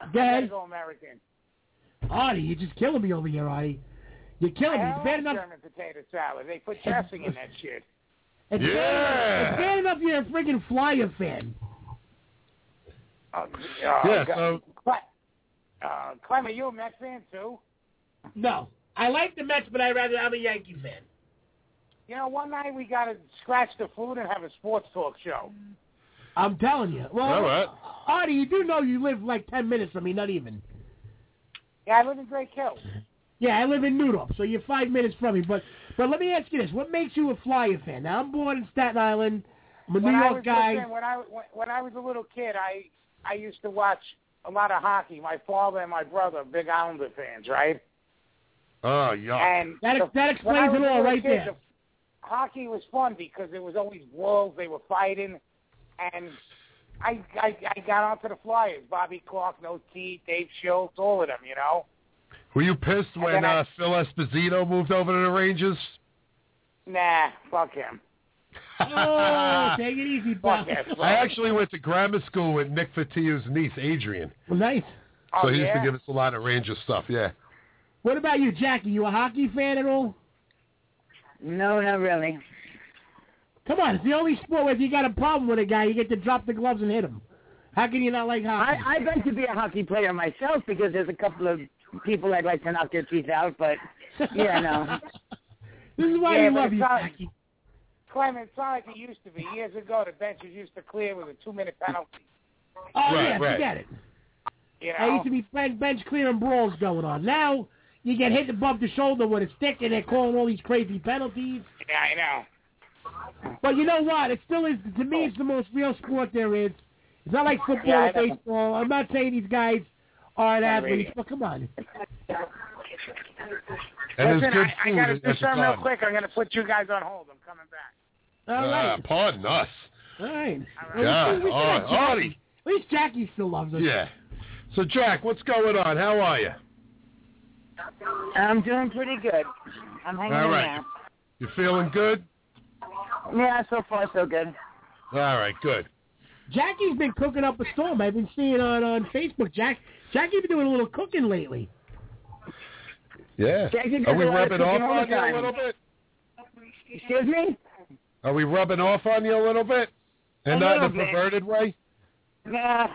Speaker 11: Go
Speaker 14: I gotta
Speaker 11: ahead.
Speaker 14: go American.
Speaker 11: Artie, you're just killing me over here, Artie. You're killing me.
Speaker 14: I
Speaker 11: It's
Speaker 14: don't
Speaker 11: bad
Speaker 14: like
Speaker 11: enough
Speaker 14: German potato salad. They put dressing in that shit.
Speaker 11: It's
Speaker 10: Yeah.
Speaker 11: bad, it's bad enough you're a freaking Flyer fan.
Speaker 14: Oh, oh,
Speaker 10: yeah,
Speaker 14: God.
Speaker 10: so
Speaker 14: Cle- uh, Clem, are you a Mets fan too?
Speaker 11: No, I like the Mets, but I rather I'm a Yankee fan.
Speaker 14: You know, one night we gotta scratch the food and have a sports talk show.
Speaker 11: I'm telling you. Well,
Speaker 10: All right.
Speaker 11: Artie, you do know you live like ten minutes from me, not even.
Speaker 14: Yeah, I live in Great Hill.
Speaker 11: Yeah, I live in Noodle, so you're five minutes from me. But but let me ask you this: What makes you a Flyer fan? Now I'm born in Staten Island. I'm a
Speaker 14: when
Speaker 11: New
Speaker 14: I
Speaker 11: York
Speaker 14: was
Speaker 11: guy.
Speaker 14: Looking, when I when, when I was a little kid, I I used to watch a lot of hockey. My father and my brother, are big Islander fans, right?
Speaker 10: Oh yeah.
Speaker 14: And
Speaker 11: That ex-
Speaker 14: the-
Speaker 11: that
Speaker 14: when I
Speaker 11: explains
Speaker 14: was
Speaker 11: it
Speaker 14: a
Speaker 11: all
Speaker 14: little
Speaker 11: right
Speaker 14: kid,
Speaker 11: there.
Speaker 14: the- hockey was fun because it was always wolves. They were fighting, and I I, I got onto the Flyers. Bobby Clark, No Teeth, Dave Schultz, all of them. You know.
Speaker 10: Were you pissed when
Speaker 14: then I-
Speaker 10: uh, Phil Esposito moved over to the Rangers?
Speaker 14: Nah, fuck him.
Speaker 11: Oh, take it easy,
Speaker 14: Fuck
Speaker 11: Bob.
Speaker 14: that.
Speaker 10: I actually went to grammar school with Nick Fatio's niece, Adrian.
Speaker 11: Well, nice.
Speaker 14: Oh,
Speaker 10: so he used
Speaker 14: yeah?
Speaker 10: to give us a lot of Ranger stuff, yeah.
Speaker 11: What about you, Jackie? You a hockey fan at all?
Speaker 14: No, not really.
Speaker 11: Come on, it's the only sport where if you got a problem with a guy, you get to drop the gloves and hit him. How can you not like hockey?
Speaker 14: I I'd like to be a hockey player myself because there's a couple of people I'd like to knock their teeth out, but yeah, no.
Speaker 11: This is why
Speaker 14: yeah, but
Speaker 11: we love
Speaker 14: it's
Speaker 11: you,
Speaker 14: not-
Speaker 11: Jackie.
Speaker 14: Clem, it's not like it used to be. Years ago, the benches used to clear with a two-minute penalty.
Speaker 11: Oh yeah, forget it.
Speaker 14: You
Speaker 11: There
Speaker 14: know,
Speaker 11: used to be bench, bench clearing brawls going on. Now you get hit above the shoulder with a stick, and they're calling all these crazy penalties.
Speaker 14: yeah, I know.
Speaker 11: But you know what? It still is to me. It's the most real sport there is. It's not like football
Speaker 14: Yeah, I
Speaker 11: or
Speaker 14: know.
Speaker 11: baseball. I'm not saying these guys aren't
Speaker 14: Not
Speaker 11: athletes,
Speaker 14: really.
Speaker 11: but come on.
Speaker 10: And
Speaker 14: Listen,
Speaker 10: there's good
Speaker 14: I,
Speaker 10: food
Speaker 14: I gotta
Speaker 10: at
Speaker 14: do
Speaker 10: the
Speaker 14: something real
Speaker 10: pub.
Speaker 14: quick. I'm gonna put you guys on hold. I'm coming back.
Speaker 11: All
Speaker 10: Ah,
Speaker 11: right.
Speaker 10: pardon us.
Speaker 11: All right.
Speaker 10: right. Yeah,
Speaker 11: At least-
Speaker 10: all right.
Speaker 11: At least Jackie-
Speaker 10: Artie.
Speaker 11: at least Jackie still loves us.
Speaker 10: Yeah. So Jack, what's going on? How are you?
Speaker 15: I'm doing pretty good. I'm hanging
Speaker 10: All
Speaker 15: in
Speaker 10: right. You feeling good?
Speaker 15: there. Yeah, so far so good.
Speaker 10: All right, good.
Speaker 11: Jackie's been cooking up a storm. I've been seeing on on Facebook. Jack Jackie's been doing a little cooking lately.
Speaker 10: Yeah.
Speaker 15: Jack, you
Speaker 10: Are
Speaker 15: guys
Speaker 10: we
Speaker 15: are out of
Speaker 10: rubbing off
Speaker 15: cooking all the
Speaker 10: on you a
Speaker 15: time.
Speaker 10: little bit?
Speaker 15: Excuse me?
Speaker 10: Are we rubbing off on you a little bit? And
Speaker 15: A
Speaker 10: not in a
Speaker 15: little bit.
Speaker 10: perverted way?
Speaker 15: Nah.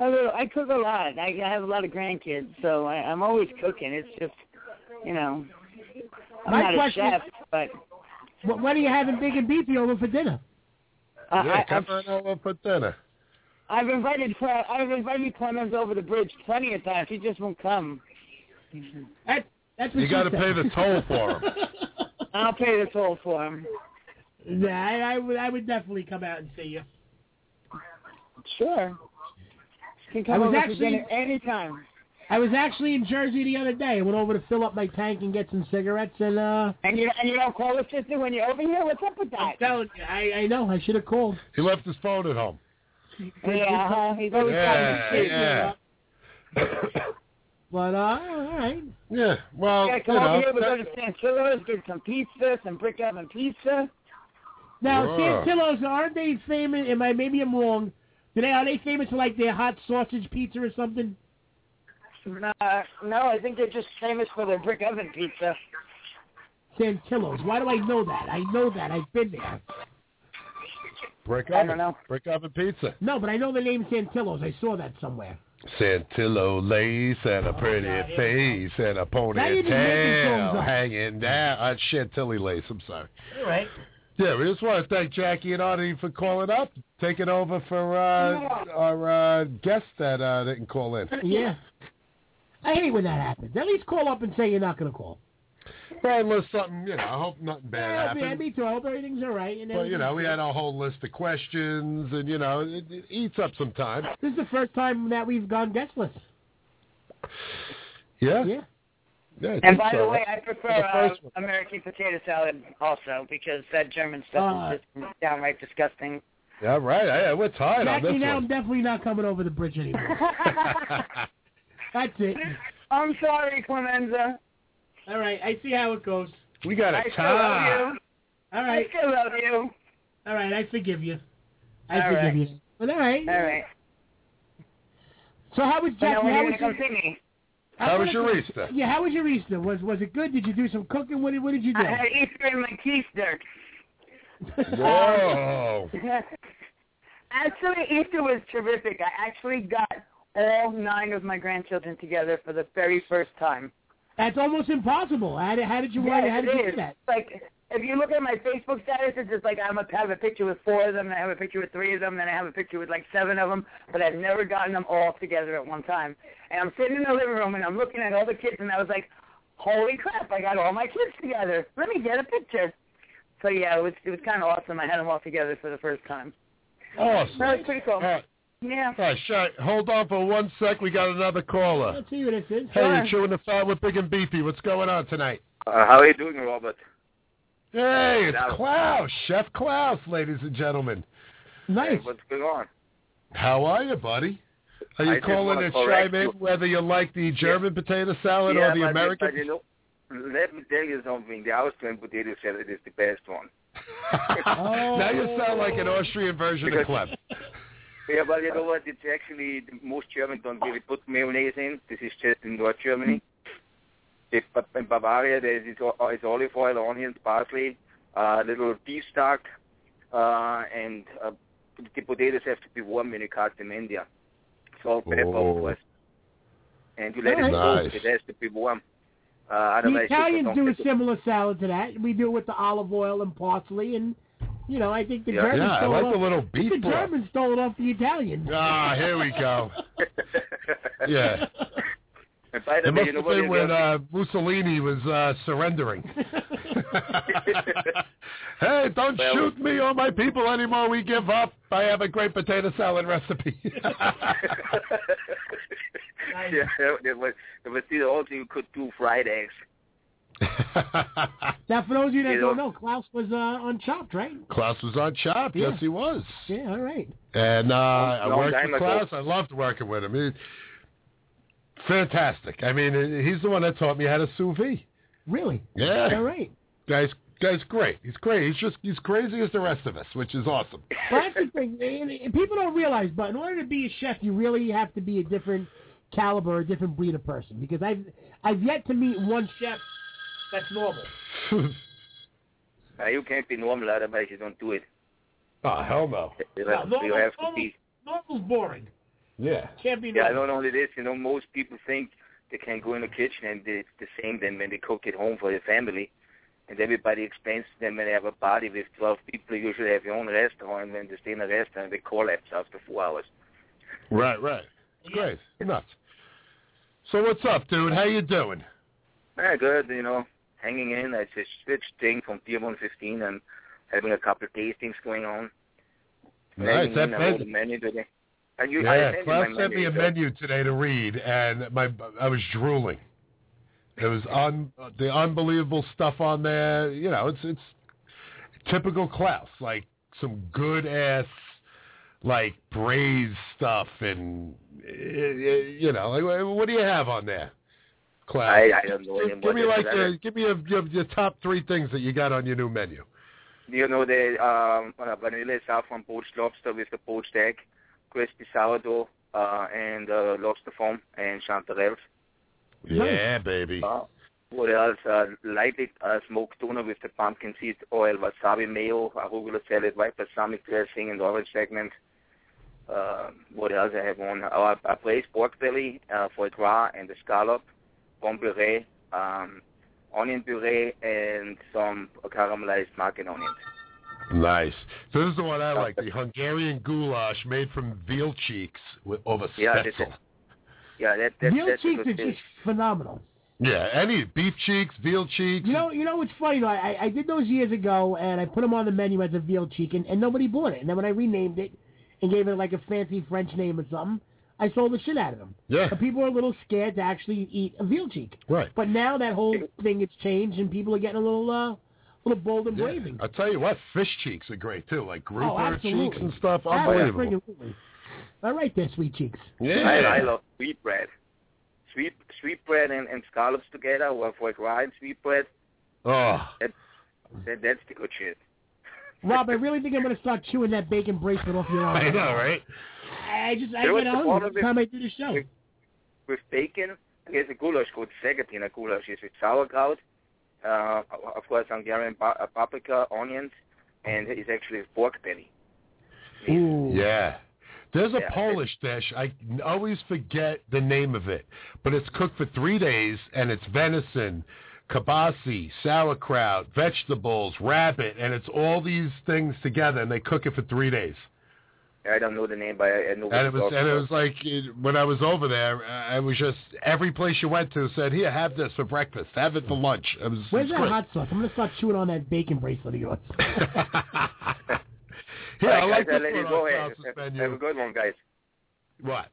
Speaker 15: a little, I cook a lot. I, I have a lot of grandkids, so I, I'm always cooking. It's just, you know, I'm
Speaker 11: My
Speaker 15: not
Speaker 11: question
Speaker 15: a
Speaker 11: is-
Speaker 15: chef, but
Speaker 11: Wh- When are you having big and beefy over for dinner?
Speaker 15: uh,
Speaker 10: yeah,
Speaker 15: I,
Speaker 10: come on over for dinner.
Speaker 15: I've, I've invited Cle- I've invited Clemens over the bridge plenty of times. He just won't come.
Speaker 11: That, that's what
Speaker 10: You
Speaker 11: she
Speaker 10: got to
Speaker 11: said.
Speaker 10: pay the toll for him.
Speaker 15: I'll pay the toll for him.
Speaker 11: Nah, I, I would I would definitely come out and see you.
Speaker 15: Sure. You can
Speaker 11: I
Speaker 15: come
Speaker 11: was
Speaker 15: over
Speaker 11: actually-
Speaker 15: for dinner anytime.
Speaker 11: I was actually in Jersey the other day. I went over to fill up my tank and get some cigarettes and uh.
Speaker 15: And you and you don't call the sister when you're over here. What's up with that?
Speaker 11: I'm telling you, I I know I should have called.
Speaker 10: He left his phone at home.
Speaker 15: Yeah, huh? He's always
Speaker 10: Yeah,
Speaker 15: talking shit.
Speaker 10: yeah.
Speaker 11: But uh, all right.
Speaker 10: Yeah, well,
Speaker 15: Yeah,
Speaker 10: you
Speaker 15: come over
Speaker 10: know,
Speaker 15: here. We're going
Speaker 10: that-
Speaker 15: to Santillo's, get some pizza, some brick oven pizza.
Speaker 11: Now,
Speaker 10: Yeah.
Speaker 11: Santillo's aren't they famous? Am I maybe I'm wrong? Do they are they famous for like their hot sausage pizza or something?
Speaker 15: Uh, no, I think they're just famous for their brick oven pizza.
Speaker 11: Santillo's. Why do I know that? I know that. I've been there.
Speaker 10: brick
Speaker 15: I
Speaker 10: oven,
Speaker 15: don't know.
Speaker 10: brick oven pizza.
Speaker 11: No, but I know the name Santillo's. I saw that somewhere.
Speaker 10: Santillo lace and a pretty face and a
Speaker 11: you just making songs
Speaker 10: ponytail
Speaker 11: up.
Speaker 10: hanging down. Uh, Chantilly lace, I'm sorry.
Speaker 11: All right.
Speaker 10: Yeah, we just want to thank Jackie and Artie for calling up, taking over for uh, our uh, guest that uh, didn't call in.
Speaker 11: Yeah. I hate when that happens. At least call up and say you're not going to call.
Speaker 10: Well, unless something, you know, I hope nothing
Speaker 11: Yeah,
Speaker 10: bad
Speaker 11: yeah,
Speaker 10: happened.
Speaker 11: me too. I hope everything's all right. And
Speaker 10: But, you know, we
Speaker 11: everything's-
Speaker 10: had a whole list of questions, and, you know, it, it eats up some time.
Speaker 11: This is the first time that we've gone guestless.
Speaker 10: Yeah?
Speaker 11: Yeah.
Speaker 10: yeah
Speaker 15: And by
Speaker 10: so,
Speaker 15: the way, I prefer uh,
Speaker 10: first
Speaker 15: American potato salad also because that German stuff
Speaker 11: Uh,
Speaker 15: is just downright disgusting.
Speaker 10: All right, yeah, we're tired on
Speaker 11: Jackie,
Speaker 10: this
Speaker 11: now
Speaker 10: one.
Speaker 11: I'm definitely not coming over the bridge anymore. That's it.
Speaker 15: I'm sorry, Clemenza.
Speaker 11: All right. I see how it goes.
Speaker 10: we got
Speaker 15: I
Speaker 10: a
Speaker 15: still
Speaker 10: time.
Speaker 15: love you.
Speaker 11: All
Speaker 15: I
Speaker 11: right.
Speaker 15: still love you.
Speaker 11: All right. I forgive you. I
Speaker 15: All
Speaker 11: forgive
Speaker 15: right.
Speaker 11: you. But all right.
Speaker 15: All right.
Speaker 11: So how was
Speaker 15: You
Speaker 11: Jackie?
Speaker 15: know when
Speaker 11: how
Speaker 15: you're
Speaker 11: was
Speaker 15: going to come
Speaker 11: your,
Speaker 15: see me?
Speaker 11: I
Speaker 10: How
Speaker 11: wanna
Speaker 10: was your
Speaker 11: go-
Speaker 10: Easter?
Speaker 11: Yeah. How was your Easter? Was Was it good? Did you do some cooking? What did What did you do?
Speaker 15: I had Easter in my teeth, Dirk.
Speaker 11: Oh.
Speaker 10: Whoa.
Speaker 15: actually, Easter was terrific. I actually got all nine of my grandchildren together for the very first time.
Speaker 11: That's almost impossible. How did How did you
Speaker 15: Yes,
Speaker 11: How did
Speaker 15: it
Speaker 11: you
Speaker 15: is.
Speaker 11: do that?
Speaker 15: Like, if you look at my Facebook status, it's just like I'm a, have a picture with four of them, then I have a picture with three of them, then I have a picture with like seven of them, but I've never gotten them all together at one time. And I'm sitting in the living room and I'm looking at all the kids, and I was like, "Holy crap! I got all my kids together. Let me get a picture." So yeah, it was it was kind of awesome. I had them all together for the first time.
Speaker 10: Awesome.
Speaker 15: That was pretty cool.
Speaker 10: All right,
Speaker 15: Yeah.
Speaker 10: all right, Shy, hold on for one sec. We got another caller.
Speaker 11: Let's see what this is.
Speaker 10: Hey, you're chewing the fat with Big and Beefy. What's going on tonight?
Speaker 16: Uh, how are you doing, Robert?
Speaker 10: Hey,
Speaker 16: That was-
Speaker 10: it's Klaus, Chef Klaus, ladies and gentlemen.
Speaker 11: Nice.
Speaker 16: Hey, what's going on?
Speaker 10: How are you, buddy? Are
Speaker 16: I
Speaker 10: you
Speaker 16: just
Speaker 10: calling
Speaker 16: wanna
Speaker 10: to
Speaker 16: correct
Speaker 10: chime in
Speaker 16: you.
Speaker 10: whether you like the German potato salad
Speaker 16: yeah,
Speaker 10: or the
Speaker 16: but,
Speaker 10: American?
Speaker 16: But, you know, let me tell you something. The Austrian potato salad is the best one.
Speaker 10: now you sound like an Austrian version of
Speaker 16: Because-
Speaker 10: Clem.
Speaker 16: Yeah, but you know what? It's actually most Germans don't really put mayonnaise in. This is just in North Germany. If, but in Bavaria, there's it's, o- it's olive oil, onions, parsley, a little beef stock, uh, and uh, the potatoes have to be warm when you cut them in there. Salt, pepper, of
Speaker 10: Oh.
Speaker 16: course. And you let it
Speaker 10: Alright.
Speaker 16: soak.
Speaker 10: Nice.
Speaker 16: It has to be warm. Uh, otherwise,
Speaker 11: the
Speaker 16: people
Speaker 11: Italians
Speaker 16: don't
Speaker 11: do a
Speaker 16: get it.
Speaker 11: similar salad to that. We do it with the olive oil and parsley, and you know, I think the
Speaker 10: Yeah.
Speaker 11: Germans
Speaker 10: Yeah, I
Speaker 11: stole
Speaker 10: like
Speaker 11: it off.
Speaker 10: the little
Speaker 11: I think
Speaker 10: beef
Speaker 11: The
Speaker 10: broth.
Speaker 11: Germans stole it off the Italians.
Speaker 10: Ah, here we go. Yeah.
Speaker 16: And by the way,
Speaker 10: It must
Speaker 16: you know
Speaker 10: have
Speaker 16: what?
Speaker 10: been
Speaker 16: it is?
Speaker 10: when uh, Mussolini was uh, surrendering. hey, don't
Speaker 16: Well-
Speaker 10: shoot me or my people anymore. We give up. I have a great potato salad recipe.
Speaker 16: yeah, there was, there was still also you could do fried eggs.
Speaker 11: Now, for those of you that
Speaker 16: You
Speaker 11: don't know, Klaus was uh, on Chopped, right?
Speaker 10: Klaus was on Chopped.
Speaker 11: Yeah.
Speaker 10: Yes, he was.
Speaker 11: Yeah, all right.
Speaker 10: And uh, I
Speaker 11: long
Speaker 10: worked
Speaker 11: time
Speaker 10: with
Speaker 11: ago.
Speaker 10: Klaus. I loved working with him. He- fantastic. I mean, uh, he's the one that taught me how to sous vide.
Speaker 11: Really?
Speaker 10: Yeah.
Speaker 11: All right.
Speaker 10: Guy's guy's great. He's great. He's just he's crazy as the rest of us, which is awesome.
Speaker 11: Well, that's the thing. And, and people don't realize, but in order to be a chef, you really have to be a different caliber, a different breed of person. Because I've I've yet to meet one chef that's normal.
Speaker 16: Uh, you can't be normal, otherwise you don't do it.
Speaker 10: Oh, hell no.
Speaker 16: You have,
Speaker 11: No,
Speaker 16: you
Speaker 11: normal-
Speaker 16: have to
Speaker 11: normal-
Speaker 16: be.
Speaker 11: Normal's boring.
Speaker 10: Yeah.
Speaker 11: Can't be
Speaker 16: Yeah,
Speaker 11: normal.
Speaker 16: not only this, you know, most people think they can go in the kitchen and it's the same then when they cook at home for their family. And everybody explains to them when they have a party with 12 people, you should have your own restaurant. And when they stay in a restaurant, they collapse after four hours.
Speaker 10: Right, right. It's great. Nuts. So what's up, dude? How you doing?
Speaker 16: Yeah, Eh, good, you know, hanging in. I just switched thing from Pier 115 and having a couple of tastings going on.
Speaker 10: Nice.
Speaker 16: Hanging
Speaker 10: That
Speaker 16: in, I wrote a
Speaker 10: menu-
Speaker 16: menu today. And you, I
Speaker 10: yeah,
Speaker 16: sent you
Speaker 10: Klaus
Speaker 16: my
Speaker 10: sent me a
Speaker 16: so-
Speaker 10: menu today to read, and my I was drooling. It was un, the unbelievable stuff on there. You know, it's it's typical Klaus, like some good ass like braised stuff, and eh, eh, you know, like what do you have on there, Klaus?
Speaker 16: I, I don't know
Speaker 10: Give,
Speaker 16: anymore.
Speaker 10: give me like
Speaker 16: There's
Speaker 10: uh, give me a, your, your top three things that you got on your new menu.
Speaker 16: You know the um, uh, vanilla saffron poached lobster with the poached egg, crispy sourdough, uh, and uh, lobster foam and chanterelles.
Speaker 10: Yeah, baby.
Speaker 16: Uh, what else? Uh, lightly uh, smoked tuna with the pumpkin seed oil, wasabi mayo, arugula salad, white balsamic dressing, and orange segment. Uh, what else I have on? Uh, I braised pork belly uh, for gras and the scallop, bon puree, um, onion puree, and some caramelized mac and onions.
Speaker 10: Nice. So this is the one I
Speaker 16: Uh,
Speaker 10: like, the Hungarian goulash made from veal cheeks with over
Speaker 16: Yeah,
Speaker 10: spetzel.
Speaker 16: that's it. Yeah, that, that,
Speaker 11: Real
Speaker 16: that's a
Speaker 11: cheeks
Speaker 16: good
Speaker 11: is
Speaker 16: thing.
Speaker 11: just phenomenal.
Speaker 10: Yeah, any beef cheeks, veal cheeks.
Speaker 11: You know, you know what's funny though? I, I did those years ago, and I put them on the menu as a veal cheek, and, and nobody bought it. And then when I renamed it and gave it like a fancy French name or something, I sold the shit out of them.
Speaker 10: Yeah.
Speaker 11: But people are a little scared to actually eat a veal cheek.
Speaker 10: Right.
Speaker 11: But now that whole thing has changed, and people are getting a little, uh, little bold and
Speaker 10: Yeah.
Speaker 11: brave.
Speaker 10: I'll tell you what, fish cheeks are great too, like
Speaker 11: Oh,
Speaker 10: grouper
Speaker 11: absolutely.
Speaker 10: cheeks and stuff. Unbelievable.
Speaker 11: Absolutely. All right, there, sweet cheeks.
Speaker 10: Yeah.
Speaker 16: I, I love sweet bread. Sweet sweet bread and, and scallops together or for gras and sweet bread.
Speaker 10: Oh,
Speaker 16: That, that that's the good shit.
Speaker 11: Rob, I really think I'm gonna start chewing that bacon bracelet off your arm.
Speaker 10: I know, right?
Speaker 11: I just, I
Speaker 16: You know what's
Speaker 11: get
Speaker 16: the
Speaker 11: hungry
Speaker 16: problem
Speaker 11: every
Speaker 16: is-
Speaker 11: time I do the show.
Speaker 16: With bacon, there's a goulash called Segatina goulash. It's with sauerkraut, uh, of course Hungarian pa- uh, paprika, onions, and it's actually pork belly.
Speaker 10: Yeah. There's a
Speaker 16: Yeah.
Speaker 10: Polish dish. I always forget the name of it, but it's cooked for three days, and it's venison, kibasi, sauerkraut, vegetables, rabbit, and it's all these things together, and they cook it for three days.
Speaker 16: I don't know the name, but I, I know what you're
Speaker 10: And it was
Speaker 16: talking
Speaker 10: and it
Speaker 16: about.
Speaker 10: was like it, when I was over there, I was just every place you went to said, "Here, have this for breakfast. Have it for lunch." It was,
Speaker 11: Where's
Speaker 10: it's
Speaker 11: that
Speaker 10: great.
Speaker 11: hot sauce? I'm gonna start chewing on that bacon bracelet of yours.
Speaker 10: Here,
Speaker 16: All right,
Speaker 10: I like
Speaker 16: guys,
Speaker 10: this
Speaker 16: I let you
Speaker 10: one
Speaker 16: go
Speaker 10: on
Speaker 16: ahead.
Speaker 10: Klaus's
Speaker 16: Have-
Speaker 10: menu.
Speaker 16: Have a good one, guys.
Speaker 10: What?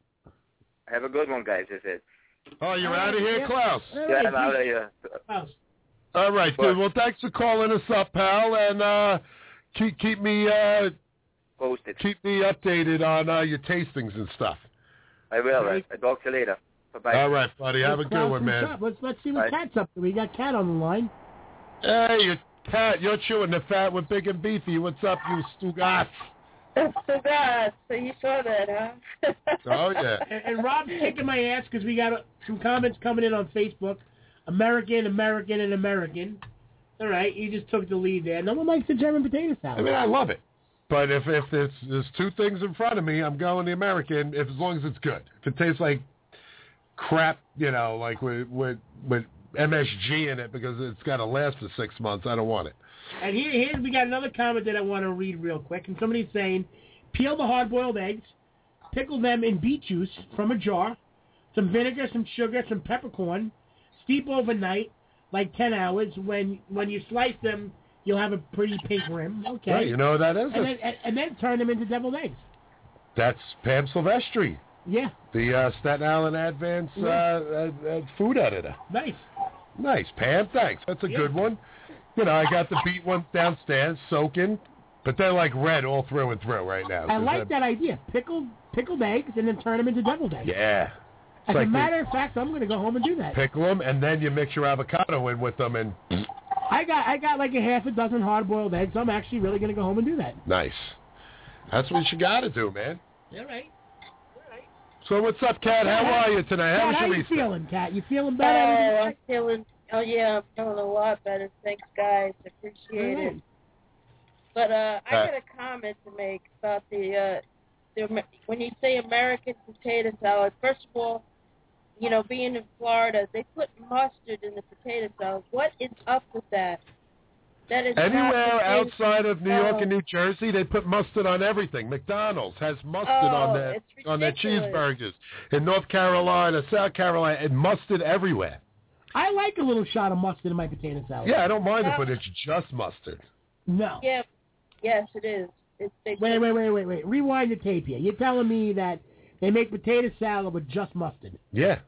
Speaker 16: Have a good one, guys. That's it.
Speaker 10: Oh, you're out of here, Klaus.
Speaker 16: Yeah, I'm out of here.
Speaker 10: All right, dude. Well, thanks for calling us up, pal, and uh, keep keep me uh,
Speaker 16: Posted.
Speaker 10: keep me updated on uh, your tastings and stuff.
Speaker 16: I will. I, I talk to you later. Bye bye.
Speaker 10: All right, buddy. Have a
Speaker 11: Let's
Speaker 10: good
Speaker 11: cross
Speaker 10: one,
Speaker 11: these
Speaker 10: man.
Speaker 11: up. Let's let's see what Cat's up to. We got Cat on the line.
Speaker 10: Hey, you Pat, you're chewing the fat with Big and Beefy. What's up, you stugat?
Speaker 17: So God, so you saw that, huh?
Speaker 10: Oh yeah.
Speaker 11: And, and Rob's kicking my ass because we got uh, some comments coming in on Facebook. American, American, and American. All right, you just took the lead there. No one likes the German potato salad.
Speaker 10: I mean, I love it, but if if there's there's two things in front of me, I'm going the American. If as long as it's good, if it tastes like crap, you know, like with with with MSG in it because it's got to last for six months. I don't want it.
Speaker 11: And here, here we got another comment that I want to read real quick. And somebody's saying, peel the hard-boiled eggs, pickle them in beet juice from a jar, some vinegar, some sugar, some peppercorn, steep overnight, like 10 hours. When when you slice them, you'll have a pretty pink rim. Okay.
Speaker 10: Right, you know what that is?
Speaker 11: And then, and, and then turn them into deviled eggs.
Speaker 10: That's Pam Silvestri,
Speaker 11: Yeah,
Speaker 10: the uh, Staten Island Advance uh,
Speaker 11: Mm-hmm.
Speaker 10: uh, uh, food editor.
Speaker 11: nice.
Speaker 10: Nice, Pam. Thanks. That's a good one. You know, I got the beet one downstairs soaking, but they're like red all through and through right now.
Speaker 11: I like that idea. Pickled pickled eggs and then turn them into deviled eggs.
Speaker 10: Yeah. It's
Speaker 11: As
Speaker 10: like
Speaker 11: a
Speaker 10: you
Speaker 11: matter of fact, I'm going to go home and do that.
Speaker 10: pickle them and then you mix your avocado in with them and
Speaker 11: I got I got like a half a dozen hard-boiled eggs. I'm actually really going to go home and do that.
Speaker 10: nice. That's what you got to do, man.
Speaker 11: All right.
Speaker 10: So what's up, Cat? How are you tonight?
Speaker 11: Cat,
Speaker 10: was
Speaker 11: how
Speaker 10: your
Speaker 11: you
Speaker 10: Easter?
Speaker 11: feeling, Cat? You feeling
Speaker 17: Oh,
Speaker 11: better?
Speaker 17: I'm feeling. Oh yeah, I'm feeling a lot better. Thanks, guys. Appreciate it. But uh, I
Speaker 10: Uh,
Speaker 17: got a comment to make about the, uh, the Amer- when you say American potato salad. First of all, you know, being in Florida, they put mustard in the potato salad. What is up with that? That is not
Speaker 10: Anywhere
Speaker 17: potato-
Speaker 10: outside of New York
Speaker 17: Oh.
Speaker 10: and New Jersey, they put mustard on everything. McDonald's has mustard
Speaker 17: Oh,
Speaker 10: on their
Speaker 17: it's
Speaker 10: on their
Speaker 17: ridiculous.
Speaker 10: cheeseburgers. In North Carolina, South Carolina, and mustard everywhere.
Speaker 11: I like a little shot of mustard in my potato salad.
Speaker 10: Yeah, I don't mind it,
Speaker 17: Uh,
Speaker 10: but it's just mustard.
Speaker 11: No.
Speaker 17: Yeah. Yes, it is. It's they
Speaker 11: Wait,
Speaker 17: put-
Speaker 11: wait, wait, wait, wait. Rewind the tape here. You're telling me that they make potato salad with just mustard.
Speaker 10: Yeah.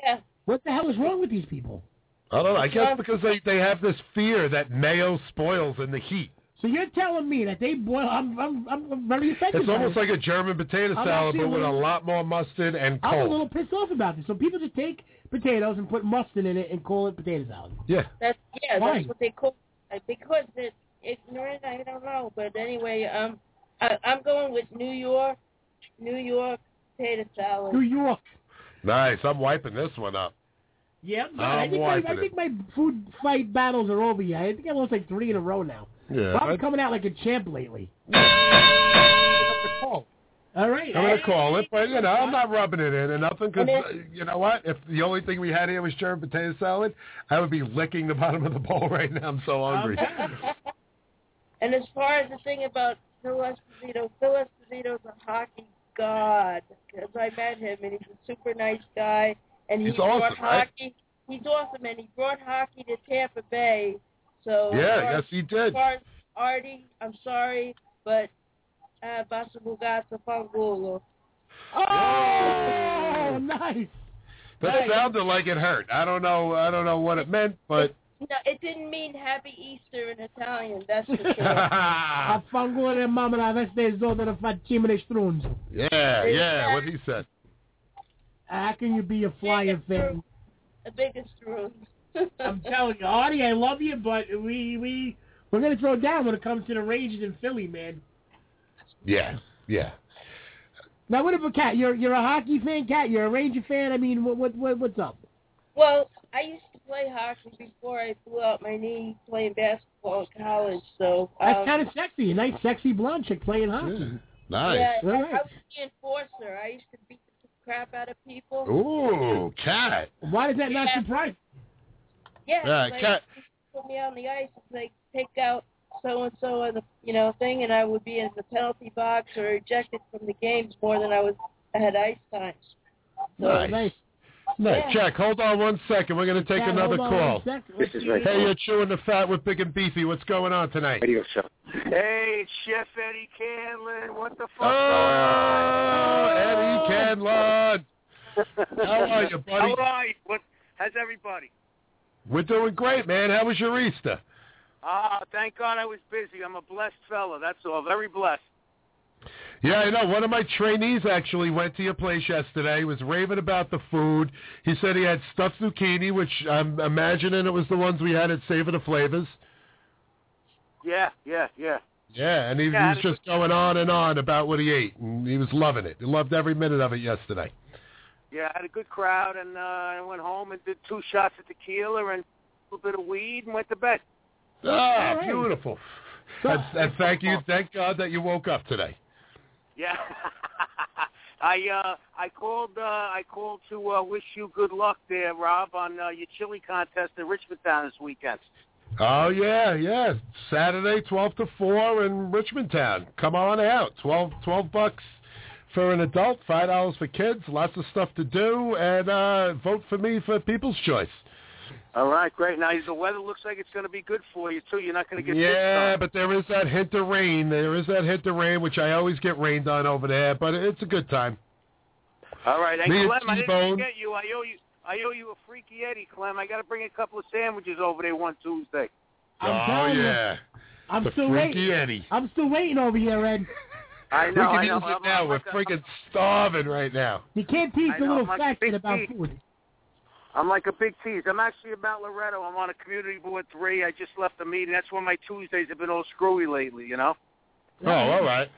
Speaker 17: Yeah.
Speaker 11: What the hell is wrong with these people?
Speaker 10: I don't know. I guess because they, they have this fear that mayo spoils in the heat.
Speaker 11: So you're telling me that they boil? I'm, I'm, I'm very offended.
Speaker 10: It's
Speaker 11: by
Speaker 10: almost like
Speaker 11: this.
Speaker 10: a German potato
Speaker 11: I'm
Speaker 10: salad,
Speaker 11: actually
Speaker 10: but
Speaker 11: a
Speaker 10: with a
Speaker 11: little-
Speaker 10: lot more mustard and
Speaker 11: I'm a
Speaker 10: cold.
Speaker 11: little pissed off about this. So people just take potatoes and put mustard in it and call it potato salad.
Speaker 10: Yeah.
Speaker 17: That's yeah,
Speaker 11: Why?
Speaker 17: that's what they call like, because it's ignorant. I don't know, but anyway, um, I, I'm going with New York, New York potato salad.
Speaker 11: New York.
Speaker 10: Nice. I'm wiping this one up.
Speaker 11: Yeah,
Speaker 10: I'm
Speaker 11: I think, my, I
Speaker 10: wiping it.
Speaker 11: think my food fight battles are over here. I think I lost like three in a row now.
Speaker 10: Yeah.
Speaker 11: I'm
Speaker 10: I-
Speaker 11: coming out like a champ lately. All right.
Speaker 10: I'm going to call it, but, you know, I'm not rubbing it in or nothing because,
Speaker 11: And it-
Speaker 10: you know what? If the only thing we had here was German potato salad, I would be licking the bottom of the bowl right now. I'm so hungry.
Speaker 17: Um, and as far as the thing about Phil Esposito, Phil Esposito's a hockey god because I met him and he's a super nice guy and he
Speaker 10: He's
Speaker 17: brought
Speaker 10: awesome, right?
Speaker 17: hockey. He's awesome and he brought hockey to Tampa Bay. So as
Speaker 10: Yeah,
Speaker 17: far
Speaker 10: yes,
Speaker 17: as-
Speaker 10: he did.
Speaker 17: As far as Artie, I'm sorry, but uh, Basa Bugasa Pangulo.
Speaker 11: Oh, nice.
Speaker 10: That sounded like it hurt. I don't know. I don't know what it meant, but
Speaker 17: No, it didn't mean Happy Easter in Italian. That's for sure.
Speaker 10: yeah,
Speaker 11: Affanculo e mamma la veste è sotto la faccina di stronzo.
Speaker 10: yeah, what he said.
Speaker 11: How Ah, can you be a flying fan?
Speaker 17: the biggest room.
Speaker 11: I'm telling you, Artie, I love you, but we we we're gonna throw down when it comes to the Rangers in Philly, man.
Speaker 10: Yeah, yeah.
Speaker 11: Now, what about Cat? You're you're a hockey fan, Cat. You're a Ranger fan. I mean, what what, what what's up?
Speaker 17: Well, I used to play hockey before I blew out my knee playing basketball in college. So
Speaker 11: That's
Speaker 17: um,
Speaker 11: kind of sexy. A nice, sexy blonde chick playing hockey.
Speaker 17: yeah, I,
Speaker 11: All
Speaker 17: I
Speaker 11: right.
Speaker 17: was the enforcer. I used to beat the crap out of people.
Speaker 10: Ooh, cat.
Speaker 11: Why does that not surprise?
Speaker 17: Yeah,
Speaker 10: Yeah,
Speaker 17: like,
Speaker 10: cat.
Speaker 17: put me on the ice and like take out so and so on the you know thing, and I would be in the penalty box or ejected from the games more than I was I had ice time. So,
Speaker 10: Nice. Nice. Jack, hold on one second. We're going to take
Speaker 17: Yeah,
Speaker 10: another
Speaker 17: hold on
Speaker 10: call.
Speaker 17: one second.
Speaker 16: This is right
Speaker 10: Hey,
Speaker 16: here.
Speaker 10: you're chewing the fat with Big and Beefy. What's going on tonight?
Speaker 16: Radio show.
Speaker 18: Hey, it's Chef Eddie Canlin. What the fuck?
Speaker 10: Oh, Eddie Canlon. How are you, buddy?
Speaker 18: How are you? What? How's everybody?
Speaker 10: We're doing great, man. How was your Easter?
Speaker 18: Ah, thank God I was busy. I'm a blessed fella. That's all. Very blessed.
Speaker 10: Yeah, I know. One of my trainees actually went to your place yesterday. He was raving about the food. He said he had stuffed zucchini, which I'm imagining it was the ones we had at Savor the Flavors.
Speaker 18: Yeah, yeah, yeah.
Speaker 10: Yeah, and he,
Speaker 18: Yeah,
Speaker 10: he was just going on and on about what he ate, and he was loving it. He loved every minute of it yesterday.
Speaker 18: Yeah, I had a good crowd, and uh, I went home and did two shots of tequila and a little bit of weed and went to bed.
Speaker 10: Ah, beautiful. And, and thank you, thank God that you woke up today.
Speaker 18: Yeah. I uh I called uh I called to uh wish you good luck there, Rob, on uh, your chili contest in Richmond Town this weekend.
Speaker 10: Oh yeah, yeah. Saturday, twelve to four in Richmond Town. Come on out. 12, 12 bucks for an adult, five dollars for kids. Lots of stuff to do, and uh, vote for me for People's Choice.
Speaker 18: All right, great. Now the weather looks like it's going to be good for you too. You're not going to get
Speaker 10: Yeah,
Speaker 18: this
Speaker 10: but there is that hint of rain. There is that hint of rain, which I always get rained on over there. But it's a good time.
Speaker 18: All right, and
Speaker 10: Me and
Speaker 18: Clem, I didn't
Speaker 10: T-Bone.
Speaker 18: forget you. I owe you. I owe you a freaky Eddie, Clem. I got to bring a couple of sandwiches over there one Tuesday.
Speaker 10: oh
Speaker 11: telling you.
Speaker 10: yeah,
Speaker 11: I'm
Speaker 10: the
Speaker 11: still
Speaker 10: Freaky
Speaker 11: waiting.
Speaker 10: Eddie.
Speaker 11: I'm still waiting over here, Ed.
Speaker 18: I
Speaker 10: we
Speaker 18: know,
Speaker 10: can
Speaker 18: I know.
Speaker 10: use it
Speaker 18: I'm-
Speaker 10: now.
Speaker 18: I'm
Speaker 10: We're
Speaker 18: like a-
Speaker 10: freaking starving right now.
Speaker 11: You can't teach
Speaker 18: I
Speaker 11: a
Speaker 18: know,
Speaker 11: little
Speaker 18: I'm like
Speaker 11: faction
Speaker 18: big
Speaker 11: about
Speaker 18: teeth.
Speaker 11: food.
Speaker 18: I'm like a big tease. I'm actually about Loretto. I'm on a community board three. I just left a meeting. That's why my Tuesdays have been all screwy lately, you know.
Speaker 10: Oh, all right.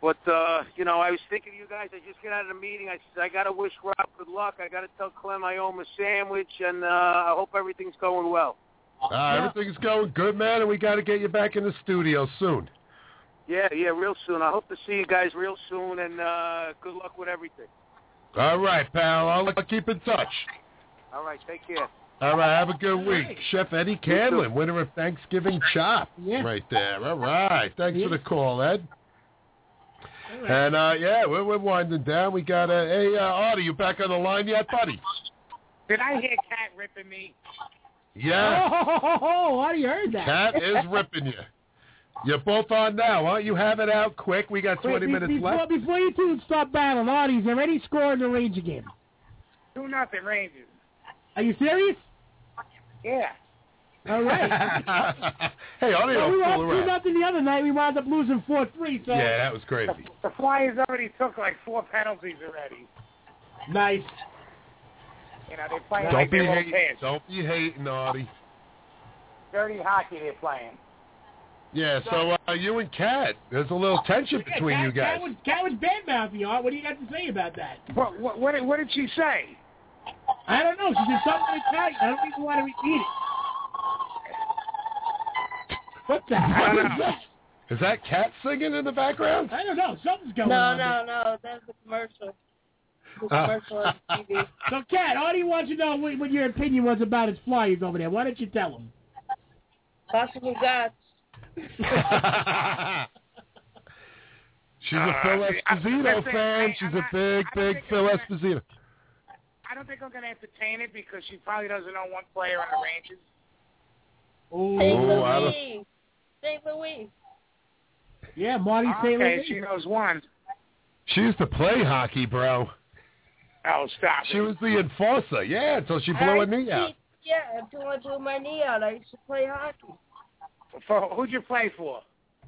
Speaker 18: But uh, you know, I was thinking of you guys. I just got out of the meeting. I said I gotta wish Rob good luck. I gotta tell Clem I owe him a sandwich, and uh, I hope everything's going well.
Speaker 10: Uh, everything's going good, man, and we got to get you back in the studio soon.
Speaker 18: Yeah, yeah, real soon. I hope to see you guys real soon, and uh, good luck with everything.
Speaker 10: All right, pal. I'll, I'll keep in touch.
Speaker 18: All right, take care.
Speaker 10: All right, have a good week. Chef Eddie Canlin,
Speaker 18: too.
Speaker 10: winner of Thanksgiving Chop. Right there. All right. Thanks for the call, Ed. And, uh, yeah, we're, we're winding down. We got a... Hey, uh, Artie, you back on the line yet, buddy?
Speaker 14: Did I hear Cat ripping me?
Speaker 10: Yeah.
Speaker 11: Oh, how do you heard that?
Speaker 10: Cat is ripping you. You're both on now, huh? You have it out quick. We got
Speaker 11: Wait,
Speaker 10: 20
Speaker 11: be-
Speaker 10: minutes
Speaker 11: before,
Speaker 10: left.
Speaker 11: Before you two start battling, Artie's already scored the Ranger game.
Speaker 14: Do nothing, Rangers.
Speaker 11: Are you serious?
Speaker 14: Yeah.
Speaker 11: All right.
Speaker 10: hey, Artie,
Speaker 11: Well,
Speaker 10: don't
Speaker 11: we were up
Speaker 10: fool
Speaker 11: two
Speaker 10: around.
Speaker 11: nothing the other night. We wound up losing four three. So
Speaker 10: Yeah, that was crazy.
Speaker 14: The Flyers already took like four penalties already.
Speaker 11: nice.
Speaker 14: You know, they're playing
Speaker 10: Don't
Speaker 14: like
Speaker 10: be
Speaker 14: they won't
Speaker 10: hating.
Speaker 14: pass.
Speaker 10: Don't be hating, Artie.
Speaker 14: Dirty hockey they're playing.
Speaker 10: Yeah, so uh, you and Cat, there's a little tension
Speaker 11: Yeah,
Speaker 10: between
Speaker 11: Cat-
Speaker 10: you guys.
Speaker 11: Cat was, Cat was bad mouthing, Art. What do you got to say about that?
Speaker 14: What, what, what, did- what did she say?
Speaker 11: I don't know. She did something to Cat. I don't even want to repeat it. What the hell is that?
Speaker 10: Is that Cat singing in the background?
Speaker 11: I don't know. Something's
Speaker 17: No,
Speaker 11: going on.
Speaker 17: no, no. That's a commercial.
Speaker 10: Oh.
Speaker 17: The commercial on TV.
Speaker 11: So, Cat, Artie wants to know what, what your opinion was about his flyers over there. Why don't you tell him?
Speaker 17: Possible gods.
Speaker 10: She's a Phil
Speaker 14: Uh, I-
Speaker 10: Esposito
Speaker 14: listen,
Speaker 10: fan.
Speaker 14: I-
Speaker 10: She's
Speaker 14: I'm
Speaker 10: a
Speaker 14: not-
Speaker 10: big,
Speaker 14: I
Speaker 10: big
Speaker 14: think
Speaker 10: Phil
Speaker 14: I'm
Speaker 10: Esposito.
Speaker 14: I don't think I'm going to entertain it because she probably doesn't know one player on the Rangers.
Speaker 17: St.
Speaker 10: Oh, I don't-
Speaker 17: Louis. St. Louis.
Speaker 11: Yeah, Marty St.
Speaker 14: Okay,
Speaker 11: Louis.
Speaker 14: she knows one.
Speaker 10: She used to play hockey, bro.
Speaker 14: Oh, stop.
Speaker 10: She
Speaker 14: it.
Speaker 10: was the enforcer, yeah, until she blew her
Speaker 17: I
Speaker 10: knee out.
Speaker 17: beat- Yeah, until I blew my knee out. I used to play hockey.
Speaker 14: For, who'd you play for?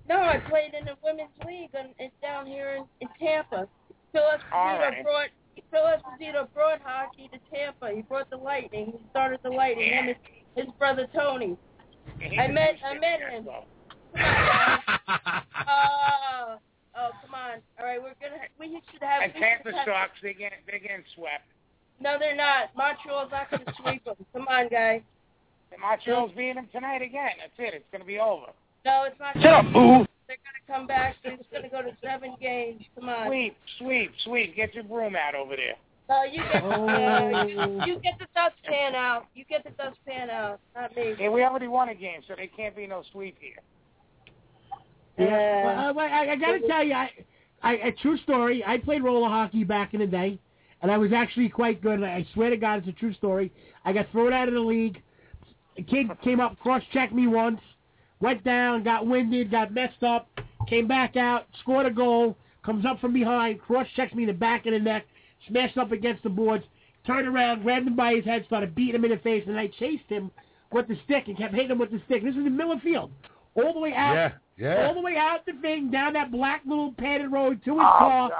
Speaker 17: No, I played in the women's league on, in, down here in, in Tampa. Phil
Speaker 14: All
Speaker 17: Esposito
Speaker 14: right.
Speaker 17: brought Phil Esposito brought hockey to Tampa. He brought the Lightning. He started the Lightning. Him and his, his brother Tony. I met I met him. Uh, oh come on! All right, we're gonna we should have.
Speaker 14: And
Speaker 17: we
Speaker 14: Tampa
Speaker 17: should have-
Speaker 14: sucks. They get they getting swept.
Speaker 17: No, they're not. Montreal's not gonna sweep them. Come on, guys.
Speaker 14: And Montreal's beating them tonight again. That's it. It's gonna be over.
Speaker 17: No, it's not.
Speaker 14: Shut up, boo.
Speaker 17: They're gonna come back. and It's gonna go to seven games. Come on.
Speaker 14: Sweep, sweep, sweep. Get your broom out over there.
Speaker 17: No, you get the, uh, you,
Speaker 11: Oh.
Speaker 17: you get the dustpan out. You get the dustpan out, not me.
Speaker 14: Yeah, we already won a game, so they can't be no sweep here.
Speaker 17: Yeah.
Speaker 11: Well, I, I, I got to tell you, I, I, a true story. I played roller hockey back in the day, and I was actually quite good. I I swear to God, it's a true story. I got thrown out of the league. A kid came up, cross-checked me once, went down, got winded, got messed up, came back out, scored a goal, comes up from behind, cross-checks me in the back of the neck, smashed up against the boards, turned around, grabbed him by his head, started beating him in the face, and I chased him with the stick and kept hitting him with the stick. This is in Miller Field, all the way out
Speaker 10: Yeah, yeah.
Speaker 11: all the way out the thing, down that black little padded road to his
Speaker 14: Oh
Speaker 11: car.
Speaker 14: God.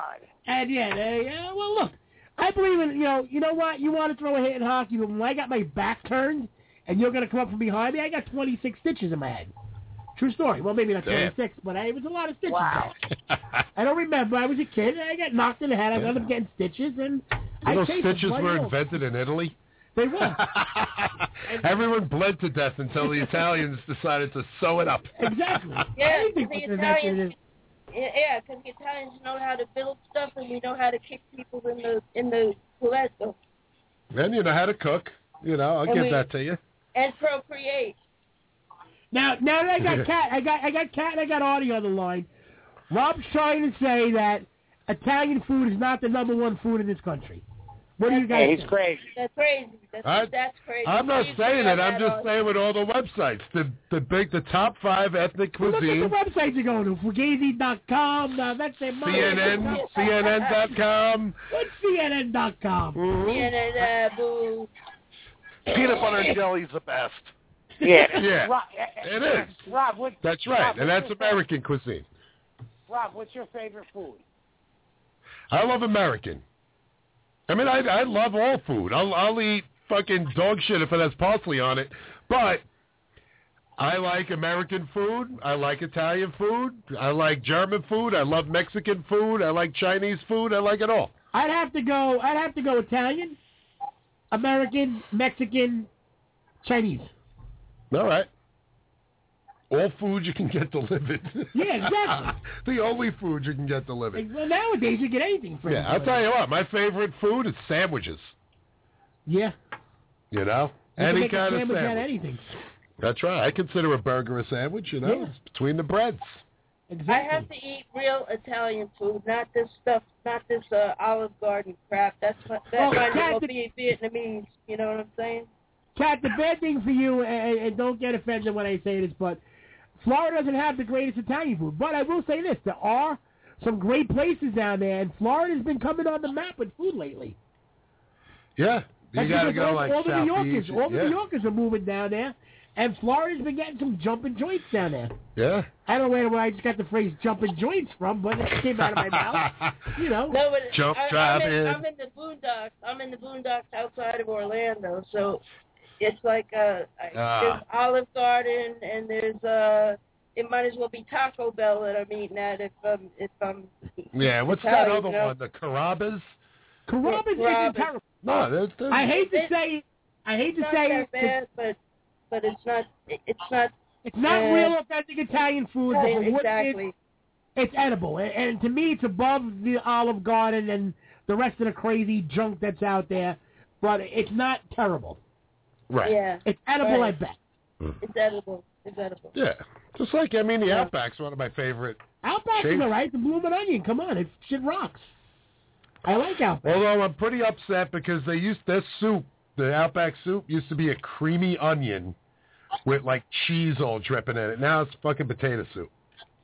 Speaker 11: And yeah, they, uh, well, look, I believe in, you know, you know what? You want to throw a hit in hockey, but when I got my back turned and you're going to come up from behind me, I got 26 stitches in my head. True story. Well, maybe not
Speaker 10: Damn.
Speaker 11: 26, but I, it was a lot of stitches.
Speaker 14: Wow.
Speaker 11: I don't remember. I was a kid. And I got knocked in the head. I ended up getting stitches, and I
Speaker 10: Little
Speaker 11: chased
Speaker 10: stitches
Speaker 11: them, bloody
Speaker 10: were
Speaker 11: hell.
Speaker 10: invented in Italy.
Speaker 11: They were.
Speaker 10: Everyone bled to death until the Italians decided to sew it up.
Speaker 11: exactly.
Speaker 17: Yeah,
Speaker 11: Anything
Speaker 17: the
Speaker 11: was invented in-
Speaker 17: Italians Yeah, yeah, because the Italians know how to build stuff, and we know how to kick people in the in the culetto
Speaker 10: And you know how to cook. You know, I'll
Speaker 17: And
Speaker 10: give
Speaker 17: we-
Speaker 10: that to you.
Speaker 17: and procreate.
Speaker 11: Now, now that I got cat, I got I got cat, and I got Artie on the line. Rob's trying to say that Italian food is not the number one food in this country. What do you guys? think?
Speaker 17: That's crazy. That's,
Speaker 10: I-
Speaker 17: that's crazy.
Speaker 10: I'm not
Speaker 17: You
Speaker 10: saying
Speaker 17: forgot
Speaker 10: it. I'm
Speaker 17: that
Speaker 10: just
Speaker 17: all-
Speaker 10: saying with all the websites, the the big, the top five ethnic
Speaker 11: Look at the
Speaker 10: cuisine,
Speaker 11: websites you're going to. Fugazi.com. Now that's their mother.
Speaker 10: CNN, CNN.com,
Speaker 11: What's CNN.com?
Speaker 10: Mm-hmm.
Speaker 17: CNN, uh, boo.
Speaker 13: Peanut butter and jelly's the
Speaker 14: uh,
Speaker 13: best.
Speaker 10: yeah,
Speaker 14: Rob, eh,
Speaker 10: it is.
Speaker 14: Rob, what,
Speaker 10: That's right,
Speaker 14: Rob,
Speaker 10: and
Speaker 14: what's
Speaker 10: that's
Speaker 14: your favorite-
Speaker 10: American cuisine.
Speaker 14: Rob, what's your favorite food?
Speaker 10: I love American. I mean, I I love all food. I'll I'll eat fucking dog shit if it has parsley on it, but I like American food. I like Italian food. I like German food. I love Mexican food. I like Chinese food. I like it all.
Speaker 11: I'd have to go. I'd have to go Italian, American, Mexican, Chinese.
Speaker 10: All right. All food you can get delivered.
Speaker 11: Yeah, exactly.
Speaker 10: the only food you can get delivered.
Speaker 11: Like, well, nowadays you get anything from.
Speaker 10: Yeah, I'll tell you what. My favorite food is sandwiches.
Speaker 11: Yeah.
Speaker 10: You know,
Speaker 11: You can
Speaker 10: any
Speaker 11: make a
Speaker 10: kind of
Speaker 11: sandwich out
Speaker 10: sandwich.
Speaker 11: anything.
Speaker 10: That's right. I consider a burger a sandwich. You know,
Speaker 11: Yeah.
Speaker 10: it's between the breads.
Speaker 17: I have to eat real Italian food, not this stuff, not this uh, Olive Garden crap. That's my,
Speaker 11: Well,
Speaker 17: that might
Speaker 11: that's
Speaker 17: as well
Speaker 11: the-
Speaker 17: be Vietnamese. You know what I'm saying?
Speaker 11: Cat, the bad thing for you, and, and don't get offended when I say this, but Florida doesn't have the greatest Italian food. But I will say this: there are some great places down there, and Florida's been coming on the map with food lately.
Speaker 10: Yeah, you
Speaker 11: That's
Speaker 10: gotta
Speaker 11: because
Speaker 10: go
Speaker 11: all,
Speaker 10: like
Speaker 11: all the New
Speaker 10: South
Speaker 11: Yorkers,
Speaker 10: Beach.
Speaker 11: all the
Speaker 10: yeah.
Speaker 11: New Yorkers are moving down there, and Florida's been getting some jumping joints down there.
Speaker 10: yeah.
Speaker 11: I don't know where I just got the phrase "jumping joints" from, but it came out of my mouth. You know,
Speaker 17: No, but
Speaker 10: Jump
Speaker 17: I,
Speaker 10: drive
Speaker 17: I'm,
Speaker 10: in.
Speaker 17: in, I'm in the boondocks. I'm in the boondocks outside of Orlando, so it's like uh, I
Speaker 10: Ah.
Speaker 17: there's Olive Garden and there's uh, it might as well be Taco Bell that I'm eating at if um if I'm
Speaker 10: Yeah, what's that
Speaker 17: Italian,
Speaker 10: other
Speaker 17: you know?
Speaker 10: one? The Carrabba's?
Speaker 11: Carrabba's isn't
Speaker 17: Carrabba's.
Speaker 11: terrible.
Speaker 10: No, that's, that's
Speaker 11: I hate to say, I
Speaker 17: it's
Speaker 11: hate to
Speaker 17: not
Speaker 11: say,
Speaker 17: that
Speaker 11: it, it's
Speaker 17: bad, but but it's not it- it's not
Speaker 11: It's not
Speaker 17: Yeah.
Speaker 11: real authentic Italian food. but for what it is,
Speaker 17: exactly.
Speaker 11: it's edible, and, and to me, it's above the Olive Garden and the rest of the crazy junk that's out there. But it's not terrible.
Speaker 10: right.
Speaker 17: Yeah,
Speaker 11: It's edible,
Speaker 17: Right.
Speaker 11: I bet.
Speaker 17: it's edible. It's edible.
Speaker 10: Yeah. Just like I mean, the Outback's one of my favorite.
Speaker 11: Outback's
Speaker 10: Cheese.
Speaker 11: all right. The blooming onion, come on, it shit rocks. I like Outback.
Speaker 10: Although I'm pretty upset because they used their soup, the Outback soup, used to be a creamy onion with like cheese all dripping in it. Now it's fucking potato soup.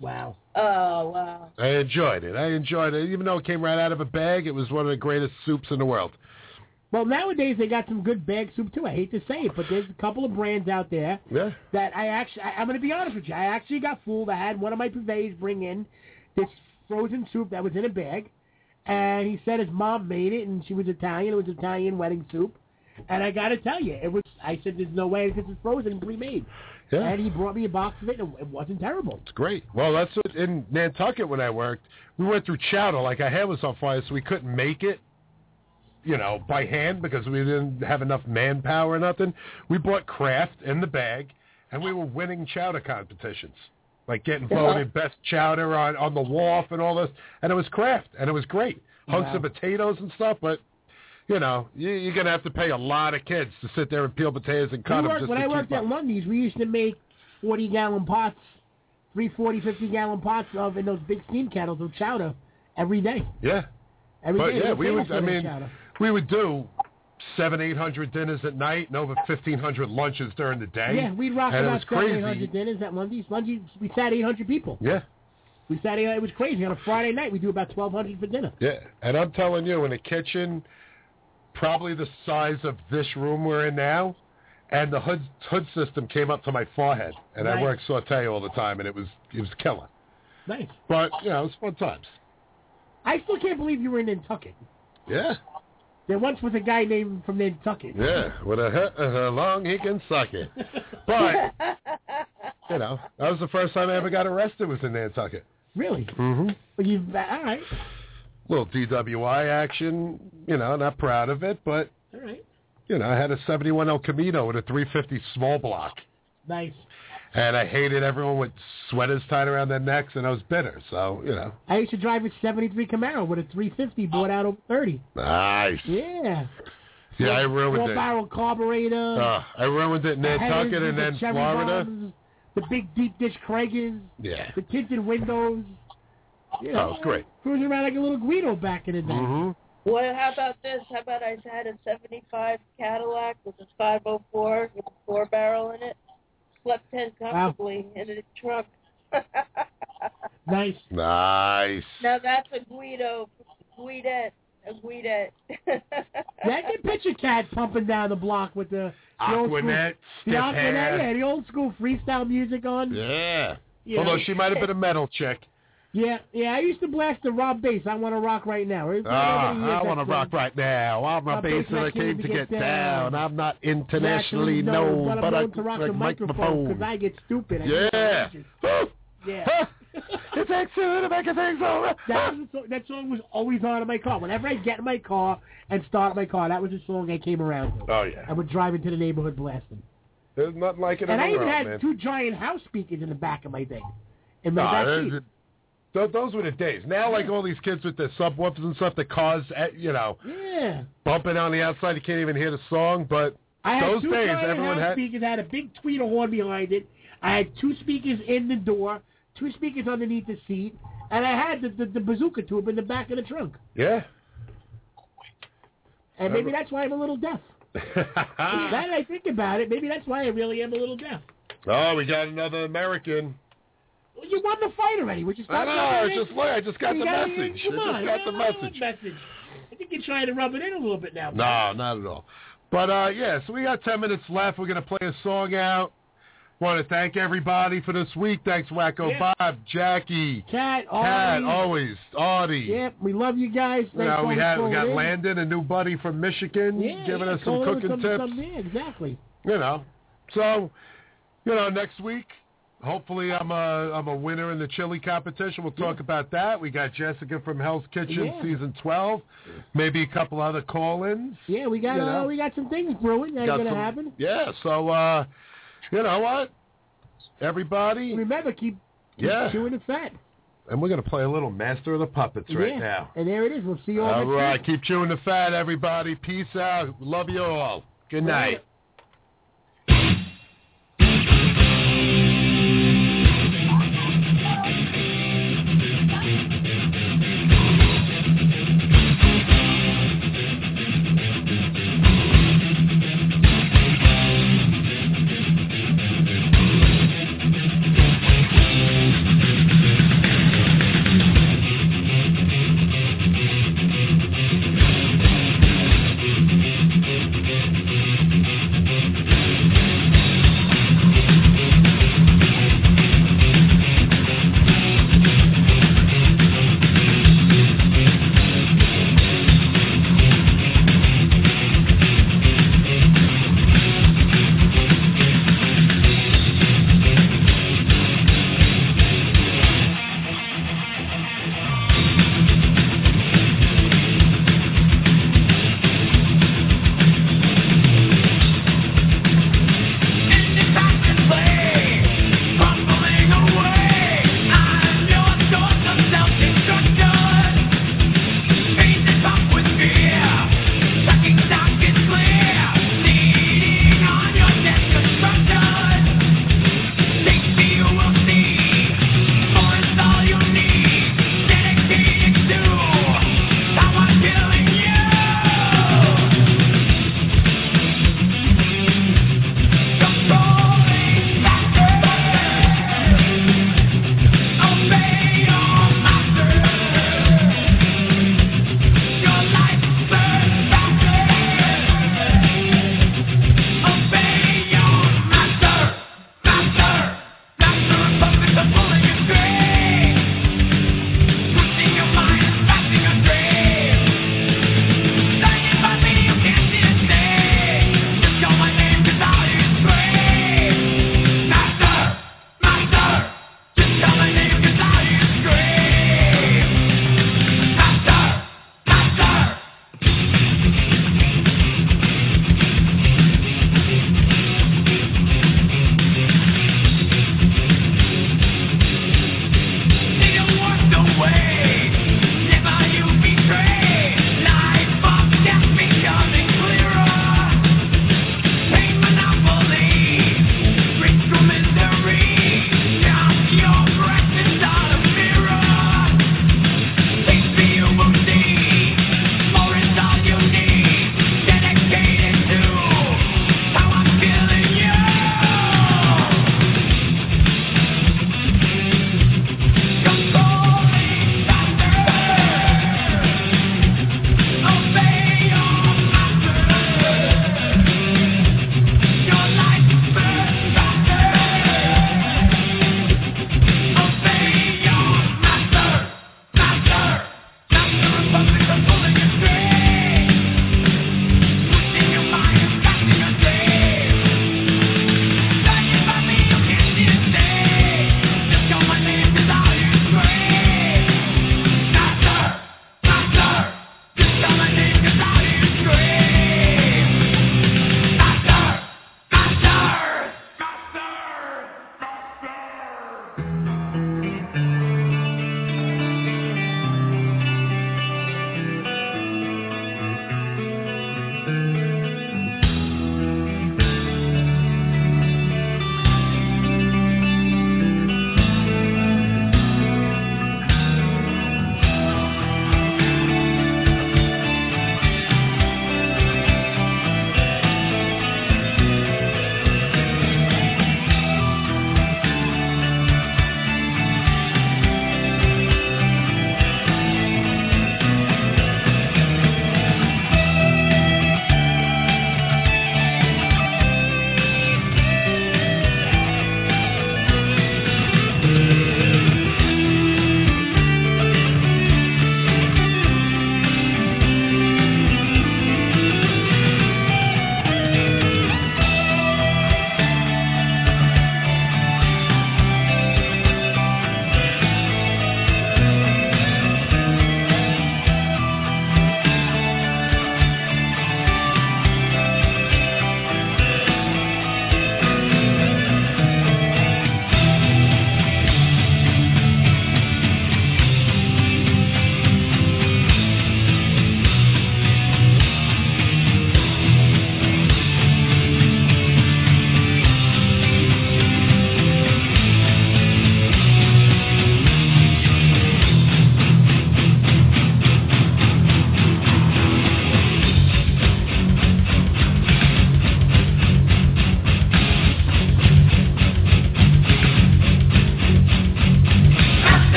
Speaker 11: Wow.
Speaker 17: Oh wow.
Speaker 10: I enjoyed it. I enjoyed it, even though it came right out of a bag. It was one of the greatest soups in the world.
Speaker 11: Well, nowadays they got some good bag soup too. I hate to say it, but there's a couple of brands out there
Speaker 10: Yeah.
Speaker 11: that I actually, I, I'm going to be honest with you, I actually got fooled. I had one of my purveyors bring in this frozen soup that was in a bag, and he said his mom made it, and she was Italian. It was Italian wedding soup, and I got to tell you, it was. I said, "There's no way this is frozen and pre-made."
Speaker 10: Yeah.
Speaker 11: And he brought me a box of it, and it wasn't terrible.
Speaker 10: It's great. Well, that's what, in Nantucket when I worked. We went through chowder. Like our hand was on fire, so we couldn't make it, you know, by hand because we didn't have enough manpower or nothing. We bought Kraft in the bag, and we were winning chowder competitions, like getting voted best chowder on on the wharf and all this. And it was Kraft, and it was great. Hunks
Speaker 11: Wow.
Speaker 10: of potatoes and stuff, but. You know, you, you're gonna have to pay a lot of kids to sit there and peel potatoes and cut
Speaker 11: We
Speaker 10: them
Speaker 11: worked,
Speaker 10: just
Speaker 11: when
Speaker 10: to
Speaker 11: I
Speaker 10: keep
Speaker 11: worked
Speaker 10: up.
Speaker 11: at Lundy's, we used to make 40 gallon pots, three 40, 50 gallon pots of in those big steam kettles of chowder every day.
Speaker 10: yeah,
Speaker 11: Every
Speaker 10: But
Speaker 11: day
Speaker 10: yeah,
Speaker 11: was
Speaker 10: we
Speaker 11: famous
Speaker 10: would.
Speaker 11: for
Speaker 10: I
Speaker 11: their
Speaker 10: mean,
Speaker 11: chowder.
Speaker 10: we would do seven, eight hundred dinners at night and over fifteen hundred lunches during the day.
Speaker 11: yeah, we rocked
Speaker 10: and it
Speaker 11: about
Speaker 10: was
Speaker 11: 700
Speaker 10: crazy.
Speaker 11: dinners at Lundy's. Lundy's, we sat 800 people.
Speaker 10: Yeah,
Speaker 11: We sat 800, it was crazy. On a Friday night, we do about 1,200 for dinner.
Speaker 10: yeah, and I'm telling you, in a kitchen, probably the size of this room we're in now, and the hood hood system came up to my forehead, and I
Speaker 11: Nice.
Speaker 10: worked saute all the time, and it was it was killer.
Speaker 11: Nice.
Speaker 10: But you know, it was fun times.
Speaker 11: I still can't believe you were in Nantucket.
Speaker 10: Yeah,
Speaker 11: There once was a guy named from Nantucket.
Speaker 10: yeah. With a he- uh, long, he can suck it. But you know, that was the first time I ever got arrested was in Nantucket.
Speaker 11: Really?
Speaker 10: Mm-hmm.
Speaker 11: Well, you, all right.
Speaker 10: little DWI action. You know, not proud of it, but
Speaker 11: All right.
Speaker 10: you know, I had a 71 El Camino with a 350 small block,
Speaker 11: Nice.
Speaker 10: and I hated everyone with sweaters tied around their necks, and I was bitter. So you know,
Speaker 11: I used to drive a '73 Camaro with a 350 bought out over 30.
Speaker 10: nice.
Speaker 11: Yeah.
Speaker 10: Yeah, I
Speaker 11: Four
Speaker 10: ruined it.
Speaker 11: barrel carburetor.
Speaker 10: Uh, I ruined it in Nantucket
Speaker 11: headers,
Speaker 10: and
Speaker 11: the
Speaker 10: then
Speaker 11: cherry
Speaker 10: Florida.
Speaker 11: bombs, the big deep dish Kragers,
Speaker 10: Yeah.
Speaker 11: the tinted windows. You
Speaker 10: That
Speaker 11: know,
Speaker 10: was Oh, great.
Speaker 11: Cruising around like a little Guido back in the day.
Speaker 10: Mhm.
Speaker 17: Well, how about this? How about I had a 75 Cadillac with a 504 with a four barrel in it? Slept in comfortably in a trunk.
Speaker 11: Nice.
Speaker 10: Nice.
Speaker 17: now that's a Guido, Guidette, a Guidette.
Speaker 11: Yeah, I can picture Cat pumping down the block with the, the old school,
Speaker 10: Aquanet,
Speaker 11: the
Speaker 10: stiff
Speaker 11: Aquanet,
Speaker 10: hair.
Speaker 11: yeah, the old school freestyle music on.
Speaker 10: Yeah.
Speaker 11: Yeah.
Speaker 10: Although she might have been a metal chick.
Speaker 11: Yeah, yeah, I used to blast the Rob bass. I want to rock right now. It was
Speaker 10: Ah,
Speaker 11: over the years,
Speaker 10: I want to rock
Speaker 11: that's
Speaker 10: right now. I'm a
Speaker 11: My bass
Speaker 10: bassist that came to get down. I'm not
Speaker 11: when-
Speaker 10: internationally known,
Speaker 11: but I'm
Speaker 10: but I
Speaker 11: known to rock
Speaker 10: like
Speaker 11: the microphone because I get stupid. I get
Speaker 10: Yeah.
Speaker 11: outrageous.
Speaker 10: yeah. it takes two to make a thing so right.
Speaker 11: That, was the song, that song was always on in my car. Whenever I get in my car and start my car, that was the song I came around to.
Speaker 10: Oh, yeah.
Speaker 11: I would drive into the neighborhood blasting.
Speaker 10: There's nothing like it
Speaker 11: and
Speaker 10: in
Speaker 11: I
Speaker 10: the
Speaker 11: even
Speaker 10: world,
Speaker 11: had
Speaker 10: man.
Speaker 11: two giant house speakers in the back of my thing. In my
Speaker 10: Ah,
Speaker 11: back
Speaker 10: there's
Speaker 11: seat.
Speaker 10: a- tho- those were the days. Now, like all these kids with their subwoofers and stuff that cause, eh, you know,
Speaker 11: Yeah.
Speaker 10: bumping on the outside, you can't even hear the song. But
Speaker 11: I had
Speaker 10: those
Speaker 11: two
Speaker 10: days,
Speaker 11: giant
Speaker 10: everyone
Speaker 11: house
Speaker 10: had.
Speaker 11: speakers. I had a big tweeter horn behind it. I had two speakers in the door, two speakers underneath the seat, and I had the, the, the bazooka tube in the back of the trunk.
Speaker 10: Yeah.
Speaker 11: And maybe that's why I'm a little deaf.
Speaker 10: Ah.
Speaker 11: now that I think about it, maybe that's why I really am a little deaf.
Speaker 10: oh, we got another American.
Speaker 11: Well, you won the fight already, which is
Speaker 10: I
Speaker 11: not
Speaker 10: know,
Speaker 11: not
Speaker 10: I
Speaker 11: really-
Speaker 10: just- I just got
Speaker 11: You
Speaker 10: the
Speaker 11: gotta-
Speaker 10: message.
Speaker 11: Come
Speaker 10: I just got
Speaker 11: on,
Speaker 10: the
Speaker 11: I don't want
Speaker 10: message.
Speaker 11: message. I think you're trying to rub it in a little bit now.
Speaker 10: No, not at all. But uh, yeah, so we got ten minutes left. We're gonna play a song out. Want to thank everybody for this week. Thanks, Wacko
Speaker 11: Yeah.
Speaker 10: Bob, Jackie, Cat,
Speaker 11: Cat, Artie.
Speaker 10: always Audie.
Speaker 11: Yep, we love you guys.
Speaker 10: You know,
Speaker 11: Thanks
Speaker 10: we
Speaker 11: for
Speaker 10: had we
Speaker 11: calling
Speaker 10: got
Speaker 11: in.
Speaker 10: Landon, a new buddy from Michigan,
Speaker 11: Yeah,
Speaker 10: giving
Speaker 11: yeah,
Speaker 10: us some
Speaker 11: calling
Speaker 10: cooking
Speaker 11: some-
Speaker 10: tips.
Speaker 11: some- yeah, exactly.
Speaker 10: You know, so you know next week. Hopefully I'm a I'm a winner in the chili competition. We'll talk about that. We got Jessica from Hell's Kitchen
Speaker 11: Yeah.
Speaker 10: season 12. Maybe a couple other call-ins.
Speaker 11: Yeah, we got
Speaker 10: You know?
Speaker 11: uh, we got some things brewing. That's
Speaker 10: Got
Speaker 11: gonna
Speaker 10: some-
Speaker 11: happen.
Speaker 10: Yeah, so uh you know what? Everybody
Speaker 11: Remember, keep, keep
Speaker 10: Yeah.
Speaker 11: chewing the fat.
Speaker 10: and we're gonna play a little Master of the Puppets right
Speaker 11: yeah.
Speaker 10: now.
Speaker 11: And there it is. We'll see you all,
Speaker 10: All
Speaker 11: next
Speaker 10: right,
Speaker 11: week.
Speaker 10: keep chewing the fat everybody. Peace out. Love you all. Good night.
Speaker 19: Thank you.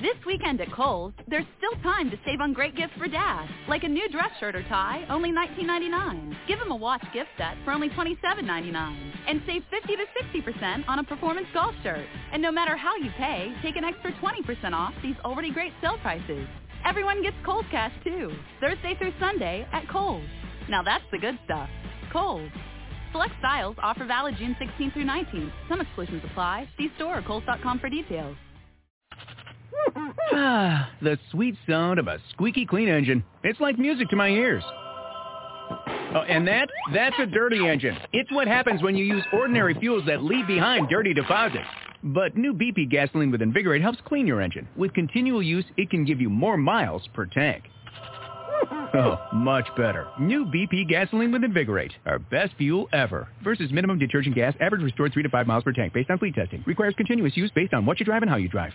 Speaker 19: This weekend at Kohl's, there's still time to save on great gifts for Dad, like a new dress shirt or tie, only $19.99. Give him a watch gift set for only $27.99. And save 50 to 60% on a performance golf shirt. And no matter how you pay, take an extra 20% off these already great sale prices. Everyone gets Kohl's Cash too, Thursday through Sunday at Kohl's. Now that's the good stuff. Kohl's. Select styles offer valid June 16th through 19th. Some exclusions apply. See store or kohls.com for details.
Speaker 20: Ah, the sweet sound of a squeaky clean engine. It's like music to my ears. Oh, and that? That's a dirty engine. It's what happens when you use ordinary fuels that leave behind dirty deposits. But new BP gasoline with Invigorate helps clean your engine. With continual use, it can give you more miles per tank. Oh, much better. New BP gasoline with Invigorate, our best fuel ever. Versus minimum detergent gas, average restored 3 to 5 miles per tank based on fleet testing. Requires continuous use based on what you drive and how you drive.